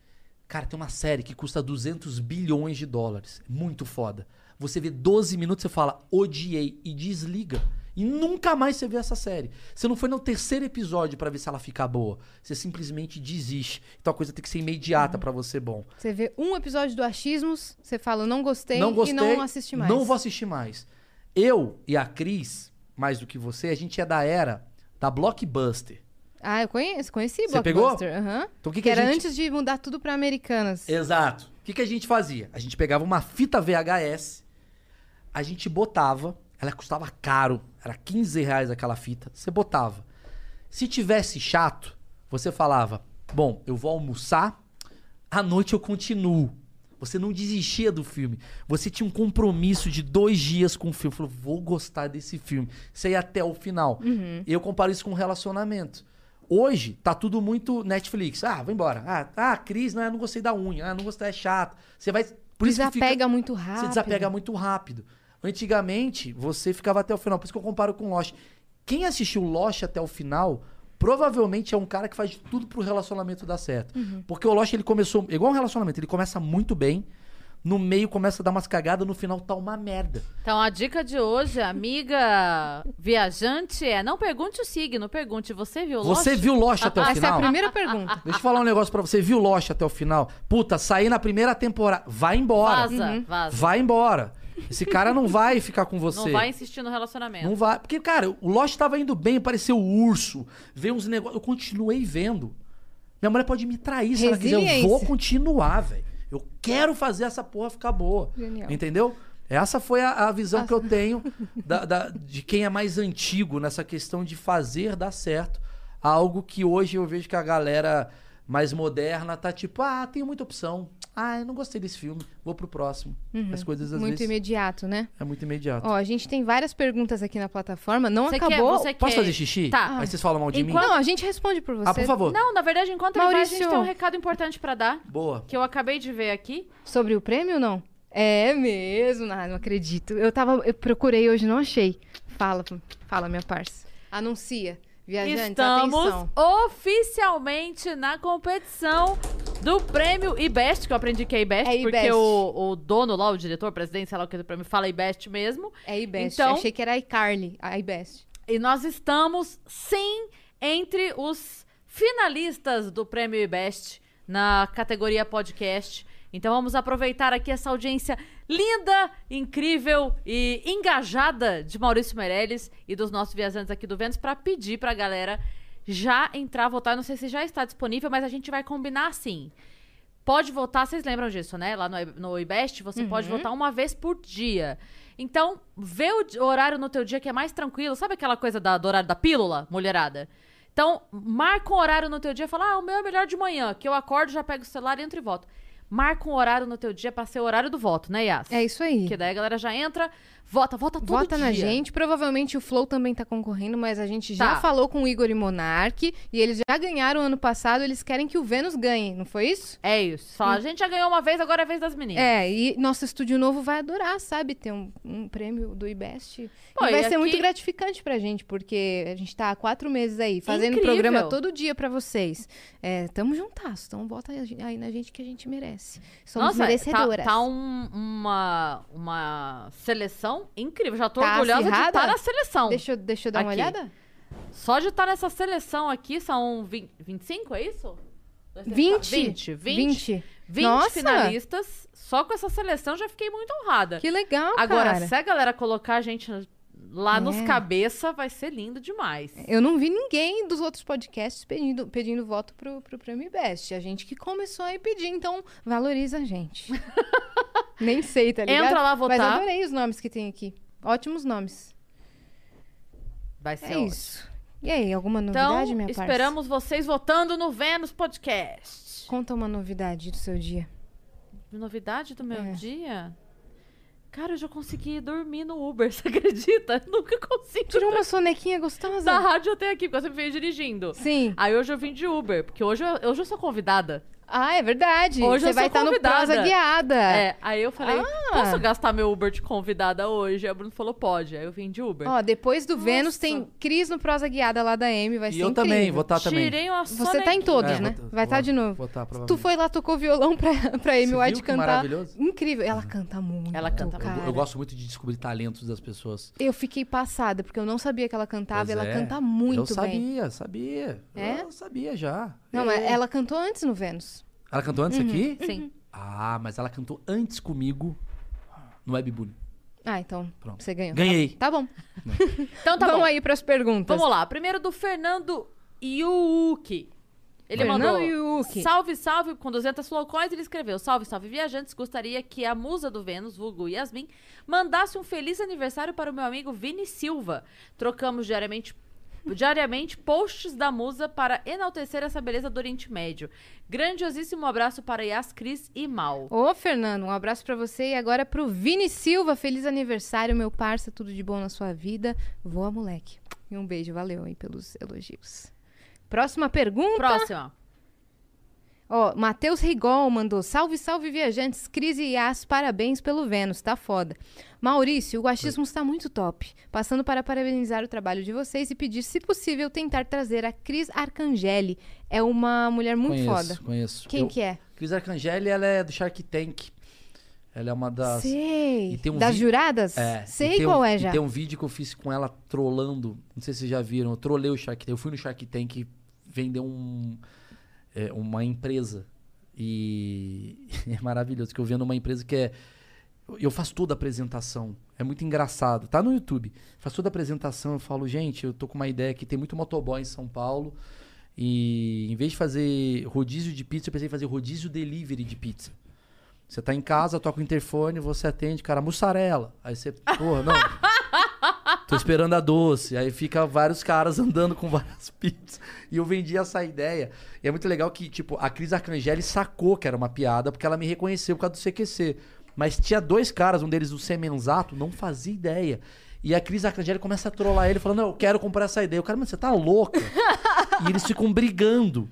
Speaker 4: cara, tem uma série que custa 200 bilhões de dólares. Muito foda. Você vê 12 minutos, você fala, odiei, e desliga. E nunca mais você vê essa série. Você não foi no terceiro episódio pra ver se ela fica boa. Você simplesmente desiste. Então a coisa tem que ser imediata pra você bom.
Speaker 3: Você vê um episódio do Achismos, você fala, não gostei,
Speaker 4: não gostei,
Speaker 3: e não assisti mais.
Speaker 4: não vou assistir mais. Eu e a Cris, mais do que você, a gente é da era da Blockbuster.
Speaker 3: Ah, eu conheço, conheci
Speaker 4: Você
Speaker 3: Blockbuster. aham.
Speaker 4: Então o que,
Speaker 3: Que,
Speaker 4: que, a
Speaker 3: era
Speaker 4: gente... É,
Speaker 3: antes de mudar tudo pra Americanas.
Speaker 4: Exato. O que, que a gente fazia? A gente pegava uma fita VHS, a gente botava, ela custava caro, era 15 reais aquela fita, você botava. Se tivesse chato, você falava, bom, eu vou almoçar, à noite eu continuo. Você não desistia do filme. Você tinha um compromisso de dois dias com o filme. Falou, vou gostar desse filme. Você ia até o final. E eu comparo isso com relacionamento. Hoje, tá tudo muito Netflix. Ah, vou embora. Ah, ah Cris, não, eu não gostei da unha. Ah, não gostei, é chato. Você vai... Por isso que
Speaker 3: desapega
Speaker 4: fica-
Speaker 3: muito rápido.
Speaker 4: você desapega muito rápido. Antigamente, você ficava até o final. Por isso que eu comparo com Lost. Quem assistiu Lost até o final, provavelmente é um cara que faz de tudo pro relacionamento dar certo. Porque o Lost, ele começou... Igual um relacionamento, ele começa muito bem. No meio começa a dar umas cagadas, no final tá uma merda.
Speaker 2: Então a dica de hoje, amiga viajante, é não pergunte o signo, pergunte você viu Lost?
Speaker 4: Você viu Lost até o
Speaker 3: Essa é
Speaker 4: final?
Speaker 3: a primeira pergunta.
Speaker 4: Deixa eu falar um negócio pra você. Viu Lost até o final? Puta, saí na primeira temporada. Vai embora.
Speaker 2: Vaza, vaza.
Speaker 4: Vai embora. Esse cara não vai ficar com você.
Speaker 2: Não vai insistir no
Speaker 3: É.
Speaker 2: relacionamento.
Speaker 4: Não vai. Porque, cara, o Lost tava indo bem, apareceu o urso, veio uns negócios. Eu continuei vendo. Minha mulher pode me trair se ela quiser. Eu
Speaker 3: Resiliência.
Speaker 4: vou continuar, velho. Eu quero fazer essa porra ficar boa.
Speaker 3: Genial.
Speaker 4: Entendeu? Essa foi a, a visão que
Speaker 3: [LAUGHS]
Speaker 4: eu tenho da- da- de quem é mais antigo nessa questão de fazer dar certo. Algo que hoje eu vejo que a galera mais moderna tá tipo, ah, tem muita opção. Ah, eu não gostei desse filme, vou pro próximo. As coisas às
Speaker 3: Uhum. Muito
Speaker 4: vezes
Speaker 3: imediato, né?
Speaker 4: é muito imediato.
Speaker 3: Ó, a gente tem várias perguntas aqui na plataforma. Não
Speaker 2: Você
Speaker 3: acabou.
Speaker 2: quer, você
Speaker 4: Posso
Speaker 2: quer...
Speaker 4: fazer xixi?
Speaker 2: Tá.
Speaker 4: Aí vocês falam mal de
Speaker 2: Enquanto-
Speaker 4: mim?
Speaker 3: Não, a gente responde por você.
Speaker 4: Ah, por favor.
Speaker 2: Não, na verdade, enquanto ele vai, a gente
Speaker 3: Maurício.
Speaker 2: tem um recado importante pra dar,
Speaker 4: Boa.
Speaker 2: que eu acabei de ver aqui.
Speaker 3: Sobre o prêmio, não? É mesmo, não, não acredito. Eu tava, eu procurei hoje, não achei. Fala, fala minha parça. Anuncia, viajantes,
Speaker 2: Estamos
Speaker 3: atenção.
Speaker 2: oficialmente na competição do prêmio IBEST, que eu aprendi que é IBEST,
Speaker 3: É
Speaker 2: porque
Speaker 3: IBEST.
Speaker 2: o, o dono lá, o diretor, o presidente, sei lá o que do prêmio, fala IBEST mesmo.
Speaker 3: É iBest.
Speaker 2: Então-
Speaker 3: Achei que era iCarly, a iBest.
Speaker 2: E nós estamos, sim, entre os finalistas do Prêmio IBEST na categoria podcast. Então vamos aproveitar aqui essa audiência linda, incrível e engajada de Maurício Meirelles e dos nossos viajantes aqui do Vênus para pedir para a galera já entrar, votar. Eu Não sei se já está disponível, mas a gente vai combinar assim. pode votar, vocês lembram disso, né? Lá no, I- no IBEST, você pode
Speaker 3: Uhum.
Speaker 2: votar uma vez por dia. Então, vê o di- horário no teu dia que é mais tranquilo. Sabe aquela coisa da, do horário da pílula, mulherada? Então, marca um horário no teu dia e fala, ah, o meu é melhor de manhã, que eu acordo, já pego o celular, entro e voto. Marca um horário no teu dia pra ser o horário do voto, né, Yas?
Speaker 3: É isso aí.
Speaker 2: Que daí a galera já entra, vota, vota todo
Speaker 3: Vota
Speaker 2: dia.
Speaker 3: na gente. Provavelmente o Flow também tá concorrendo, mas a gente já
Speaker 2: Tá.
Speaker 3: falou com o Igor e Monark. E eles já ganharam ano passado. Eles querem que o Vênus ganhe, não foi isso?
Speaker 2: É isso. Fala, a gente já ganhou uma vez, agora é a vez das meninas.
Speaker 3: É, e nosso estúdio novo vai adorar, sabe? Ter um, um prêmio do IBEST.
Speaker 2: Pô,
Speaker 3: e
Speaker 2: e
Speaker 3: vai ser
Speaker 2: aqui-
Speaker 3: muito gratificante pra gente, porque a gente tá há quatro meses aí, fazendo
Speaker 2: Incrível.
Speaker 3: programa todo dia pra vocês. É, tamo juntas, então bota aí na gente que a gente merece. Somos
Speaker 2: tá-
Speaker 3: merecedoras.
Speaker 2: Tá, um- uma, uma seleção incrível. Já tô
Speaker 3: Tá
Speaker 2: orgulhosa de
Speaker 3: acirrada?
Speaker 2: estar na seleção.
Speaker 3: Deixa, eu- deixa eu dar uma
Speaker 2: Aqui.
Speaker 3: olhada?
Speaker 2: Só de estar nessa seleção aqui, são vin- 25, é isso? Dois, três,
Speaker 3: 20?
Speaker 2: quatro. 20, 20,
Speaker 3: 20.
Speaker 2: 20
Speaker 3: Nossa!
Speaker 2: finalistas. Só com essa seleção já fiquei muito honrada.
Speaker 3: Que legal,
Speaker 2: Agora,
Speaker 3: cara.
Speaker 2: se a galera colocar a gente lá nos
Speaker 3: É.
Speaker 2: cabeça, vai ser lindo demais.
Speaker 3: Eu não vi ninguém dos outros podcasts pedindo, pedindo voto pro, pro Prêmio Best. A gente que começou aí pedir, então valoriza a
Speaker 2: [LAUGHS]
Speaker 3: gente. Nem sei, tá ligado?
Speaker 2: Entra lá
Speaker 3: Mas
Speaker 2: votar.
Speaker 3: adorei os nomes que tem aqui. Ótimos nomes.
Speaker 2: Vai ser
Speaker 3: É
Speaker 2: ótimo.
Speaker 3: isso. E aí, alguma
Speaker 2: Então,
Speaker 3: novidade, minha parça?
Speaker 2: esperamos vocês votando no Vênus Podcast.
Speaker 3: Conta uma novidade do seu dia.
Speaker 2: Novidade do meu
Speaker 3: É.
Speaker 2: dia? Cara, eu já consegui dormir no Uber, [LAUGHS] você acredita? Eu nunca consigo.
Speaker 3: Tirou uma sonequinha gostosa?
Speaker 2: Da rádio até aqui, porque eu sempre venho dirigindo.
Speaker 3: Sim.
Speaker 2: Aí hoje eu vim de Uber, porque hoje eu, hoje eu sou convidada.
Speaker 3: Ah, é verdade.
Speaker 2: Hoje
Speaker 3: Você
Speaker 2: eu
Speaker 3: vai
Speaker 2: sou
Speaker 3: estar no
Speaker 2: convidada.
Speaker 3: Prosa Guiada.
Speaker 2: É, aí eu falei,
Speaker 3: Ah.
Speaker 2: posso gastar meu Uber de convidada hoje? Aí o Bruno falou, pode. Aí eu vim de Uber.
Speaker 3: Ó, depois do
Speaker 2: Nossa.
Speaker 3: Vênus tem Cris no Prosa Guiada lá da M, vai
Speaker 4: E
Speaker 3: ser
Speaker 4: eu
Speaker 3: incrível.
Speaker 4: também, vou estar também.
Speaker 2: Tirei uma
Speaker 3: Você tá em todos,
Speaker 4: É,
Speaker 3: né?
Speaker 4: vou-
Speaker 3: Vai estar
Speaker 4: vou-
Speaker 3: de novo.
Speaker 4: Vou estar, provavelmente.
Speaker 3: Tu foi lá, tocou violão pra, pra Amy
Speaker 4: Você viu
Speaker 3: White
Speaker 4: que
Speaker 3: cantar.
Speaker 4: maravilhoso?
Speaker 3: Incrível. Ela canta muito.
Speaker 2: Ela canta
Speaker 4: Eu-
Speaker 3: cara.
Speaker 4: Eu, gosto muito de descobrir talentos das pessoas.
Speaker 3: Eu fiquei passada, porque eu não sabia que ela cantava.
Speaker 4: Pois
Speaker 3: ela
Speaker 4: é.
Speaker 3: canta muito
Speaker 4: Eu sabia,
Speaker 3: bem.
Speaker 4: sabia.
Speaker 3: É?
Speaker 4: Eu sabia já.
Speaker 3: Não, mas Uhum. ela cantou antes no Vênus.
Speaker 4: Ela cantou antes aqui?
Speaker 2: Sim.
Speaker 4: Ah, mas ela cantou antes comigo no Webbullying.
Speaker 3: Ah, então.
Speaker 4: Pronto.
Speaker 3: Você ganhou.
Speaker 4: Ganhei.
Speaker 3: Tá bom.
Speaker 2: Então tá
Speaker 3: Vamos
Speaker 2: bom.
Speaker 3: aí pras perguntas.
Speaker 2: Vamos lá. Primeiro do Fernando Yuki. Ele
Speaker 3: Fernando
Speaker 2: mandou.
Speaker 3: Yuki.
Speaker 2: Salve, salve, com 200 flocões, ele escreveu: Salve, salve, viajantes. Gostaria que a musa do Vênus, vulgo Yasmin, mandasse um feliz aniversário para o meu amigo Vini Silva. Trocamos diariamente. Diariamente, posts da musa para enaltecer essa beleza do Oriente Médio. Grandiosíssimo abraço para Yas, Cris e Mal.
Speaker 3: Ô, Fernando, um abraço pra você e agora pro Vini Silva. Feliz aniversário, meu parça. Tudo de bom na sua vida. Voa, moleque. E um beijo. Valeu aí pelos elogios. Próxima pergunta.
Speaker 2: Próxima.
Speaker 3: Ó, Matheus Rigol mandou salve, salve viajantes, Cris e Yas, parabéns pelo Vênus, tá foda. Maurício, o achismo está muito top. Passando para parabenizar o trabalho de vocês e pedir, se possível, tentar trazer a Cris Arcangeli. É uma mulher muito
Speaker 4: conheço,
Speaker 3: foda.
Speaker 4: Conheço.
Speaker 3: Quem
Speaker 4: eu,
Speaker 3: que é?
Speaker 4: Cris Arcangeli, ela é do Shark Tank. Ela é uma das.
Speaker 3: Sei.
Speaker 4: E tem um
Speaker 3: das
Speaker 4: vi-
Speaker 3: juradas?
Speaker 4: É, e
Speaker 3: Sei
Speaker 4: tem
Speaker 3: qual
Speaker 4: um,
Speaker 3: é
Speaker 4: e
Speaker 3: já.
Speaker 4: Tem um vídeo que eu fiz com ela trolando. Não sei se vocês já viram. Eu trolei o Shark Tank. Eu fui no Shark Tank vender um, é, uma empresa. E [LAUGHS] é maravilhoso. Que eu vendo uma empresa que é. Eu faço toda a apresentação. É muito engraçado. Tá no YouTube. Faço toda a apresentação. Eu falo, gente, eu tô com uma ideia que tem muito motoboy em São Paulo. E em vez de fazer rodízio de pizza, eu pensei em fazer rodízio delivery de pizza. Você tá em casa, toca o interfone, você atende, cara, mussarela. Aí você, porra, não. Tô esperando a doce. Aí fica vários caras andando com várias [LAUGHS] pizzas. E eu vendi essa ideia. E é muito legal que, tipo, a Cris Arcangeli sacou que era uma piada, porque ela me reconheceu por causa do CQC. Mas tinha dois caras, um deles o Semenzato, não fazia ideia. E a Cris Arcangeli começa a trollar ele, falando, não, eu quero comprar essa ideia. O cara, mano, você tá louca. e eles ficam brigando.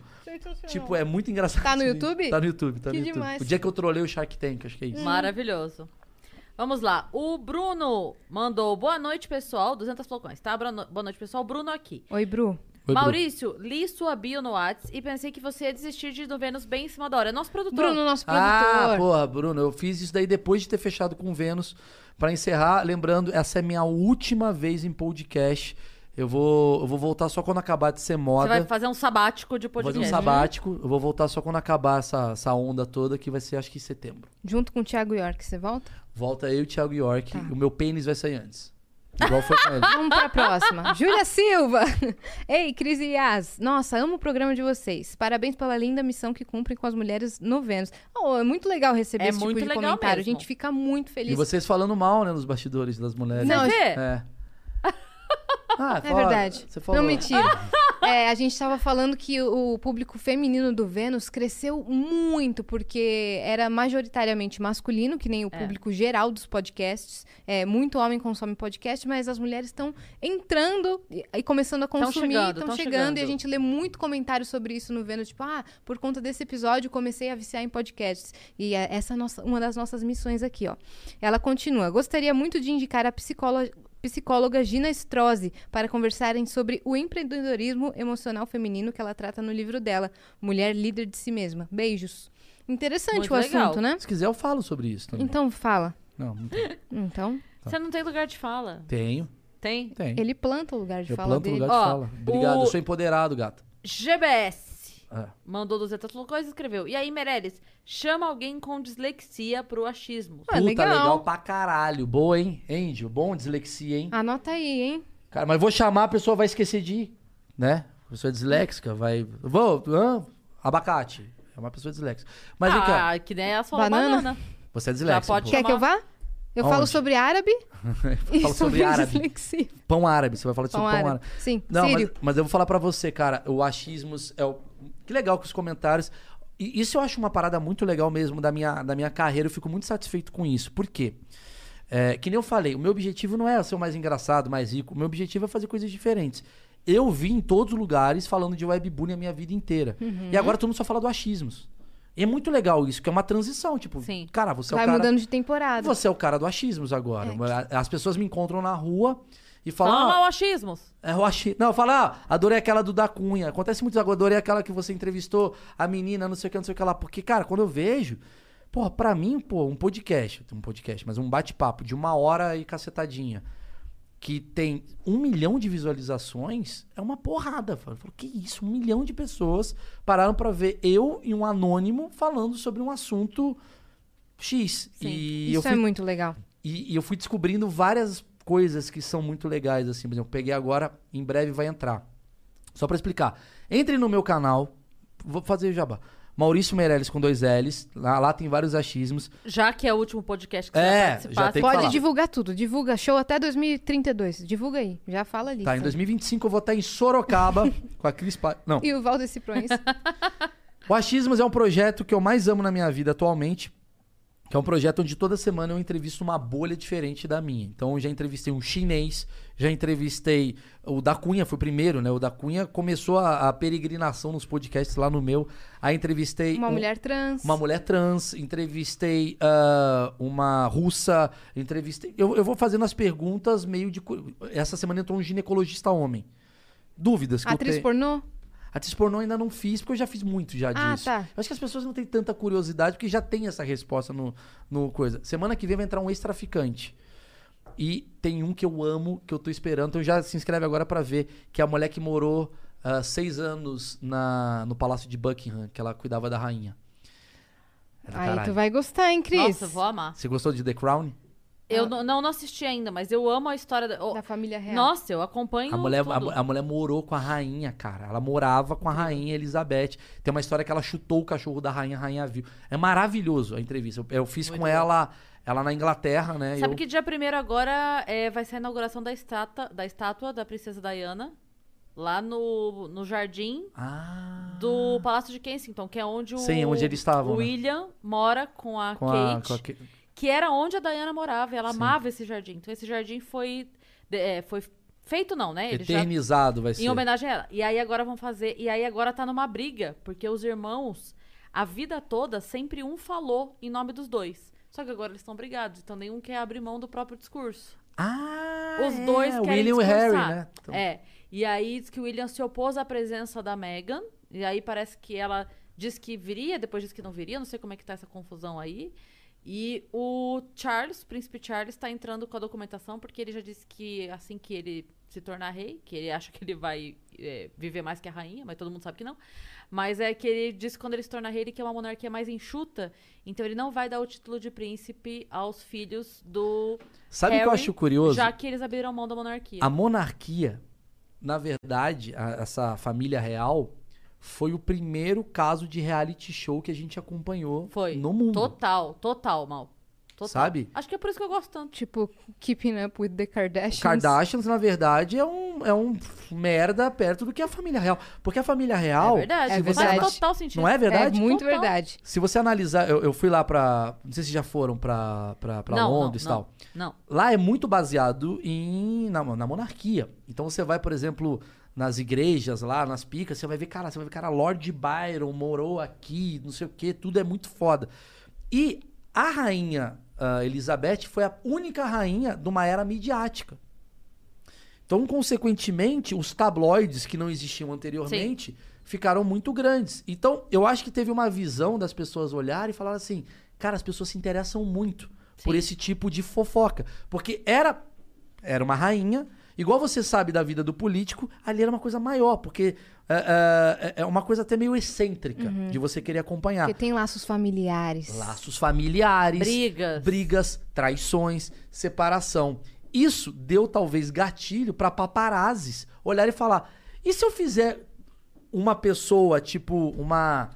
Speaker 4: Tipo, é muito engraçado.
Speaker 3: Tá no
Speaker 4: isso.
Speaker 3: YouTube?
Speaker 4: Tá no YouTube, tá
Speaker 3: Que
Speaker 4: no YouTube.
Speaker 3: demais.
Speaker 4: O dia que eu trolei o Shark Tank, acho que é isso.
Speaker 2: Hum. Maravilhoso. Vamos lá. O Bruno mandou boa noite, pessoal. 200 flocões, tá? Boa no- boa noite, pessoal. Bruno aqui.
Speaker 3: Oi, Bru.
Speaker 4: Oi, Bru.
Speaker 2: Maurício, li sua bio no Whats e pensei que você ia desistir de do Vênus bem em cima da hora. É nosso produtor.
Speaker 3: Bruno, nosso
Speaker 4: Ah,
Speaker 3: produtor.
Speaker 4: porra, Bruno, eu fiz isso daí depois de ter fechado com o Vênus. Pra encerrar, lembrando, essa é minha última vez em podcast. Eu vou, eu vou voltar só quando acabar de ser
Speaker 2: você
Speaker 4: moda.
Speaker 2: vai fazer um sabático de
Speaker 4: vou fazer
Speaker 2: podcast. né?
Speaker 4: um sabático. Eu vou voltar só quando acabar essa, essa onda toda, que vai ser acho que em setembro.
Speaker 3: Junto com o Thiago York, você volta?
Speaker 4: Volta eu e o Thiago York.
Speaker 3: Tá.
Speaker 4: O meu pênis vai sair antes. Igual foi
Speaker 2: [LAUGHS]
Speaker 4: com ele.
Speaker 3: Vamos pra próxima. Júlia Silva. [LAUGHS] Ei, Cris e Yas. Nossa, amo o programa de vocês. Parabéns pela linda missão que cumprem com as mulheres novenos. Oh, é muito legal receber
Speaker 2: É
Speaker 3: esse tipo
Speaker 2: muito
Speaker 3: de
Speaker 2: legal
Speaker 3: comentário.
Speaker 2: mesmo.
Speaker 3: A gente fica muito feliz.
Speaker 4: E vocês falando mal, né, nos bastidores das mulheres.
Speaker 3: Não,
Speaker 2: Você vê? [LAUGHS]
Speaker 4: É. Ah,
Speaker 3: É verdade.
Speaker 4: Você falou.
Speaker 2: [LAUGHS]
Speaker 3: Não, mentira. É, a gente estava falando que o público feminino do Vênus cresceu muito, porque era majoritariamente masculino, que nem
Speaker 2: É.
Speaker 3: o público geral dos podcasts. É, muito homem consome podcast, mas as mulheres estão entrando e, e começando a consumir,
Speaker 2: chegando,
Speaker 3: estão
Speaker 2: tão
Speaker 3: chegando, E
Speaker 2: chegando.
Speaker 3: a gente lê muito comentário sobre isso no Vênus, tipo, ah, por conta desse episódio comecei a viciar em podcasts. E é essa é a nossa, uma das nossas missões aqui, ó. Ela continua. Gostaria muito de indicar a psicóloga, psicóloga Gina Strozzi para conversarem sobre o empreendedorismo emocional feminino que ela trata no livro dela, Mulher Líder de Si Mesma. Beijos. Interessante
Speaker 2: Muito
Speaker 3: o
Speaker 2: legal.
Speaker 3: assunto, né?
Speaker 4: Se quiser, eu falo sobre isso também.
Speaker 3: Então fala.
Speaker 4: Não, não tenho.
Speaker 3: Então,
Speaker 2: Você não tem lugar de fala.
Speaker 4: tenho.
Speaker 2: Tem?
Speaker 4: Tem.
Speaker 3: ele planta o lugar de
Speaker 4: Eu
Speaker 3: fala
Speaker 4: planto o
Speaker 3: dele.
Speaker 4: lugar de
Speaker 2: Ó,
Speaker 4: fala. Obrigado,
Speaker 2: o- Ah,
Speaker 4: eu sou empoderado, gato.
Speaker 2: GBS.
Speaker 4: É.
Speaker 2: Mandou 200 coisas e escreveu. E aí, Meirelles, chama alguém com dislexia pro achismo.
Speaker 3: Ah,
Speaker 4: Puta,
Speaker 3: legal.
Speaker 4: legal. pra caralho. Boa, hein? Angel, bom dislexia, hein?
Speaker 3: Anota aí, hein?
Speaker 4: Cara, mas vou chamar, a pessoa vai esquecer de ir, né? A pessoa é disléxica, vai... Vou, hã? abacate. É uma pessoa disléxica. Mas vem cá,
Speaker 2: ah, que nem elas falam banana.
Speaker 3: Banana.
Speaker 4: você é disléxica.
Speaker 2: pode
Speaker 4: pô.
Speaker 2: chamar.
Speaker 3: Quer que eu vá? Eu
Speaker 4: Aonde?
Speaker 3: falo sobre
Speaker 4: [LAUGHS]
Speaker 3: árabe e
Speaker 4: Fala sobre árabe.
Speaker 3: dislexia.
Speaker 4: Pão árabe, você vai falar sobre
Speaker 3: Pão árabe.
Speaker 4: pão um árabe.
Speaker 3: Sim,
Speaker 4: Não, mas,
Speaker 3: sírio.
Speaker 4: mas eu vou falar pra você, cara. O achismos é o. Que legal que os comentários. E isso eu acho uma parada muito legal mesmo da minha, da minha carreira. Eu fico muito satisfeito com isso. Por quê? É, que nem eu falei, o meu objetivo não é ser o mais engraçado, mais rico. O meu objetivo é fazer coisas diferentes. Eu vi em todos os lugares falando de webbullying a minha vida inteira.
Speaker 3: Uhum.
Speaker 4: E agora todo mundo só fala do achismos. E é muito legal isso, que é uma transição. Tipo,
Speaker 2: Sim.
Speaker 4: cara, você é
Speaker 3: Vai
Speaker 4: o cara.
Speaker 3: mudando de É, tipo temporada.
Speaker 4: Você é o cara do achismos agora. As pessoas me encontram na rua e falam.
Speaker 2: Fala
Speaker 4: "Ah,
Speaker 2: mal achismos.
Speaker 4: é, eu achei. Não, fala, ah, adorei aquela do da Cunha. Acontece muito, agora, adorei aquela que você entrevistou a menina, não sei o que, não sei o que lá. Porque, cara, quando eu vejo. Porra, pra mim, pô, um podcast. Um podcast, mas um bate-papo de uma hora e cacetadinha. Que tem um milhão de visualizações, é uma porrada. Eu falo, que isso? Um milhão de pessoas pararam pra ver eu e um anônimo falando sobre um assunto X.
Speaker 2: Sim.
Speaker 4: E eu
Speaker 3: Isso
Speaker 4: fui
Speaker 3: é muito legal.
Speaker 4: e, e eu fui descobrindo várias coisas que são muito legais, assim. Por exemplo, peguei agora, em breve vai entrar. Só pra explicar. Entre no meu canal, vou fazer jabá. Maurício Meirelles com dois L's. Lá, lá tem vários achismos.
Speaker 2: Já que é o último podcast que
Speaker 4: É,
Speaker 2: você vai participar,
Speaker 4: já tem que
Speaker 2: você
Speaker 3: Pode
Speaker 4: falar.
Speaker 3: divulgar tudo. Divulga show até 2032. Divulga aí. Já fala ali.
Speaker 4: Tá, em 2025 eu vou estar em Sorocaba com a Cris pa... Não.
Speaker 3: E o Valdeci
Speaker 4: [LAUGHS]
Speaker 3: Proença.
Speaker 4: O Achismos é um projeto que eu mais amo na minha vida atualmente. Que é um projeto onde toda semana eu entrevisto uma bolha diferente da minha. Então eu já entrevistei um chinês, já entrevistei o da Cunha, foi o primeiro, né? O da Cunha começou a, a peregrinação nos podcasts lá no meu. Aí entrevistei
Speaker 3: Uma
Speaker 4: um-
Speaker 3: mulher trans.
Speaker 4: uma mulher trans, entrevistei ah, uma russa, entrevistei. Eu, eu vou fazendo as perguntas meio de. cu- Essa semana entrou um ginecologista homem. Dúvidas que eu
Speaker 3: Atriz
Speaker 4: tenho.
Speaker 3: pornô?
Speaker 4: Atriz pornô ainda não fiz, porque eu já fiz muito já
Speaker 3: Ah,
Speaker 4: disso.
Speaker 3: tá.
Speaker 4: Eu acho que as pessoas não têm tanta curiosidade, porque já tem essa resposta no, no coisa. Semana que vem vai entrar um ex-traficante. E tem um que eu amo, que eu tô esperando. Então já se inscreve agora pra ver, que é a mulher que morou ah, seis anos na, no Palácio de Buckingham, que ela cuidava da rainha. É do
Speaker 3: Aí
Speaker 4: caralho.
Speaker 3: tu vai gostar, hein, Cris?
Speaker 2: Nossa, eu vou amar.
Speaker 4: Você gostou de The Crown?
Speaker 2: Eu não, não, não assisti ainda, mas eu amo a história da... oh,
Speaker 3: Da família real.
Speaker 2: Nossa, eu acompanho
Speaker 4: A mulher,
Speaker 2: tudo.
Speaker 4: a, mu- a mulher morou com a rainha, cara. Ela morava com a rainha Elizabeth. Tem uma história que ela chutou o cachorro da rainha, a rainha viu. É maravilhoso a entrevista. Eu, eu fiz com ela, ela na Inglaterra, né?
Speaker 2: Sabe
Speaker 4: eu,
Speaker 2: que dia 1 agora é, vai ser a inauguração da, estata, da estátua da princesa Diana, lá no, no jardim
Speaker 4: Ah.
Speaker 2: do Palácio de Kensington, que é onde o,
Speaker 4: Sim, onde eles estavam,
Speaker 2: o
Speaker 4: né?
Speaker 2: William mora com a
Speaker 4: Com a,
Speaker 2: Kate,
Speaker 4: com a Kate.
Speaker 2: que era onde a Diana morava, e ela
Speaker 4: Sim.
Speaker 2: amava esse jardim. Então esse jardim foi, de- é, foi feito não, né? Ele já-
Speaker 4: Eternizado vai ser.
Speaker 2: Em homenagem a ela. E aí agora vão fazer. E aí agora tá numa briga, porque os irmãos, a vida toda, sempre um falou em nome dos dois. Só que agora eles estão brigados, então nenhum quer abrir mão do próprio discurso.
Speaker 4: Ah,
Speaker 2: Os
Speaker 4: é,
Speaker 2: dois querem
Speaker 4: William e
Speaker 2: discursar.
Speaker 4: Harry, né? Então,
Speaker 2: É. E aí diz que o William se opôs à presença da Meghan. E aí parece que ela diz que viria, depois diz que não viria. Não sei como é que tá essa confusão aí. E o Charles, o príncipe Charles, tá entrando com a documentação, porque ele já disse que assim que ele se tornar rei, que ele acha que ele vai é, viver mais que a rainha, mas todo mundo sabe que não. Mas é que ele diz que quando ele se torna rei, ele quer uma monarquia mais enxuta, então ele não vai dar o título de príncipe aos filhos do.
Speaker 4: Sabe o que eu
Speaker 2: Harry,
Speaker 4: acho curioso?
Speaker 2: Já que eles abriram mão da monarquia.
Speaker 4: A monarquia, na verdade, a- essa família real foi o primeiro caso de reality show que a gente acompanhou
Speaker 2: Foi.
Speaker 4: no mundo.
Speaker 2: Total, total, mal. Total.
Speaker 4: Sabe?
Speaker 2: Acho que é por isso que eu gosto tanto.
Speaker 3: Tipo, Keeping Up with the Kardashians.
Speaker 4: Kardashians, na verdade, é um, é um merda perto do que a família real. Porque a família real.
Speaker 2: é verdade.
Speaker 4: se
Speaker 3: é
Speaker 4: você
Speaker 2: Faz
Speaker 3: verdade.
Speaker 4: ana-
Speaker 2: total sentido.
Speaker 4: Não é verdade?
Speaker 3: É muito
Speaker 2: Total.
Speaker 3: verdade.
Speaker 4: Se você analisar. Eu, eu fui lá pra. Não sei se já foram pra, pra, pra
Speaker 2: Não, não,
Speaker 4: Londres e
Speaker 2: não,
Speaker 4: tal.
Speaker 2: Não.
Speaker 4: Lá é muito baseado em, na, na monarquia. Então você vai, por exemplo, nas igrejas lá, nas picas, você vai ver, cara, você vai ver, cara, Lord Byron morou aqui, não sei o quê, tudo é muito foda. E a rainha ah, Elizabeth foi a única rainha de uma era midiática. Então, consequentemente, os tabloides que não existiam anteriormente ficaram muito grandes. Então, eu acho que teve uma visão das pessoas olharem e falaram assim: cara, as pessoas se interessam muito por
Speaker 2: Sim.
Speaker 4: esse tipo de fofoca. Porque era, era uma rainha, igual você sabe da vida do político, ali era uma coisa maior, porque é, é, é uma coisa até meio excêntrica de você querer acompanhar.
Speaker 3: Uhum. Porque tem laços familiares.
Speaker 4: Laços familiares,
Speaker 2: Brigas.
Speaker 4: brigas, traições, separação. Isso deu talvez gatilho pra paparazes olhar e falar: e se eu fizer uma pessoa, tipo uma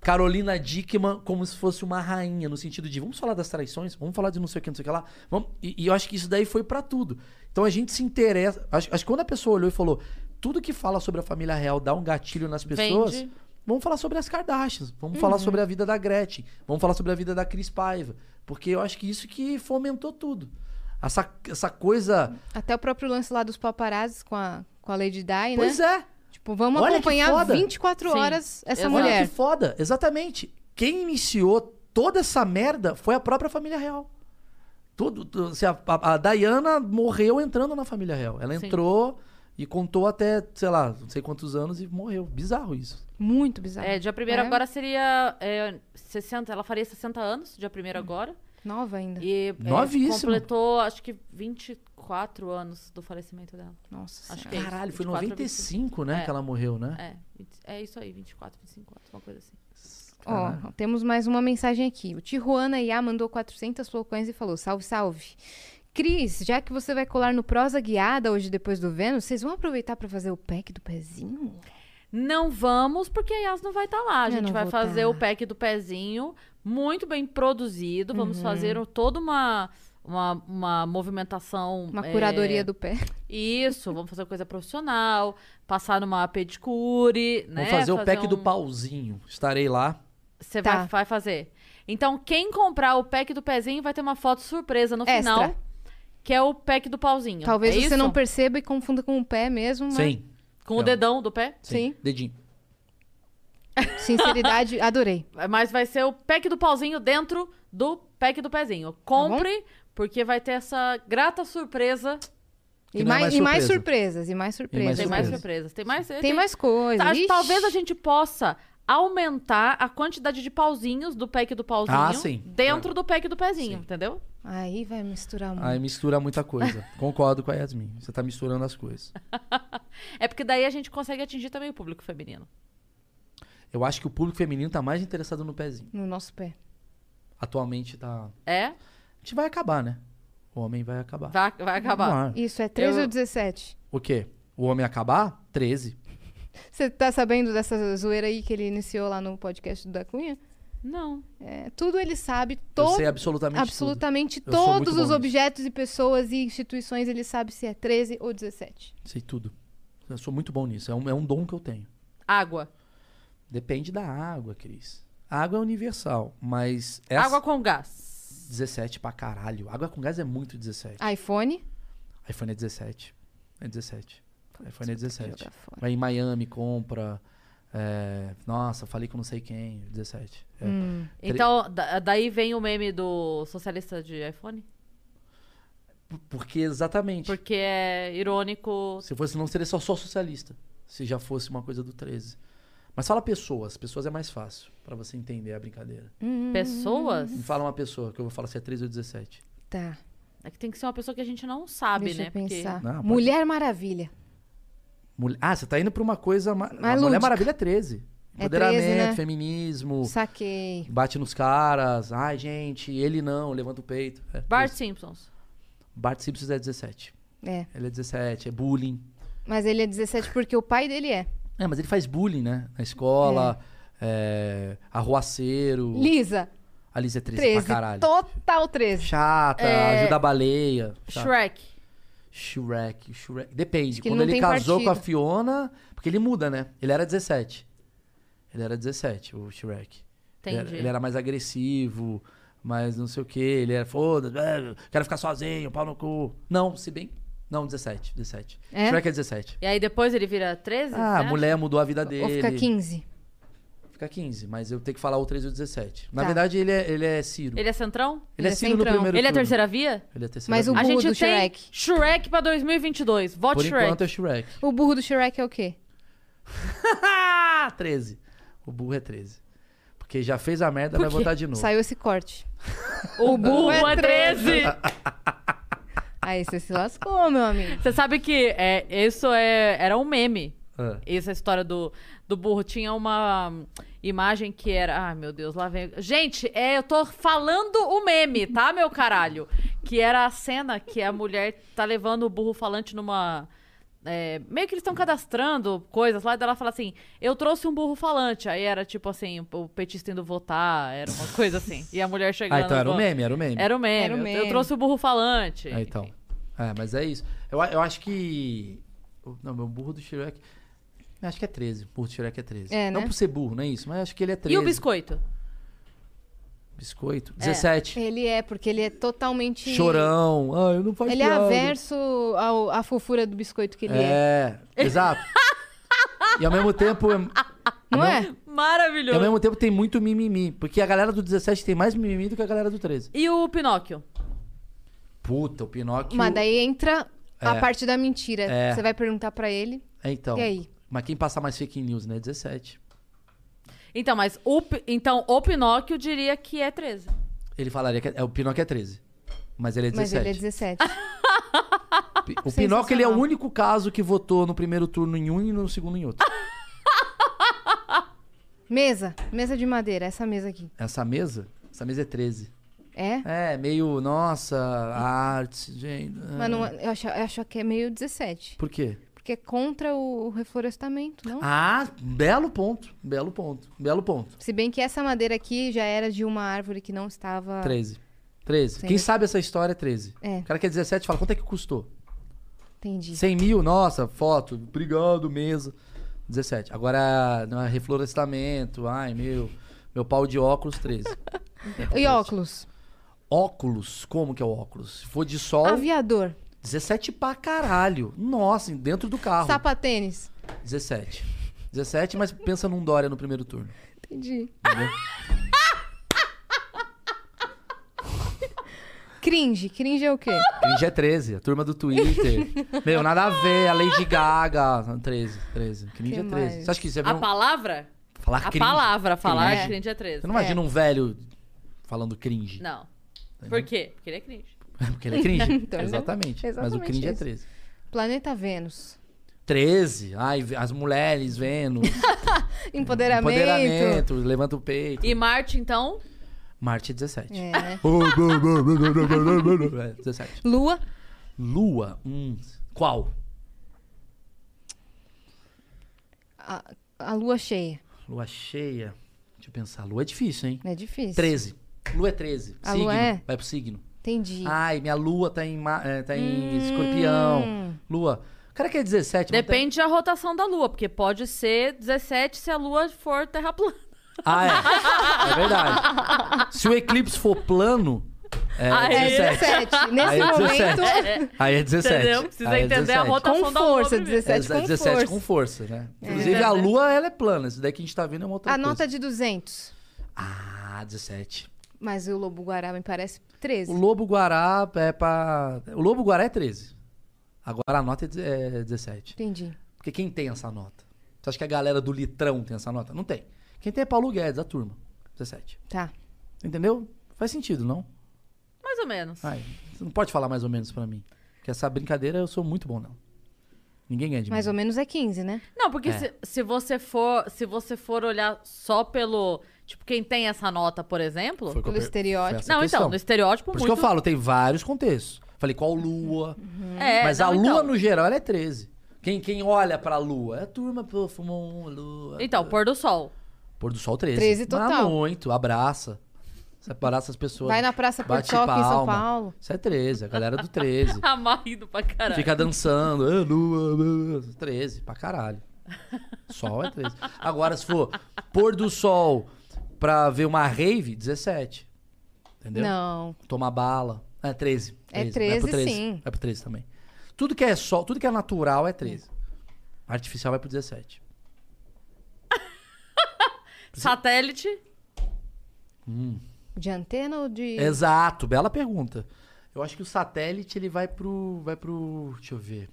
Speaker 4: Carolina Dickman, como se fosse uma rainha, no sentido de vamos falar das traições, vamos falar de não sei o que, não sei o que lá. Vamos... E, e eu acho que isso daí foi pra tudo. Então a gente se interessa. Acho, acho que quando a pessoa olhou e falou: tudo que fala sobre a família real dá um gatilho nas pessoas.
Speaker 2: Vende.
Speaker 4: Vamos falar sobre as Kardashians, vamos falar sobre a vida da Gretchen, vamos falar sobre a vida da Cris Paiva, porque eu acho que isso que fomentou tudo. Essa, essa coisa.
Speaker 3: Até o próprio lance lá dos paparazzi com a, com a Lady Di,
Speaker 4: Pois
Speaker 3: né?
Speaker 4: é,
Speaker 3: Tipo, vamos
Speaker 4: Olha que
Speaker 3: acompanhar
Speaker 4: foda.
Speaker 3: 24
Speaker 2: Sim,
Speaker 3: horas essa
Speaker 2: exato.
Speaker 4: olha
Speaker 3: mulher.
Speaker 4: que foda, exatamente. Quem iniciou toda essa merda foi a própria família real. Tudo, tu- se a, a, a Diana morreu entrando na família real. Ela
Speaker 2: Sim.
Speaker 4: entrou e contou até, sei lá, não sei quantos anos e morreu. Bizarro isso.
Speaker 3: Muito bizarro.
Speaker 2: É, dia 1
Speaker 3: É.
Speaker 2: agora seria é, 60, ela faria 60 anos, dia 1 agora.
Speaker 3: Nova ainda.
Speaker 2: E é,
Speaker 4: Novíssima.
Speaker 2: completou, acho que 24 anos do falecimento dela.
Speaker 3: Nossa
Speaker 2: Acho
Speaker 3: Senhora.
Speaker 2: que é isso,
Speaker 4: Caralho, foi em
Speaker 2: 24,
Speaker 4: 95, né,
Speaker 2: É.
Speaker 4: que ela morreu, né?
Speaker 2: É, vinte- é isso aí, 24, 25 anos, uma coisa assim.
Speaker 3: Ó,
Speaker 4: Caralho.
Speaker 3: temos mais uma mensagem aqui. O Tijuana Iá mandou 400 flocões e falou: salve, salve. Cris, já que você vai colar no Prosa Guiada hoje depois do Vênus, vocês vão aproveitar pra fazer o pack do pezinho?
Speaker 2: Não vamos, porque a Yas não vai estar lá. A
Speaker 3: Eu
Speaker 2: gente
Speaker 3: não
Speaker 2: vai
Speaker 3: vou
Speaker 2: fazer
Speaker 3: tá.
Speaker 2: o pack do pezinho, muito bem produzido.
Speaker 3: Uhum.
Speaker 2: Vamos fazer o- toda uma, uma, uma movimentação.
Speaker 3: Uma
Speaker 2: é,
Speaker 3: curadoria do pé.
Speaker 2: Isso, vamos fazer coisa profissional, passar numa pedicure, né?
Speaker 4: Vamos fazer, o pack do
Speaker 2: um-
Speaker 4: pauzinho. Estarei lá.
Speaker 2: Você
Speaker 3: Tá.
Speaker 2: vai, vai fazer. Então, quem comprar o pack do pezinho vai ter uma foto surpresa no
Speaker 3: Extra.
Speaker 2: final, que é o pack do pauzinho.
Speaker 3: Talvez
Speaker 2: É
Speaker 3: você
Speaker 2: isso?
Speaker 3: não perceba e confunda com o pé mesmo, mas
Speaker 4: Sim,
Speaker 2: Com o dedão do pé.
Speaker 4: sim.
Speaker 3: Sim.
Speaker 4: Dedinho.
Speaker 2: [LAUGHS]
Speaker 3: sinceridade, adorei.
Speaker 2: Mas vai ser o pack do pauzinho dentro do pack do pezinho. Compre,
Speaker 3: Tá
Speaker 2: porque vai ter essa grata surpresa.
Speaker 4: Que
Speaker 3: E
Speaker 4: não é
Speaker 3: mais,
Speaker 4: mais
Speaker 3: e mais
Speaker 4: surpresa.
Speaker 3: surpresas, e mais surpresas.
Speaker 2: Tem mais
Speaker 4: É surpresa.
Speaker 2: surpresas. Tem mais.
Speaker 3: Tem mais coisas.
Speaker 2: Acho que talvez a gente possa aumentar a quantidade de pauzinhos do pack do pauzinho
Speaker 4: Ah, sim.
Speaker 2: dentro do pack do pezinho,
Speaker 4: Sim.
Speaker 2: entendeu?
Speaker 3: Aí vai misturar muito.
Speaker 4: Aí mistura muita
Speaker 2: [LAUGHS]
Speaker 4: coisa. Concordo com a Yasmin. Você tá misturando as coisas.
Speaker 2: É porque daí a gente consegue atingir também o público feminino.
Speaker 4: Eu acho que o público feminino tá mais interessado no pezinho.
Speaker 3: No nosso pé.
Speaker 4: Atualmente tá.
Speaker 2: É?
Speaker 4: A gente vai acabar, né? O homem vai acabar.
Speaker 2: Vai, vai acabar.
Speaker 4: Vai.
Speaker 3: Isso, é 13
Speaker 2: Eu-
Speaker 3: ou 17?
Speaker 4: O quê? O homem acabar? 13.
Speaker 3: Você tá sabendo dessa zoeira aí que ele iniciou lá no podcast do Da Cunha?
Speaker 2: Não.
Speaker 3: É, tudo ele sabe,
Speaker 4: Eu
Speaker 3: todo
Speaker 4: sei absolutamente.
Speaker 3: absolutamente
Speaker 4: Eu sou muito
Speaker 3: todos
Speaker 4: bom
Speaker 3: os
Speaker 4: nisso.
Speaker 3: objetos e pessoas e instituições ele sabe se é 13 ou 17.
Speaker 4: Tudo. Sei tudo. Eu sou muito bom nisso. É um, é um dom que eu tenho.
Speaker 2: Água.
Speaker 4: Depende da água, Cris. A água é universal, mas essa
Speaker 2: Água com gás.
Speaker 4: 17 pra caralho. Água com gás é muito 17.
Speaker 3: iPhone.
Speaker 4: iPhone é 17. É 17. iPhone é
Speaker 3: Putz, vou ter que
Speaker 4: 17.
Speaker 3: jogar fora.
Speaker 4: Vai em Miami, compra. é, Nossa, falei com não sei quem. 17. É. Tre-
Speaker 2: Então, da- daí vem o meme do socialista de iPhone.
Speaker 4: P- Porque exatamente.
Speaker 2: Porque é irônico.
Speaker 4: Se fosse, não seria só, só socialista. Se já fosse uma coisa do 13. Mas fala pessoas. Pessoas é mais fácil pra você entender a brincadeira.
Speaker 3: Hum,
Speaker 2: Pessoas.
Speaker 4: Me fala uma pessoa que eu vou falar se é 13 ou 17.
Speaker 3: tá.
Speaker 2: É que tem que ser uma pessoa que a gente não sabe,
Speaker 3: Deixa
Speaker 2: né?
Speaker 3: eu pensar.
Speaker 4: Não, pode-
Speaker 3: Mulher Maravilha.
Speaker 4: Mulher- Ah, você tá indo pra uma coisa. Ma...
Speaker 3: Mas
Speaker 4: a Mulher
Speaker 3: lúdica.
Speaker 4: Maravilha é 13.
Speaker 3: É
Speaker 4: Empoderamento,
Speaker 3: 13, né?
Speaker 4: feminismo,
Speaker 3: Saquei.
Speaker 4: bate nos caras. Ai, gente, ele não, levanta o peito. É,
Speaker 2: Bart
Speaker 4: isso.
Speaker 2: Simpsons.
Speaker 4: Bart Simpsons é 17.
Speaker 3: É.
Speaker 4: Ele é 17, é bullying.
Speaker 3: Mas ele é 17 porque o pai dele é.
Speaker 4: É, mas ele faz bullying, né? Na escola, é. arruaceiro.
Speaker 3: Lisa,
Speaker 4: A Liz é 13,
Speaker 3: 13.
Speaker 4: Uh. pra caralho.
Speaker 3: Total 13.
Speaker 4: Chata,
Speaker 2: É.
Speaker 4: ajuda a baleia. Chata.
Speaker 2: Shrek.
Speaker 4: Shrek, Shrek. Depende.
Speaker 3: Acho que ele
Speaker 4: Quando
Speaker 3: não
Speaker 4: ele
Speaker 3: tem
Speaker 4: casou com a
Speaker 3: partido.
Speaker 4: Fiona. Porque ele muda, né? Ele era 17. Ele era 17, o Shrek. Ele era,
Speaker 2: Entendi.
Speaker 4: ele era mais agressivo, mais não sei o quê. Ele era foda, se quero ficar sozinho, pau no cu. Não, se bem. Não, 17, 17.
Speaker 3: É?
Speaker 4: Shrek é 17.
Speaker 2: E aí depois ele vira 13?
Speaker 4: Ah, a
Speaker 2: né?
Speaker 4: mulher mudou a vida dele.
Speaker 3: Ou fica 15.
Speaker 4: Fica 15, mas eu tenho que falar o 13 ou 17. Na
Speaker 3: Tá.
Speaker 4: verdade, ele é, ele é Ciro.
Speaker 2: Ele é centrão?
Speaker 4: Ele
Speaker 3: ele
Speaker 4: é
Speaker 3: é
Speaker 4: Ciro no
Speaker 3: centrão.
Speaker 4: primeiro
Speaker 2: Ele é
Speaker 4: turno.
Speaker 2: terceira via?
Speaker 4: Ele é terceira.
Speaker 3: Mas o
Speaker 4: via.
Speaker 2: a
Speaker 3: burro
Speaker 2: gente
Speaker 3: do
Speaker 2: tem
Speaker 3: Shrek.
Speaker 2: Shrek pra 2022. Vote
Speaker 4: Por
Speaker 2: Shrek.
Speaker 4: enquanto é Shrek.
Speaker 3: O burro do Shrek é o quê?
Speaker 4: Ah, 13. O burro é 13. Porque já fez a merda, vai votar de novo.
Speaker 3: Saiu esse corte.
Speaker 2: O
Speaker 3: [LAUGHS]
Speaker 2: burro
Speaker 3: é
Speaker 2: é 13.
Speaker 3: Aí você se lascou, meu amigo.
Speaker 2: Você sabe que é, isso é, era um meme.
Speaker 4: Ah.
Speaker 2: Essa história do, do burro. Tinha uma hum, imagem que era. Ai, meu Deus, lá vem. Gente, é, eu tô falando o meme, tá, meu caralho? Que era a cena que a mulher tá levando o burro falante numa. é, meio que eles estão cadastrando coisas lá, e daí ela fala assim: Eu trouxe um burro falante. Aí era tipo assim: o petista indo votar, era uma coisa assim. E a mulher chegando.
Speaker 4: Ah, então era o
Speaker 2: "Vamos."
Speaker 4: meme, era o meme.
Speaker 2: Era o meme.
Speaker 3: Era o
Speaker 2: Eu- Eu
Speaker 3: meme.
Speaker 2: trouxe o burro falante.
Speaker 4: Ah, então. É, mas é isso. Eu, a- eu acho que. o- Não, meu burro do Shrek. eu acho que é 13. O burro do Shrek é 13.
Speaker 3: É,
Speaker 4: Não
Speaker 3: né?
Speaker 4: por ser burro, não é isso, mas eu acho que ele é 13.
Speaker 2: E o biscoito?
Speaker 4: Biscoito. 17.
Speaker 3: Ele é, porque ele é totalmente.
Speaker 4: Chorão. Ah, eu não faço
Speaker 3: Ele é
Speaker 4: piada.
Speaker 3: averso ao- à fofura do biscoito que ele é.
Speaker 4: É, exato. e ao mesmo
Speaker 3: [LAUGHS]
Speaker 4: tempo. é-
Speaker 3: Não é?
Speaker 4: E ao
Speaker 2: Maravilhoso.
Speaker 4: mesmo tempo tem muito mimimi. Porque a galera do 17 tem mais mimimi do que a galera do 13.
Speaker 2: E o Pinóquio?
Speaker 4: Puta, o Pinóquio.
Speaker 3: Mas daí entra
Speaker 4: É.
Speaker 3: a parte da mentira.
Speaker 4: É.
Speaker 3: Você vai perguntar pra ele.
Speaker 4: É, então.
Speaker 3: E aí?
Speaker 4: Mas quem passa mais fake news, né? 17.
Speaker 2: Então, mas o, Pi- então, o Pinóquio diria que é 13.
Speaker 4: Ele falaria que é, é, o Pinóquio é 13. Mas ele é 17.
Speaker 3: Mas ele é 17.
Speaker 4: Pi- O Pinóquio ele é o único caso que votou no primeiro turno em um e no segundo em outro.
Speaker 3: mesa. Mesa de madeira. Essa mesa aqui.
Speaker 4: Essa mesa, essa mesa é 13.
Speaker 3: É?
Speaker 4: É, meio, nossa, arte, gente. é.
Speaker 3: Mas não, eu, acho, eu acho que é meio 17.
Speaker 4: Por quê?
Speaker 3: Porque é contra o reflorestamento, não?
Speaker 4: Ah, belo ponto, belo ponto, belo ponto.
Speaker 3: Se bem que essa madeira aqui já era de uma árvore que não estava.
Speaker 4: 13. 13.
Speaker 3: Sim.
Speaker 4: Quem sabe essa história é 13.
Speaker 3: É.
Speaker 4: O cara que é 17 fala, quanto é que custou?
Speaker 3: Entendi.
Speaker 4: 100 mil, nossa, foto, obrigado, mesa. 17. Agora, não é reflorestamento, ai, meu, meu pau de óculos, 13.
Speaker 3: E óculos?
Speaker 4: Óculos, como que é o óculos? Se for de sol,
Speaker 3: Aviador.
Speaker 4: 17 pra caralho. Nossa, dentro do carro.
Speaker 3: Sapatênis.
Speaker 4: 17. 17, mas pensa num Dória no primeiro turno.
Speaker 3: Entendi.
Speaker 4: Entendeu?
Speaker 3: [LAUGHS] Cringe. Cringe é o quê?
Speaker 4: Cringe é 13, a turma do Twitter. Meu, nada a ver, a Lady Gaga. 13, 13. Cringe
Speaker 3: Que
Speaker 4: é 13.
Speaker 3: mais?
Speaker 4: Você acha que você vê
Speaker 2: A
Speaker 4: um...
Speaker 2: palavra?
Speaker 4: falar
Speaker 2: A
Speaker 4: cringe?
Speaker 2: palavra falar
Speaker 4: Cringe.
Speaker 2: cringe, é 13.
Speaker 4: Você não imagina um velho falando cringe.
Speaker 2: Não. Por quê? Porque ele é cringe.
Speaker 4: [LAUGHS] Porque ele é cringe.
Speaker 3: [LAUGHS] Então, né?
Speaker 4: Exatamente. Mas o
Speaker 3: Exatamente
Speaker 4: cringe é
Speaker 3: isso.
Speaker 4: 13.
Speaker 3: Planeta Vênus.
Speaker 4: 13. Ai, as mulheres vendo.
Speaker 3: Empoderamento.
Speaker 4: Empoderamento, levanta o peito.
Speaker 2: E Marte, então?
Speaker 4: Marte é 17.
Speaker 3: É,
Speaker 4: [LAUGHS]
Speaker 3: né?
Speaker 4: É, 17.
Speaker 3: Lua.
Speaker 4: Lua, hum. Qual?
Speaker 3: A, a lua cheia.
Speaker 4: Lua cheia. Deixa eu pensar. Lua é difícil, hein?
Speaker 3: É difícil.
Speaker 4: 13. Lua é 13.
Speaker 3: A
Speaker 4: signo.
Speaker 3: lua é?
Speaker 4: Vai pro signo.
Speaker 3: Entendi.
Speaker 4: Ai, minha lua tá em, ma- eh, tá em
Speaker 3: Hum.
Speaker 4: escorpião. Lua. O cara que é 17. mas
Speaker 2: Depende da rotação da Lua, porque pode ser 17 se a Lua for terra plana. [LAUGHS]
Speaker 4: tá- Ah, é. É verdade. Se o eclipse for plano, é
Speaker 2: Ah, é
Speaker 4: 17.
Speaker 3: 17.
Speaker 4: Aí
Speaker 3: Nesse
Speaker 4: é
Speaker 3: momento,
Speaker 4: 17. Aí é 17.
Speaker 2: Entendeu? Precisa
Speaker 4: Aí é
Speaker 2: entender a
Speaker 4: 17.
Speaker 2: rota-
Speaker 3: com
Speaker 2: Rotação Tá da lua
Speaker 3: força,
Speaker 2: primeiro.
Speaker 3: 17 com
Speaker 4: 17
Speaker 3: força.
Speaker 4: com força, né? Inclusive, a lua, ela é plana. Isso daí que a gente tá vendo é uma outra
Speaker 3: A
Speaker 4: coisa.
Speaker 3: nota de 200.
Speaker 4: Ah, 17.
Speaker 3: Mas o lobo guará me parece
Speaker 4: O
Speaker 3: 13.
Speaker 4: Lobo Guará é pra. O Lobo Guará é 13. Agora a nota é de- é 17.
Speaker 3: Entendi.
Speaker 4: Porque quem tem essa nota? Você acha que a galera do Litrão tem essa nota? Não tem. Quem tem é Paulo Guedes, a turma. 17.
Speaker 3: Tá.
Speaker 4: Entendeu? Faz sentido, não?
Speaker 2: Mais ou menos.
Speaker 4: Ai, Você não pode falar mais ou menos pra mim. Porque essa brincadeira eu sou muito bom, não. Ninguém ganha de
Speaker 3: Mais
Speaker 4: mim.
Speaker 3: ou menos é 15, né?
Speaker 2: Não,
Speaker 4: É.
Speaker 2: porque se, se você for, se você for olhar só pelo, tipo, quem tem essa nota, por exemplo,
Speaker 4: Foi o que eu
Speaker 3: Pelo
Speaker 4: per-
Speaker 3: estereótipo.
Speaker 4: foi essa
Speaker 2: não,
Speaker 4: questão.
Speaker 2: então, no estereótipo
Speaker 4: Por
Speaker 2: muito.
Speaker 4: isso que eu falo, tem vários contextos. Falei, qual lua?
Speaker 3: Uhum.
Speaker 2: É,
Speaker 4: Mas a
Speaker 2: não,
Speaker 4: lua,
Speaker 2: então,
Speaker 4: no geral, ela é 13. Quem, quem olha pra lua? É a turma, pô, fumou um, lua.
Speaker 2: Então,
Speaker 4: pô.
Speaker 2: pôr do sol.
Speaker 4: Pôr do sol 13.
Speaker 3: 13
Speaker 4: Mas
Speaker 3: total.
Speaker 4: muito, abraça. Você abraça as pessoas.
Speaker 3: Vai na Praça por
Speaker 4: Bate
Speaker 3: Choque em São
Speaker 4: palma.
Speaker 3: Paulo.
Speaker 4: Isso é 13, a galera do 13.
Speaker 2: Amarrido Tá pra caralho.
Speaker 4: Fica dançando. "Ah, lua, lua", 13, pra caralho. Sol é 13. Agora, se for pôr do sol pra ver uma rave, 17. Entendeu?
Speaker 3: Não.
Speaker 4: Tomar bala. É 13.
Speaker 3: É
Speaker 4: Vai pro
Speaker 3: 13, sim.
Speaker 4: Vai pro 13 também. Tudo que é sol, tudo que é natural é 13. Artificial vai pro 17.
Speaker 2: Satélite.
Speaker 3: De antena ou de.
Speaker 4: Exato, bela pergunta. Eu acho que o satélite ele vai pro. Vai pro. Deixa eu ver.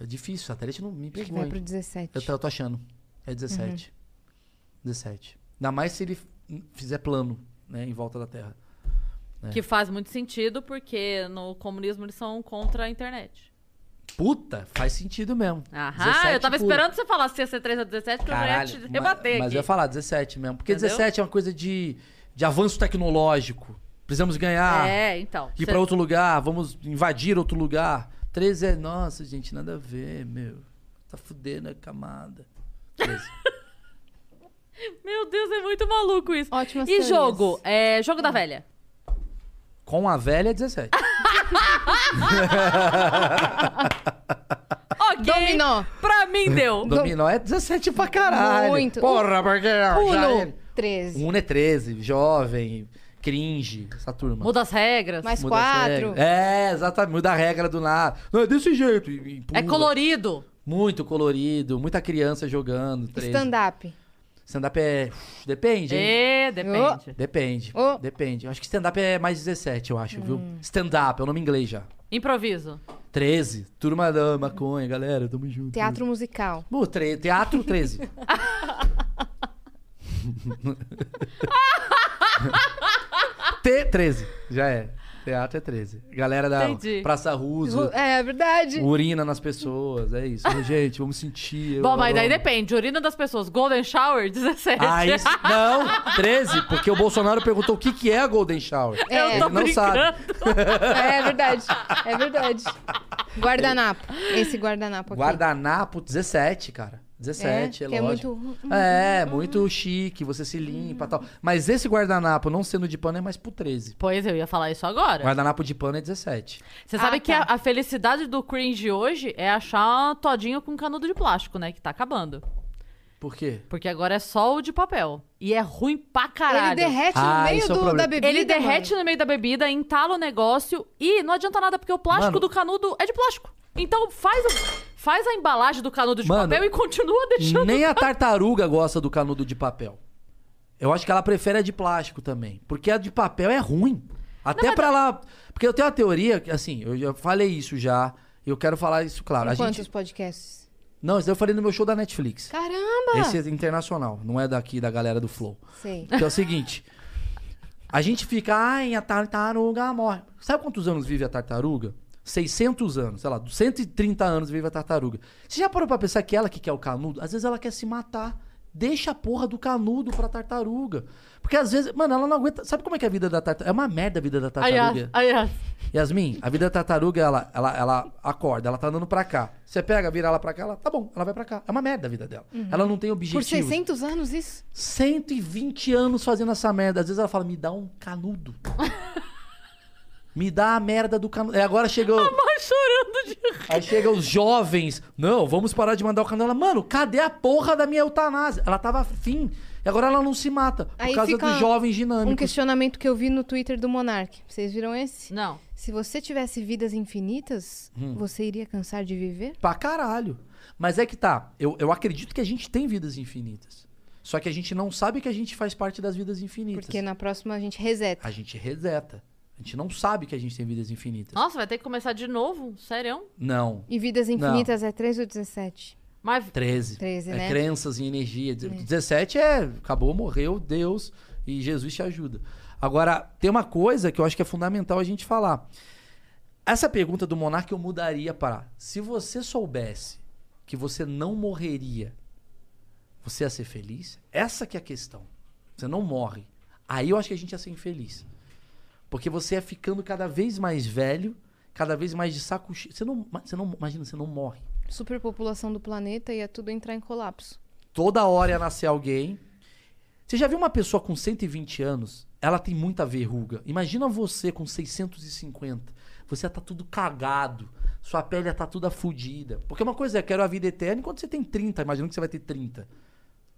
Speaker 4: É difícil, satélite não me
Speaker 3: Acho que
Speaker 4: pegou.
Speaker 3: vai
Speaker 4: hein?
Speaker 3: pro 17.
Speaker 4: Eu, tô- eu tô achando. É 17.
Speaker 2: Uhum.
Speaker 4: 17. Ainda mais se ele f- fizer plano, né, em volta da Terra. É.
Speaker 2: Que faz muito sentido, porque no comunismo eles são contra a internet.
Speaker 4: Puta, faz sentido mesmo.
Speaker 2: Aham,
Speaker 4: 17
Speaker 2: eu tava
Speaker 4: puro.
Speaker 2: esperando você falar se ia ser 3 a 17, porque eu já ia te
Speaker 4: ma-
Speaker 2: rebater
Speaker 4: Mas
Speaker 2: aqui.
Speaker 4: eu ia falar 17 mesmo. Porque
Speaker 2: Entendeu?
Speaker 4: 17 é uma coisa de, de avanço tecnológico. Precisamos ganhar.
Speaker 2: É, então.
Speaker 4: ir
Speaker 2: Cê-
Speaker 4: pra outro lugar, vamos invadir outro lugar. 13 é, nossa, gente, nada a ver, meu. Tá fudendo a camada. 13.
Speaker 2: Meu Deus, é muito maluco isso.
Speaker 3: Ótimas
Speaker 2: E
Speaker 3: teorias.
Speaker 2: jogo? É, jogo da velha.
Speaker 4: Com a velha é 17.
Speaker 2: [LAUGHS] Ok.
Speaker 3: Dominó.
Speaker 2: Pra mim
Speaker 4: [LAUGHS]
Speaker 2: deu.
Speaker 4: Dominó é 17 pra caralho.
Speaker 3: Muito.
Speaker 4: Porra, porque não? já é-
Speaker 3: Uno, 13.
Speaker 4: Uno é 13, jovem, cringe, essa turma.
Speaker 2: Muda as regras.
Speaker 3: Mas
Speaker 4: Muda as
Speaker 3: quatro.
Speaker 4: regras. É, exatamente, muda a regra do nada. Não, é desse jeito. e- e pula.
Speaker 2: É colorido.
Speaker 4: Muito colorido, muita criança jogando. 13.
Speaker 3: Stand-up.
Speaker 4: Stand-up é... Depende, hein?
Speaker 2: É, depende.
Speaker 4: Depende,
Speaker 3: Ô.
Speaker 4: depende. Eu acho que stand-up é mais 17, eu acho, viu? Stand-up, é o nome em inglês já.
Speaker 2: Improviso.
Speaker 4: 13, turma da maconha, galera, tamo junto.
Speaker 3: Teatro musical.
Speaker 4: Pô, tre- teatro 13. T 13, já é. Teatro é 13. Galera da
Speaker 2: Entendi.
Speaker 4: Praça Russo,
Speaker 3: É verdade.
Speaker 4: urina nas pessoas, é isso. Ô, Gente, vamos sentir. eu-
Speaker 2: Bom, mas daí
Speaker 4: eu-
Speaker 2: depende. Urina das pessoas. Golden Shower, [LAUGHS] 17.
Speaker 4: Aí, sim- não, 13, porque o Bolsonaro perguntou o que, que é a Golden Shower.
Speaker 2: Eu
Speaker 3: É.
Speaker 2: tô
Speaker 4: Ele não
Speaker 2: brincando.
Speaker 4: sabe. [LAUGHS]
Speaker 3: É verdade. É verdade. Guardanapo. Esse guardanapo aqui.
Speaker 4: Guardanapo 17, cara. 17, é,
Speaker 3: que é
Speaker 4: lógico.
Speaker 3: muito- hum.
Speaker 4: É, muito chique, você se limpa e tal. Mas esse guardanapo não sendo de pano é mais pro 13.
Speaker 2: Pois eu ia falar isso agora.
Speaker 4: Guardanapo de pano é 17.
Speaker 2: Você
Speaker 3: Ah,
Speaker 2: sabe que a,
Speaker 3: tá.
Speaker 2: a felicidade do cringe hoje é achar um todinho com canudo de plástico, né? Que tá acabando.
Speaker 4: Por quê?
Speaker 2: Porque agora é só o de papel. E é ruim pra caralho.
Speaker 3: Ele derrete
Speaker 4: Ah,
Speaker 3: no meio
Speaker 4: esse é o
Speaker 3: do-
Speaker 4: problema.
Speaker 3: da bebida.
Speaker 2: Ele derrete
Speaker 3: mano.
Speaker 2: no meio da bebida, entala o negócio e não adianta nada, porque o plástico
Speaker 4: Mano.
Speaker 2: do canudo é de plástico. Então faz, o- faz a embalagem do canudo de
Speaker 4: Mano,
Speaker 2: papel e continua deixando.
Speaker 4: [LAUGHS] Nem a tartaruga gosta do canudo de papel. Eu acho que ela prefere a de plástico também. Porque a de papel é ruim. Até pra lá. Porque eu tenho uma teoria, que, assim, eu já falei isso já. E eu quero falar isso, claro. A
Speaker 3: Em Quantos
Speaker 4: gente...
Speaker 3: podcasts?
Speaker 4: Não, isso daí eu falei no meu show da Netflix.
Speaker 3: Caramba!
Speaker 4: Esse é internacional, não é daqui da galera do Flow.
Speaker 3: Sei.
Speaker 4: Que é o seguinte. A gente fica, ai, a tartaruga morre. Sabe quantos anos vive a tartaruga? 600 anos, sei lá, 130 anos vive a tartaruga. Você já parou pra pensar que ela que quer o canudo? Às vezes ela quer se matar. Deixa a porra do canudo pra tartaruga. Porque às vezes, mano, ela não aguenta. Sabe como é que é a vida da tartaruga? É uma merda a vida da tartaruga.
Speaker 2: Aliás, [LAUGHS] aliás.
Speaker 4: Yasmin, a vida da tartaruga, ela, ela, ela acorda, ela tá andando pra cá. Você pega, vira ela pra cá, ela tá bom, ela vai pra cá. É uma merda a vida dela. Ela não tem
Speaker 3: Por
Speaker 4: objetivos.
Speaker 3: 600 anos isso?
Speaker 4: 120 anos fazendo essa merda. Às vezes ela fala, me dá um
Speaker 3: [LAUGHS]
Speaker 4: canudo. me dá a merda do canudo. Aí agora chegou.
Speaker 2: Ai, chorando de rir.
Speaker 4: Aí chega os jovens. Não, vamos parar de mandar o canudo. Ela, mano, cadê a porra da minha eutanásia? Ela tava afim. E agora ela não se mata. Por
Speaker 3: Aí
Speaker 4: causa
Speaker 3: fica
Speaker 4: dos jovens
Speaker 3: Um
Speaker 4: dinâmicos.
Speaker 3: questionamento que eu vi no Twitter do Monark. Vocês viram esse?
Speaker 2: Não.
Speaker 3: Se você tivesse vidas infinitas,
Speaker 4: Hum.
Speaker 3: você iria cansar de viver?
Speaker 4: Pra caralho. Mas é que tá. Eu, eu acredito que a gente tem vidas infinitas. Só que a gente não sabe que a gente faz parte das vidas infinitas.
Speaker 3: Porque na próxima a gente reseta.
Speaker 4: A gente reseta. A gente não sabe que a gente tem vidas infinitas.
Speaker 2: Nossa, vai ter que começar de novo? Sério?
Speaker 4: Não.
Speaker 3: E vidas infinitas é 3 ou 17?
Speaker 2: Mas
Speaker 4: 13.
Speaker 3: 13,
Speaker 4: é
Speaker 3: né?
Speaker 4: crenças em energia. 17 é acabou, morreu, Deus e Jesus te ajuda. Agora, tem uma coisa que eu acho que é fundamental a gente falar. Essa pergunta do Monark eu mudaria para: se você soubesse que você não morreria, você ia ser feliz? Essa que é a questão. Você não morre. Aí eu acho que a gente ia ser infeliz. Porque você é ficando cada vez mais velho, cada vez mais de saco cheio. Você não, você não, imagina, você não morre.
Speaker 3: Superpopulação do planeta ia tudo entrar em colapso.
Speaker 4: Toda hora ia nascer alguém. Você já viu uma pessoa com 120 anos? Ela tem muita verruga. Imagina você com 650. Você tá tudo cagado. Sua pele tá toda fodida. Porque uma coisa é, quero a vida eterna. Enquanto você tem 30, imagina que você vai ter 30.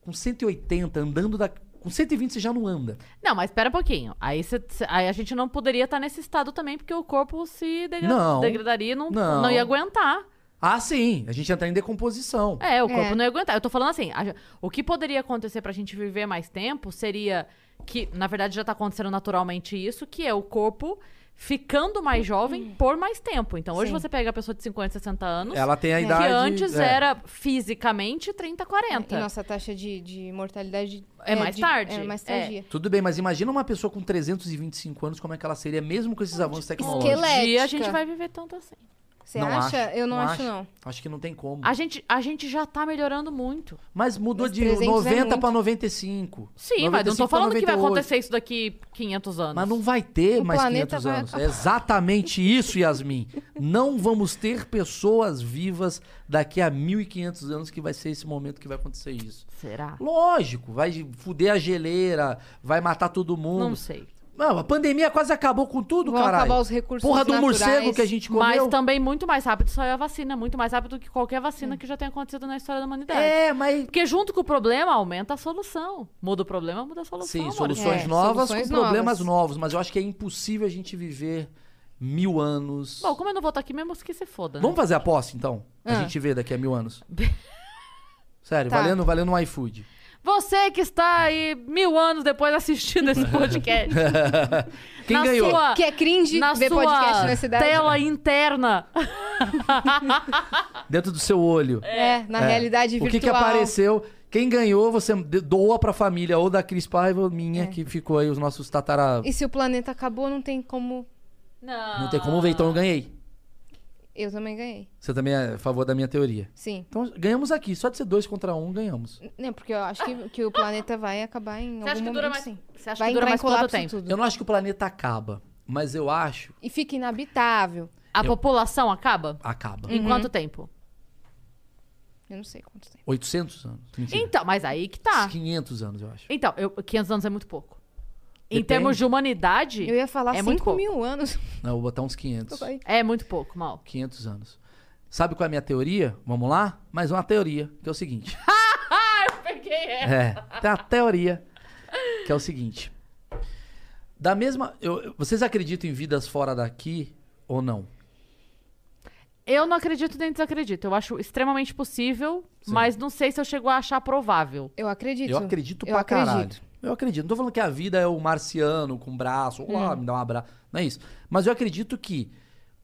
Speaker 4: Com 180, andando da... Com 120 você já não anda.
Speaker 2: Não, mas espera um pouquinho. Aí, cê- cê- aí a gente não poderia estar nesse estado também, porque o corpo se degra-
Speaker 4: Não.
Speaker 2: degradaria e não,
Speaker 4: Não.
Speaker 2: não ia aguentar.
Speaker 4: Ah, sim. A gente ia entrar em decomposição.
Speaker 2: É, o corpo
Speaker 3: É.
Speaker 2: não ia aguentar. Eu tô falando assim, a- o que poderia acontecer pra gente viver mais tempo seria que, na verdade, já tá acontecendo naturalmente isso, que é o corpo ficando mais jovem por mais tempo. Então, hoje
Speaker 3: É. Sim.
Speaker 2: você pega a pessoa de 50, 60 anos,
Speaker 4: Ela tem É a
Speaker 2: que
Speaker 4: idade...
Speaker 2: antes
Speaker 4: é.
Speaker 2: era fisicamente 30,
Speaker 3: É, E
Speaker 2: 40.
Speaker 3: nossa taxa de, de mortalidade
Speaker 2: tá. É mais
Speaker 3: de-
Speaker 2: tarde.
Speaker 3: É mais
Speaker 2: É.
Speaker 3: tardia.
Speaker 4: Tudo bem, mas imagina uma pessoa com 325 anos, como é que ela seria, mesmo com esses avanços tecnológicos.
Speaker 3: esqueleto.
Speaker 2: Um dia a gente
Speaker 3: Esquelética.
Speaker 2: vai viver tanto assim.
Speaker 3: Você
Speaker 4: Não
Speaker 3: acha?
Speaker 4: acho,
Speaker 3: Eu não,
Speaker 4: não
Speaker 3: acho,
Speaker 4: acho.
Speaker 3: não.
Speaker 4: Acho que não tem como.
Speaker 2: A gente, a gente já tá melhorando muito.
Speaker 4: Mas mudou
Speaker 3: Mas
Speaker 4: de
Speaker 3: 300 é
Speaker 4: 90
Speaker 3: muito.
Speaker 4: pra 95.
Speaker 2: Sim, mas não tô
Speaker 4: 95 pra
Speaker 2: falando que vai
Speaker 4: 98.
Speaker 2: acontecer isso daqui 500 anos.
Speaker 4: Mas não vai ter
Speaker 3: O
Speaker 4: mais
Speaker 3: planeta
Speaker 4: 500
Speaker 3: vai
Speaker 4: anos. É
Speaker 3: acabar.
Speaker 4: exatamente isso, Yasmin. Não vamos ter pessoas vivas daqui a 1.500 anos que vai ser esse momento que vai acontecer isso.
Speaker 2: Será?
Speaker 4: Lógico, vai fuder a geleira, vai matar todo mundo.
Speaker 2: Não sei.
Speaker 4: Não, a pandemia quase acabou com tudo,
Speaker 3: Vão
Speaker 4: caralho.
Speaker 3: acabar os recursos
Speaker 4: Porra do
Speaker 3: naturais.
Speaker 4: morcego que a gente comeu.
Speaker 2: Mas também muito mais rápido saiu a vacina. Muito mais rápido que qualquer vacina que já tenha acontecido na história da humanidade.
Speaker 4: É, mas
Speaker 2: Porque junto com o problema, aumenta a solução. Muda o problema, muda a solução.
Speaker 4: Sim,
Speaker 2: amor.
Speaker 4: soluções
Speaker 3: É,
Speaker 4: novas
Speaker 3: soluções
Speaker 4: com problemas novos, mas eu acho que é impossível a gente viver mil anos.
Speaker 2: Bom, como eu não vou estar aqui mesmo, que se foda. né?
Speaker 4: Vamos fazer a aposta, então?
Speaker 3: Ah.
Speaker 4: A gente vê daqui a mil
Speaker 3: [LAUGHS]
Speaker 4: anos. Sério,
Speaker 3: Tá.
Speaker 4: valendo, valendo um iFood.
Speaker 3: [LAUGHS]
Speaker 2: Você que está aí mil anos depois assistindo
Speaker 4: [LAUGHS]
Speaker 2: esse podcast.
Speaker 4: Quem
Speaker 2: Na
Speaker 4: ganhou?
Speaker 2: sua-
Speaker 3: Que é cringe
Speaker 2: na
Speaker 3: ver
Speaker 2: sua
Speaker 3: podcast na cidade.
Speaker 2: tela interna.
Speaker 4: Dentro do seu olho.
Speaker 3: É, na realidade virtual.
Speaker 4: O que, que apareceu? Quem ganhou, você de- doa pra família ou da Cris Paiva, minha,
Speaker 3: É.
Speaker 4: que ficou aí os nossos tatara.
Speaker 3: E se o planeta acabou, não tem como...
Speaker 2: Não.
Speaker 4: Não tem como ver, então eu ganhei.
Speaker 3: Eu também ganhei.
Speaker 4: Você também é a favor da minha teoria.
Speaker 3: Sim.
Speaker 4: Então ganhamos aqui, só de ser dois contra um, ganhamos.
Speaker 3: Não, porque eu acho que, que o planeta vai acabar em
Speaker 2: Você
Speaker 3: algum
Speaker 2: acha que dura
Speaker 3: momento,
Speaker 2: mais,
Speaker 3: sim.
Speaker 2: você acha
Speaker 3: Vai
Speaker 2: que dura
Speaker 3: entrar em
Speaker 2: mais quanto
Speaker 3: colapso
Speaker 2: tempo?
Speaker 3: tudo.
Speaker 4: Eu não acho que o planeta acaba, mas eu acho.
Speaker 3: E fica inabitável.
Speaker 2: A população acaba?
Speaker 4: Acaba.
Speaker 3: Uhum.
Speaker 2: Em quanto tempo?
Speaker 3: Eu não sei quanto tempo.
Speaker 4: 800 anos. Mentira.
Speaker 2: Então, mas aí que tá.
Speaker 4: 500 anos, eu acho.
Speaker 2: Então, eu, 500 anos é muito pouco. Em
Speaker 4: Depende.
Speaker 2: termos de humanidade,
Speaker 3: Eu ia falar
Speaker 2: é
Speaker 3: 5
Speaker 2: muito pouco.
Speaker 3: mil anos. [LAUGHS]
Speaker 4: Não, eu vou botar uns 500.
Speaker 2: É muito pouco, mal.
Speaker 4: 500 anos. Sabe qual é a minha teoria? Vamos lá? Mais uma teoria, que é
Speaker 2: [LAUGHS]
Speaker 4: o seguinte.
Speaker 2: Ah, Peguei essa.
Speaker 4: É, tem a teoria, que é o seguinte. Da mesma... eu- eu- vocês acreditam em vidas fora daqui ou não?
Speaker 2: Eu não acredito nem desacredito. Eu acho extremamente possível, mas não sei se eu chego a achar provável.
Speaker 3: Eu acredito.
Speaker 4: Eu acredito
Speaker 3: Eu
Speaker 4: pra
Speaker 3: acredito.
Speaker 4: caralho. Eu acredito. Não tô falando que a vida é o marciano com braço, olá,
Speaker 3: Hum.
Speaker 4: me dá um abraço. Não é isso. Mas eu acredito que,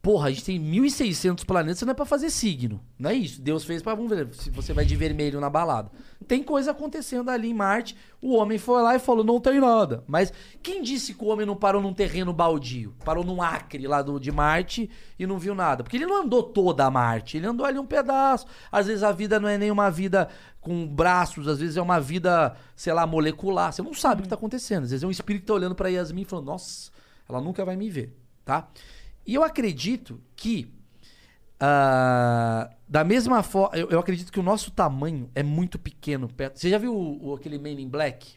Speaker 4: porra, a gente tem 1.600 planetas, não é pra fazer signo. Não é isso. Deus fez pra, vamos ver, se você vai de vermelho na balada. Tem coisa acontecendo ali em Marte. O homem foi lá e falou, não tem nada. Mas quem disse que o homem não parou num terreno baldio? Parou num acre lá do, de Marte e não viu nada. Porque ele não andou toda a Marte, ele andou ali um pedaço. Às vezes a vida não é nem uma vida com braços, às vezes é uma vida, sei lá, molecular. Você não sabe o que tá acontecendo. Às vezes é um espírito que tá olhando pra Yasmin e falando, nossa, ela nunca vai me ver, tá? E eu acredito que ah, da mesma forma, eu, eu acredito que o nosso tamanho é muito pequeno. Perto. Você já viu o, o- aquele Men in Black?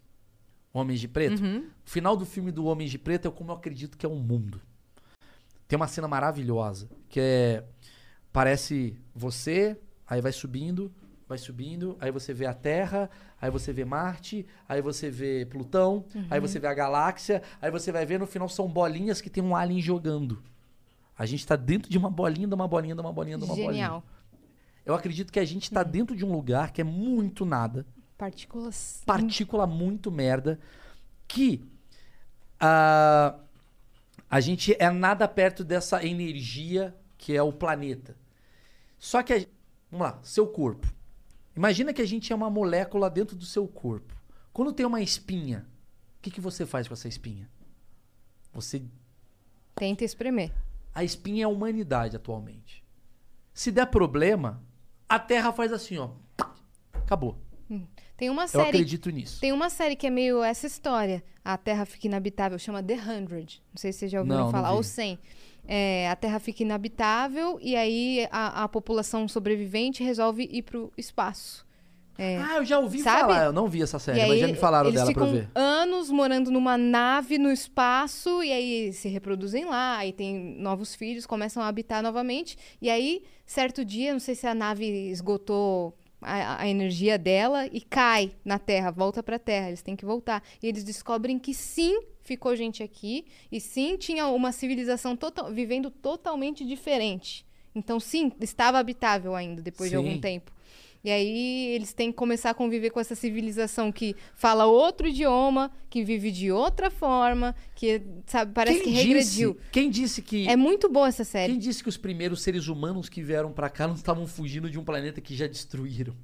Speaker 4: Homens de Preto? O final do filme do Homens de Preto é como eu acredito que é o mundo. Tem uma cena maravilhosa que é. Parece você, aí vai subindo, vai subindo, aí você vê a Terra, aí você vê Marte, aí você vê Plutão, aí você vê a galáxia, aí você vai ver no final são bolinhas que tem um alien jogando. A gente tá dentro de uma bolinha, de uma bolinha, de uma bolinha, de uma bolinha.
Speaker 3: Genial.
Speaker 4: Eu acredito que a gente tá dentro de um lugar que é muito nada,
Speaker 3: Partículas.
Speaker 4: partícula muito merda, que ah, a gente é nada perto dessa energia que é o planeta. Só que, a- vamos lá, seu corpo. Imagina que a gente é uma molécula dentro do seu corpo. Quando tem uma espinha, o que, que você faz com essa espinha? Você
Speaker 3: Tenta espremer.
Speaker 4: A espinha é a humanidade atualmente. Se der problema, a Terra faz assim, ó. Acabou.
Speaker 3: Tem uma
Speaker 4: Eu
Speaker 3: série
Speaker 4: acredito nisso.
Speaker 3: Tem uma série que é meio essa história. A Terra fica inabitável, chama The Hundred. Não sei se vocês já ouviram
Speaker 4: Não, não
Speaker 3: falar,
Speaker 4: vi.
Speaker 3: ou 100. É, a Terra fica inabitável e aí a, a população sobrevivente resolve ir pro espaço. É.
Speaker 4: Ah, eu já ouvi
Speaker 3: Sabe?
Speaker 4: falar. Eu não vi essa série,
Speaker 3: e aí
Speaker 4: mas já me falaram
Speaker 3: eles
Speaker 4: dela pra
Speaker 3: ficam
Speaker 4: eu ver.
Speaker 3: anos morando numa nave no espaço e aí se reproduzem lá, aí tem novos filhos, começam a habitar novamente. E aí, certo dia, não sei se a nave esgotou a, a energia dela e cai na Terra, volta pra Terra, eles têm que voltar. E eles descobrem que sim, ficou gente aqui e sim, tinha uma civilização total, vivendo totalmente diferente. Então, sim, estava habitável ainda depois de algum
Speaker 4: Sim.
Speaker 3: tempo. E aí eles têm que começar a conviver com essa civilização que fala outro idioma, que vive de outra forma, que sabe, parece que regrediu.
Speaker 4: disse, quem disse que
Speaker 3: É muito boa essa série.
Speaker 4: quem disse que os primeiros seres humanos que vieram pra cá não estavam fugindo de um planeta que já destruíram?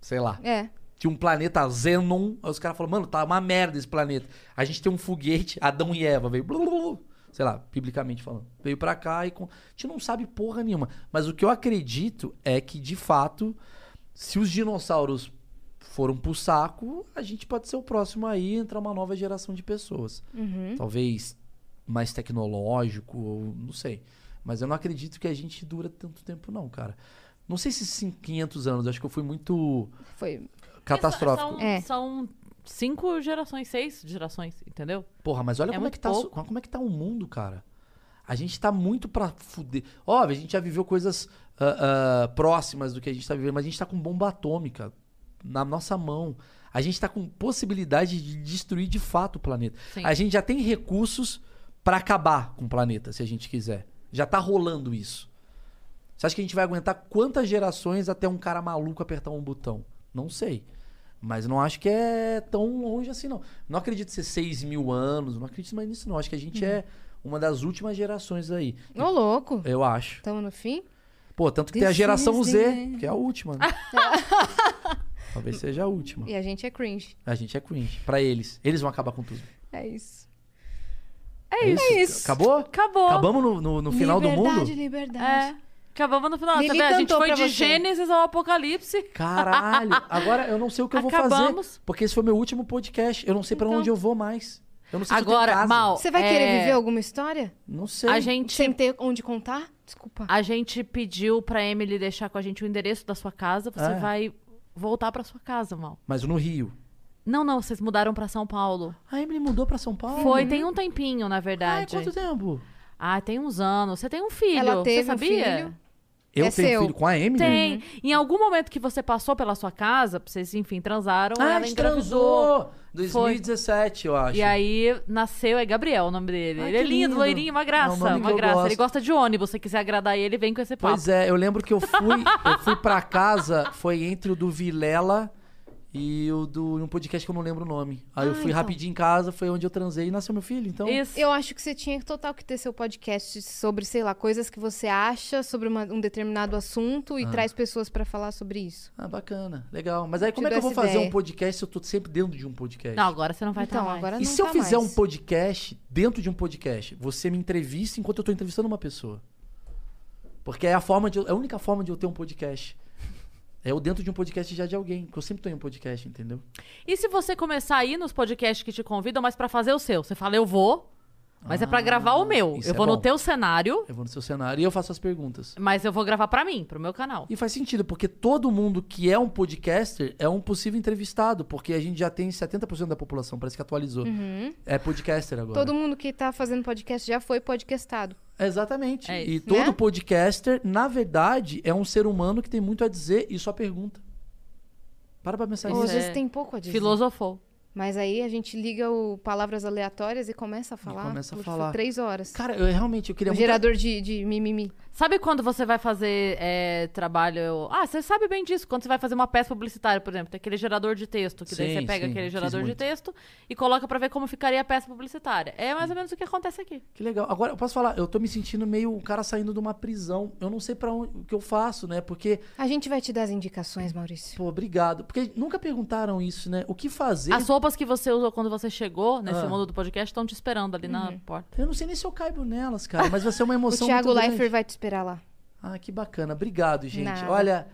Speaker 4: Sei lá.
Speaker 3: É.
Speaker 4: Tinha um planeta Zenon. Aí os caras falaram, mano, tá uma merda esse planeta. A gente tem um foguete, Adão e Eva, veio. blu, blu, blu, sei lá, biblicamente falando. Veio pra cá e. com- A gente não sabe porra nenhuma. Mas o que eu acredito é que, de fato, se os dinossauros foram pro saco, a gente pode ser o próximo aí e entrar uma nova geração de pessoas. Talvez mais tecnológico, ou não sei. Mas eu não acredito que a gente dura tanto tempo, não, cara. Não sei se sim- 500 anos, acho que eu fui muito
Speaker 3: Foi.
Speaker 4: catastrófico.
Speaker 2: São,
Speaker 3: É.
Speaker 2: são cinco gerações, seis gerações, entendeu?
Speaker 4: Porra, mas olha
Speaker 2: É
Speaker 4: como, é
Speaker 2: muito
Speaker 4: que tá,
Speaker 2: pouco.
Speaker 4: como como é que tá o mundo, cara. A gente tá muito pra fuder. Óbvio, a gente já viveu coisas ah, ah, próximas do que a gente tá vivendo, mas a gente tá com bomba atômica na nossa mão. A gente tá com possibilidade de destruir de fato o planeta.
Speaker 2: Sim.
Speaker 4: A gente já tem recursos pra acabar com o planeta, se a gente quiser. Já tá rolando isso. Você acha que a gente vai aguentar quantas gerações até um cara maluco apertar um botão? Não sei. Mas não acho que é tão longe assim, não. Não acredito ser 6 mil anos, não acredito mais nisso, não. Acho que a gente é uma das últimas gerações aí.
Speaker 3: Ô, louco.
Speaker 4: Eu acho.
Speaker 3: Estamos no fim?
Speaker 4: Pô, tanto que tem a geração Z,
Speaker 3: Desistem.
Speaker 4: que é a última. Né? Talvez seja a última.
Speaker 3: E a gente é cringe.
Speaker 4: A gente é cringe. Pra eles. Eles vão acabar com tudo.
Speaker 3: É isso.
Speaker 4: É isso?
Speaker 3: isso.
Speaker 4: Acabou?
Speaker 2: Acabou.
Speaker 4: Acabamos no, no- no final
Speaker 3: liberdade,
Speaker 4: do mundo?
Speaker 3: Liberdade,
Speaker 2: É. Acabamos no final.
Speaker 3: Lili
Speaker 2: Tá vendo? A gente
Speaker 3: cantou
Speaker 2: foi
Speaker 3: pra
Speaker 2: de
Speaker 3: você.
Speaker 2: Gênesis ao Apocalipse.
Speaker 4: Caralho.
Speaker 2: [LAUGHS]
Speaker 4: Agora eu não sei o que eu vou
Speaker 2: Acabamos.
Speaker 4: fazer. Porque esse foi meu último podcast. Eu não sei pra
Speaker 3: Então.
Speaker 4: onde eu vou mais. Eu não sei se eu tenho
Speaker 2: Agora,
Speaker 4: casa.
Speaker 2: Mal.
Speaker 3: Você vai
Speaker 2: é,
Speaker 3: querer viver alguma história?
Speaker 4: Não sei.
Speaker 2: A gente,
Speaker 3: Sem ter onde contar? Desculpa.
Speaker 2: a gente pediu pra Emily deixar com a gente o endereço da sua casa. Você
Speaker 4: É.
Speaker 2: vai voltar pra sua casa, Mal.
Speaker 4: Mas no Rio.
Speaker 2: Não, não, vocês mudaram pra São Paulo.
Speaker 4: A Emily mudou pra São Paulo?
Speaker 2: Foi, tem um tempinho, na
Speaker 4: Uhum. Ai,
Speaker 2: verdade.
Speaker 4: quanto tempo?
Speaker 2: Ah, tem uns anos. Você tem um filho,
Speaker 3: Ela teve
Speaker 2: você sabia?
Speaker 3: um filho.
Speaker 4: Eu
Speaker 3: É
Speaker 4: tenho
Speaker 3: seu.
Speaker 4: filho com a Emily?
Speaker 2: Tem. Em algum momento que você passou pela sua casa, vocês, enfim, transaram,
Speaker 4: Ah,
Speaker 2: ela
Speaker 4: a gente
Speaker 2: engravidou.
Speaker 4: transou. 2017, eu acho.
Speaker 2: E aí nasceu, é Gabriel o nome dele.
Speaker 4: Ai,
Speaker 2: ele é
Speaker 4: que
Speaker 2: lindo,
Speaker 4: lindo.
Speaker 2: loirinho, uma graça,
Speaker 4: É um nome que
Speaker 2: uma
Speaker 4: eu
Speaker 2: graça. Ele
Speaker 4: gosto.
Speaker 2: gosta de ônibus, se você quiser agradar ele, vem com esse papo.
Speaker 4: Pois é, eu lembro que eu fui, eu fui pra casa, foi entre o do Vilela e o do um podcast que eu não lembro o nome. Aí eu
Speaker 3: Ah,
Speaker 4: fui
Speaker 3: então.
Speaker 4: rapidinho em casa, foi onde eu transei e nasceu meu filho, então.
Speaker 2: Isso.
Speaker 3: Eu acho que você tinha total que ter seu podcast sobre, sei lá, coisas que você acha sobre uma- um determinado assunto e traz pessoas pra falar sobre isso.
Speaker 4: Ah, bacana, legal. Mas aí como
Speaker 3: Te
Speaker 4: é que
Speaker 3: dou
Speaker 4: eu vou
Speaker 3: essa
Speaker 4: fazer
Speaker 3: ideia.
Speaker 4: um podcast se eu tô sempre dentro de um podcast?
Speaker 2: Não, agora você não vai
Speaker 3: então,
Speaker 2: estar mais.
Speaker 3: agora não
Speaker 4: e se eu
Speaker 3: tá
Speaker 4: fizer
Speaker 3: mais.
Speaker 4: um podcast dentro de um podcast, você me entrevista enquanto eu tô entrevistando uma pessoa. Porque é a forma de eu- é a única forma de eu ter um podcast. É eu dentro de um podcast já de alguém, que eu sempre tô em um podcast, entendeu?
Speaker 2: E se você começar a ir nos podcasts que te convidam, mas pra fazer o seu? Você fala, eu vou, mas é pra gravar o meu.
Speaker 4: isso
Speaker 2: Eu
Speaker 4: é
Speaker 2: vou no
Speaker 4: bom.
Speaker 2: teu cenário,
Speaker 4: Eu vou no seu cenário e eu faço as perguntas.
Speaker 2: mas eu vou gravar pra mim, pro meu canal.
Speaker 4: E faz sentido, porque todo mundo que é um podcaster é um possível entrevistado, porque a gente já tem 70% da população, parece que atualizou. É podcaster agora.
Speaker 3: Uhum. Todo mundo que tá fazendo podcast já foi podcastado.
Speaker 4: Exatamente.
Speaker 2: É
Speaker 4: e
Speaker 2: isso.
Speaker 4: todo
Speaker 3: Né?
Speaker 4: podcaster, na verdade, é um ser humano que tem muito a dizer e só pergunta. Para pra pensar
Speaker 3: Ou
Speaker 4: nisso.
Speaker 3: às vezes
Speaker 2: é
Speaker 3: tem pouco a dizer.
Speaker 2: Filosofou.
Speaker 3: Mas aí a gente liga o palavras aleatórias e começa a falar
Speaker 4: começa a
Speaker 3: por
Speaker 4: falar.
Speaker 3: três horas.
Speaker 4: Cara, eu realmente eu queria
Speaker 3: o
Speaker 4: muito.
Speaker 3: gerador de, de mimimi.
Speaker 2: Sabe quando você vai fazer é, trabalho. Ah, você sabe bem disso. Quando você vai fazer uma peça publicitária, por exemplo, tem aquele gerador de texto, que daí
Speaker 4: Sim,
Speaker 2: você pega
Speaker 4: sim,
Speaker 2: aquele
Speaker 4: fiz
Speaker 2: gerador de
Speaker 4: muito.
Speaker 2: texto e coloca pra ver como ficaria a peça publicitária. É mais ou menos o que acontece aqui.
Speaker 4: Que legal. Agora, eu posso falar, eu tô me sentindo meio o cara saindo de uma prisão. Eu não sei pra onde o que eu faço, né? Porque,
Speaker 3: A gente vai te dar as indicações, Maurício.
Speaker 4: pô, obrigado. Porque nunca perguntaram isso, né? O que fazer?
Speaker 2: As roupas que você usou quando você chegou nesse
Speaker 4: Ah. Uhum.
Speaker 2: mundo do podcast estão te esperando ali na porta.
Speaker 4: Eu não sei nem se eu caibo nelas, cara, mas vai ser
Speaker 3: [LAUGHS]
Speaker 4: uma
Speaker 3: O
Speaker 4: emoção
Speaker 3: Thiago
Speaker 4: muito grande.
Speaker 3: Leifert vai te esperar lá.
Speaker 4: Ah, que bacana. Obrigado, gente.
Speaker 3: Nada.
Speaker 4: Olha,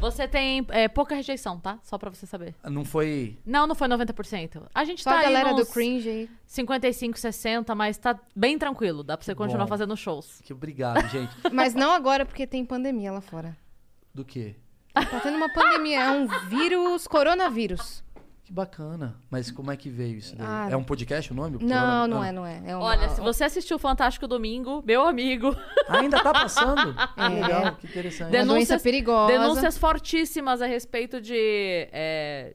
Speaker 2: Você tem é, pouca rejeição, tá? Só pra você saber.
Speaker 4: não foi
Speaker 2: Não, não foi 90%. A gente
Speaker 3: Só
Speaker 2: tá
Speaker 3: a galera
Speaker 2: aí nos
Speaker 3: do cringe aí.
Speaker 2: 55, 60, mas tá bem tranquilo. Dá pra você continuar
Speaker 4: bom.
Speaker 2: fazendo shows.
Speaker 4: que obrigado, gente.
Speaker 3: Mas não agora, porque tem pandemia lá fora.
Speaker 4: Do quê?
Speaker 3: Tá tendo uma pandemia, é um vírus, coronavírus.
Speaker 4: Que bacana. Mas como é que veio isso daí?
Speaker 3: Ah.
Speaker 4: É um podcast o nome?
Speaker 3: Não,
Speaker 2: ah.
Speaker 3: não é, não é. é uma-
Speaker 2: Olha, se você assistiu o Fantástico Domingo, meu amigo,
Speaker 4: Ainda tá passando? Que
Speaker 3: É.
Speaker 4: legal, que interessante.
Speaker 3: Uma doença
Speaker 2: denúncias-
Speaker 3: perigosa.
Speaker 2: denúncias fortíssimas a respeito de é,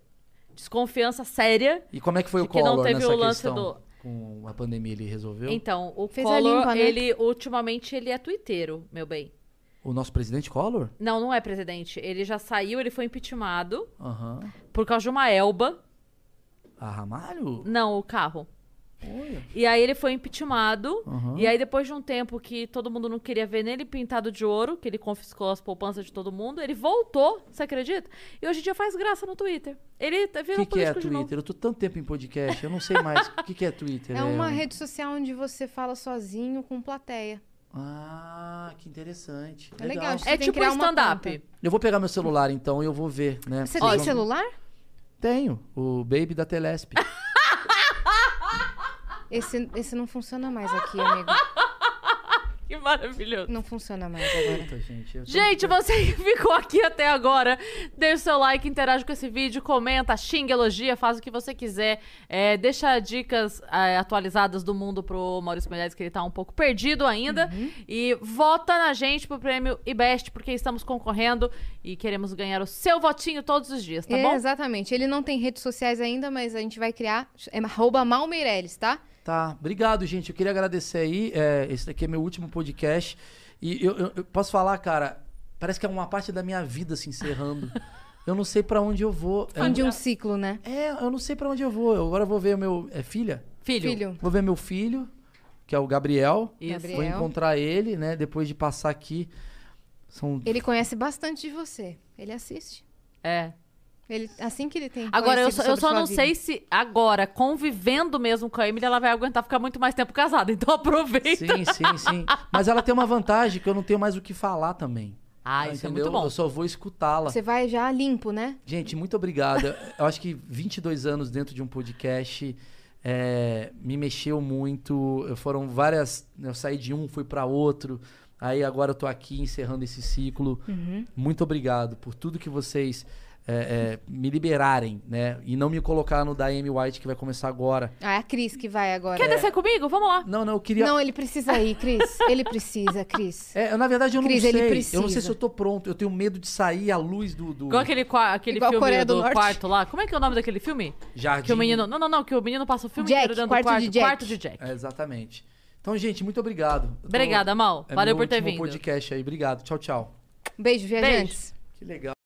Speaker 2: desconfiança séria.
Speaker 4: E como é que foi
Speaker 2: De
Speaker 4: o
Speaker 2: que não
Speaker 4: Collor
Speaker 2: teve
Speaker 4: nessa
Speaker 2: o lance
Speaker 4: questão?
Speaker 2: do-
Speaker 4: Com a pandemia ele resolveu?
Speaker 2: Então, o
Speaker 3: Fez a
Speaker 2: Collor,
Speaker 3: limpa, né?
Speaker 2: ele ultimamente ele é twitteiro, meu bem.
Speaker 4: O nosso presidente Collor?
Speaker 2: Não, não é presidente. Ele já saiu, ele foi impeachmentado
Speaker 4: Aham.
Speaker 2: por causa de uma elba.
Speaker 4: A Ramalho?
Speaker 2: Não, o carro.
Speaker 4: Olha.
Speaker 2: E aí ele foi impeachmentado.
Speaker 4: Aham.
Speaker 2: E aí, depois de um tempo que todo mundo não queria ver nele pintado de ouro, que ele confiscou as poupanças de todo mundo, ele voltou, você acredita? E hoje em dia faz graça no Twitter. Ele tá-
Speaker 4: O
Speaker 2: virou
Speaker 4: que, que é
Speaker 2: político de novo.
Speaker 4: Twitter? Eu tô tanto tempo em podcast, eu não sei mais. O que, que é Twitter?
Speaker 3: É uma
Speaker 4: um-
Speaker 3: rede social onde você fala sozinho com plateia.
Speaker 4: Ah, que interessante.
Speaker 3: É legal, acho que-
Speaker 2: É
Speaker 3: Tem
Speaker 2: tipo um
Speaker 3: criar uma
Speaker 2: stand-up.
Speaker 4: Eu vou pegar meu celular então e eu vou ver,
Speaker 2: Tá
Speaker 4: né?
Speaker 3: Você
Speaker 4: Vocês
Speaker 3: tem
Speaker 4: vão-
Speaker 3: celular?
Speaker 4: Tenho, o Baby da Telesp. [LAUGHS]
Speaker 3: Esse, esse não funciona mais aqui, amigo.
Speaker 2: Que maravilhoso.
Speaker 3: Não funciona mais agora.
Speaker 4: Puta, gente, eu tô-
Speaker 2: Gente, você [LAUGHS] que ficou aqui até agora, deixa o seu like, interage com esse vídeo, comenta, xinga, elogia, faz o que você quiser. É, deixa dicas é, atualizadas do mundo pro Maurício Meirelles, que ele tá um pouco perdido ainda.
Speaker 3: Uhum.
Speaker 2: E vota na gente pro prêmio IBEST, porque estamos concorrendo e queremos ganhar o seu votinho todos os dias, tá
Speaker 3: É,
Speaker 2: bom?
Speaker 3: Exatamente. Ele não tem redes sociais ainda, mas a gente vai criar. É arroba Malmeireles, tá?
Speaker 4: Tá, obrigado, gente. Eu queria agradecer aí. é, esse daqui é meu último podcast. E eu, eu- eu posso falar, cara, parece que é uma parte da minha vida se
Speaker 2: [LAUGHS]
Speaker 4: encerrando. eu não sei pra onde eu vou. É,
Speaker 3: Fim de um ciclo, né?
Speaker 4: é, eu não sei pra onde eu vou. Eu agora vou ver o meu. É filha?
Speaker 2: Filho.
Speaker 3: Filho.
Speaker 4: Vou ver meu filho, que é o Gabriel.
Speaker 2: Isso.
Speaker 3: Gabriel.
Speaker 4: Vou encontrar ele, né? Depois de passar aqui. São
Speaker 3: Ele conhece bastante de você. Ele assiste.
Speaker 2: É.
Speaker 3: Ele, assim que ele tem.
Speaker 2: Agora, eu só,
Speaker 3: conhecido
Speaker 2: eu
Speaker 3: sobre
Speaker 2: só
Speaker 3: sua
Speaker 2: não
Speaker 3: vida.
Speaker 2: sei se agora, convivendo mesmo com a Emília, ela vai aguentar ficar muito mais tempo casada. [LAUGHS] Então aproveita.
Speaker 4: Sim, sim, sim. Mas ela tem uma vantagem que eu não tenho mais o que falar também.
Speaker 2: Ah, isso
Speaker 4: Entendeu?
Speaker 2: é muito bom.
Speaker 4: Eu só vou escutá-la.
Speaker 3: Você vai já limpo, né?
Speaker 4: Gente, muito obrigado. Eu acho que 22 anos dentro de um podcast é, me mexeu muito. Eu- Foram várias. Eu saí de um, fui para outro. Aí agora eu tô aqui encerrando esse ciclo.
Speaker 2: Uhum.
Speaker 4: Muito obrigado por tudo que vocês é, é, me liberarem, né? E não me colocar no da Amy White que vai começar agora.
Speaker 3: Ah, é a Cris que vai agora.
Speaker 2: Quer descer comigo? Vamos lá.
Speaker 4: Não, não, eu queria.
Speaker 3: Não, ele precisa ir, Cris. Ele precisa, Cris.
Speaker 4: É, eu, na verdade, eu
Speaker 3: Cris,
Speaker 4: não
Speaker 3: ele
Speaker 4: sei. Eu não sei
Speaker 3: precisa.
Speaker 4: se eu tô pronto. Eu tenho medo de sair à luz do, do
Speaker 2: Igual aquele, qua- aquele
Speaker 3: Igual
Speaker 2: filme
Speaker 3: Coreia do
Speaker 2: do,
Speaker 3: Norte.
Speaker 2: quarto lá. Como é que é o nome daquele filme?
Speaker 4: jardim.
Speaker 2: Que o menino. Não, não, não. Que o menino passa o filme
Speaker 3: Jack,
Speaker 2: inteiro dentro
Speaker 3: Quarto
Speaker 2: do quarto.
Speaker 3: de Jack.
Speaker 2: Quarto de Jack.
Speaker 4: É, exatamente. Então, gente, muito obrigado. Eu tô-
Speaker 2: Obrigada, Mal.
Speaker 4: É
Speaker 2: Valeu
Speaker 4: meu
Speaker 2: por ter
Speaker 4: último
Speaker 2: vindo.
Speaker 4: podcast aí. Obrigado. Tchau, tchau.
Speaker 3: Beijo, viajantes.
Speaker 4: Que legal.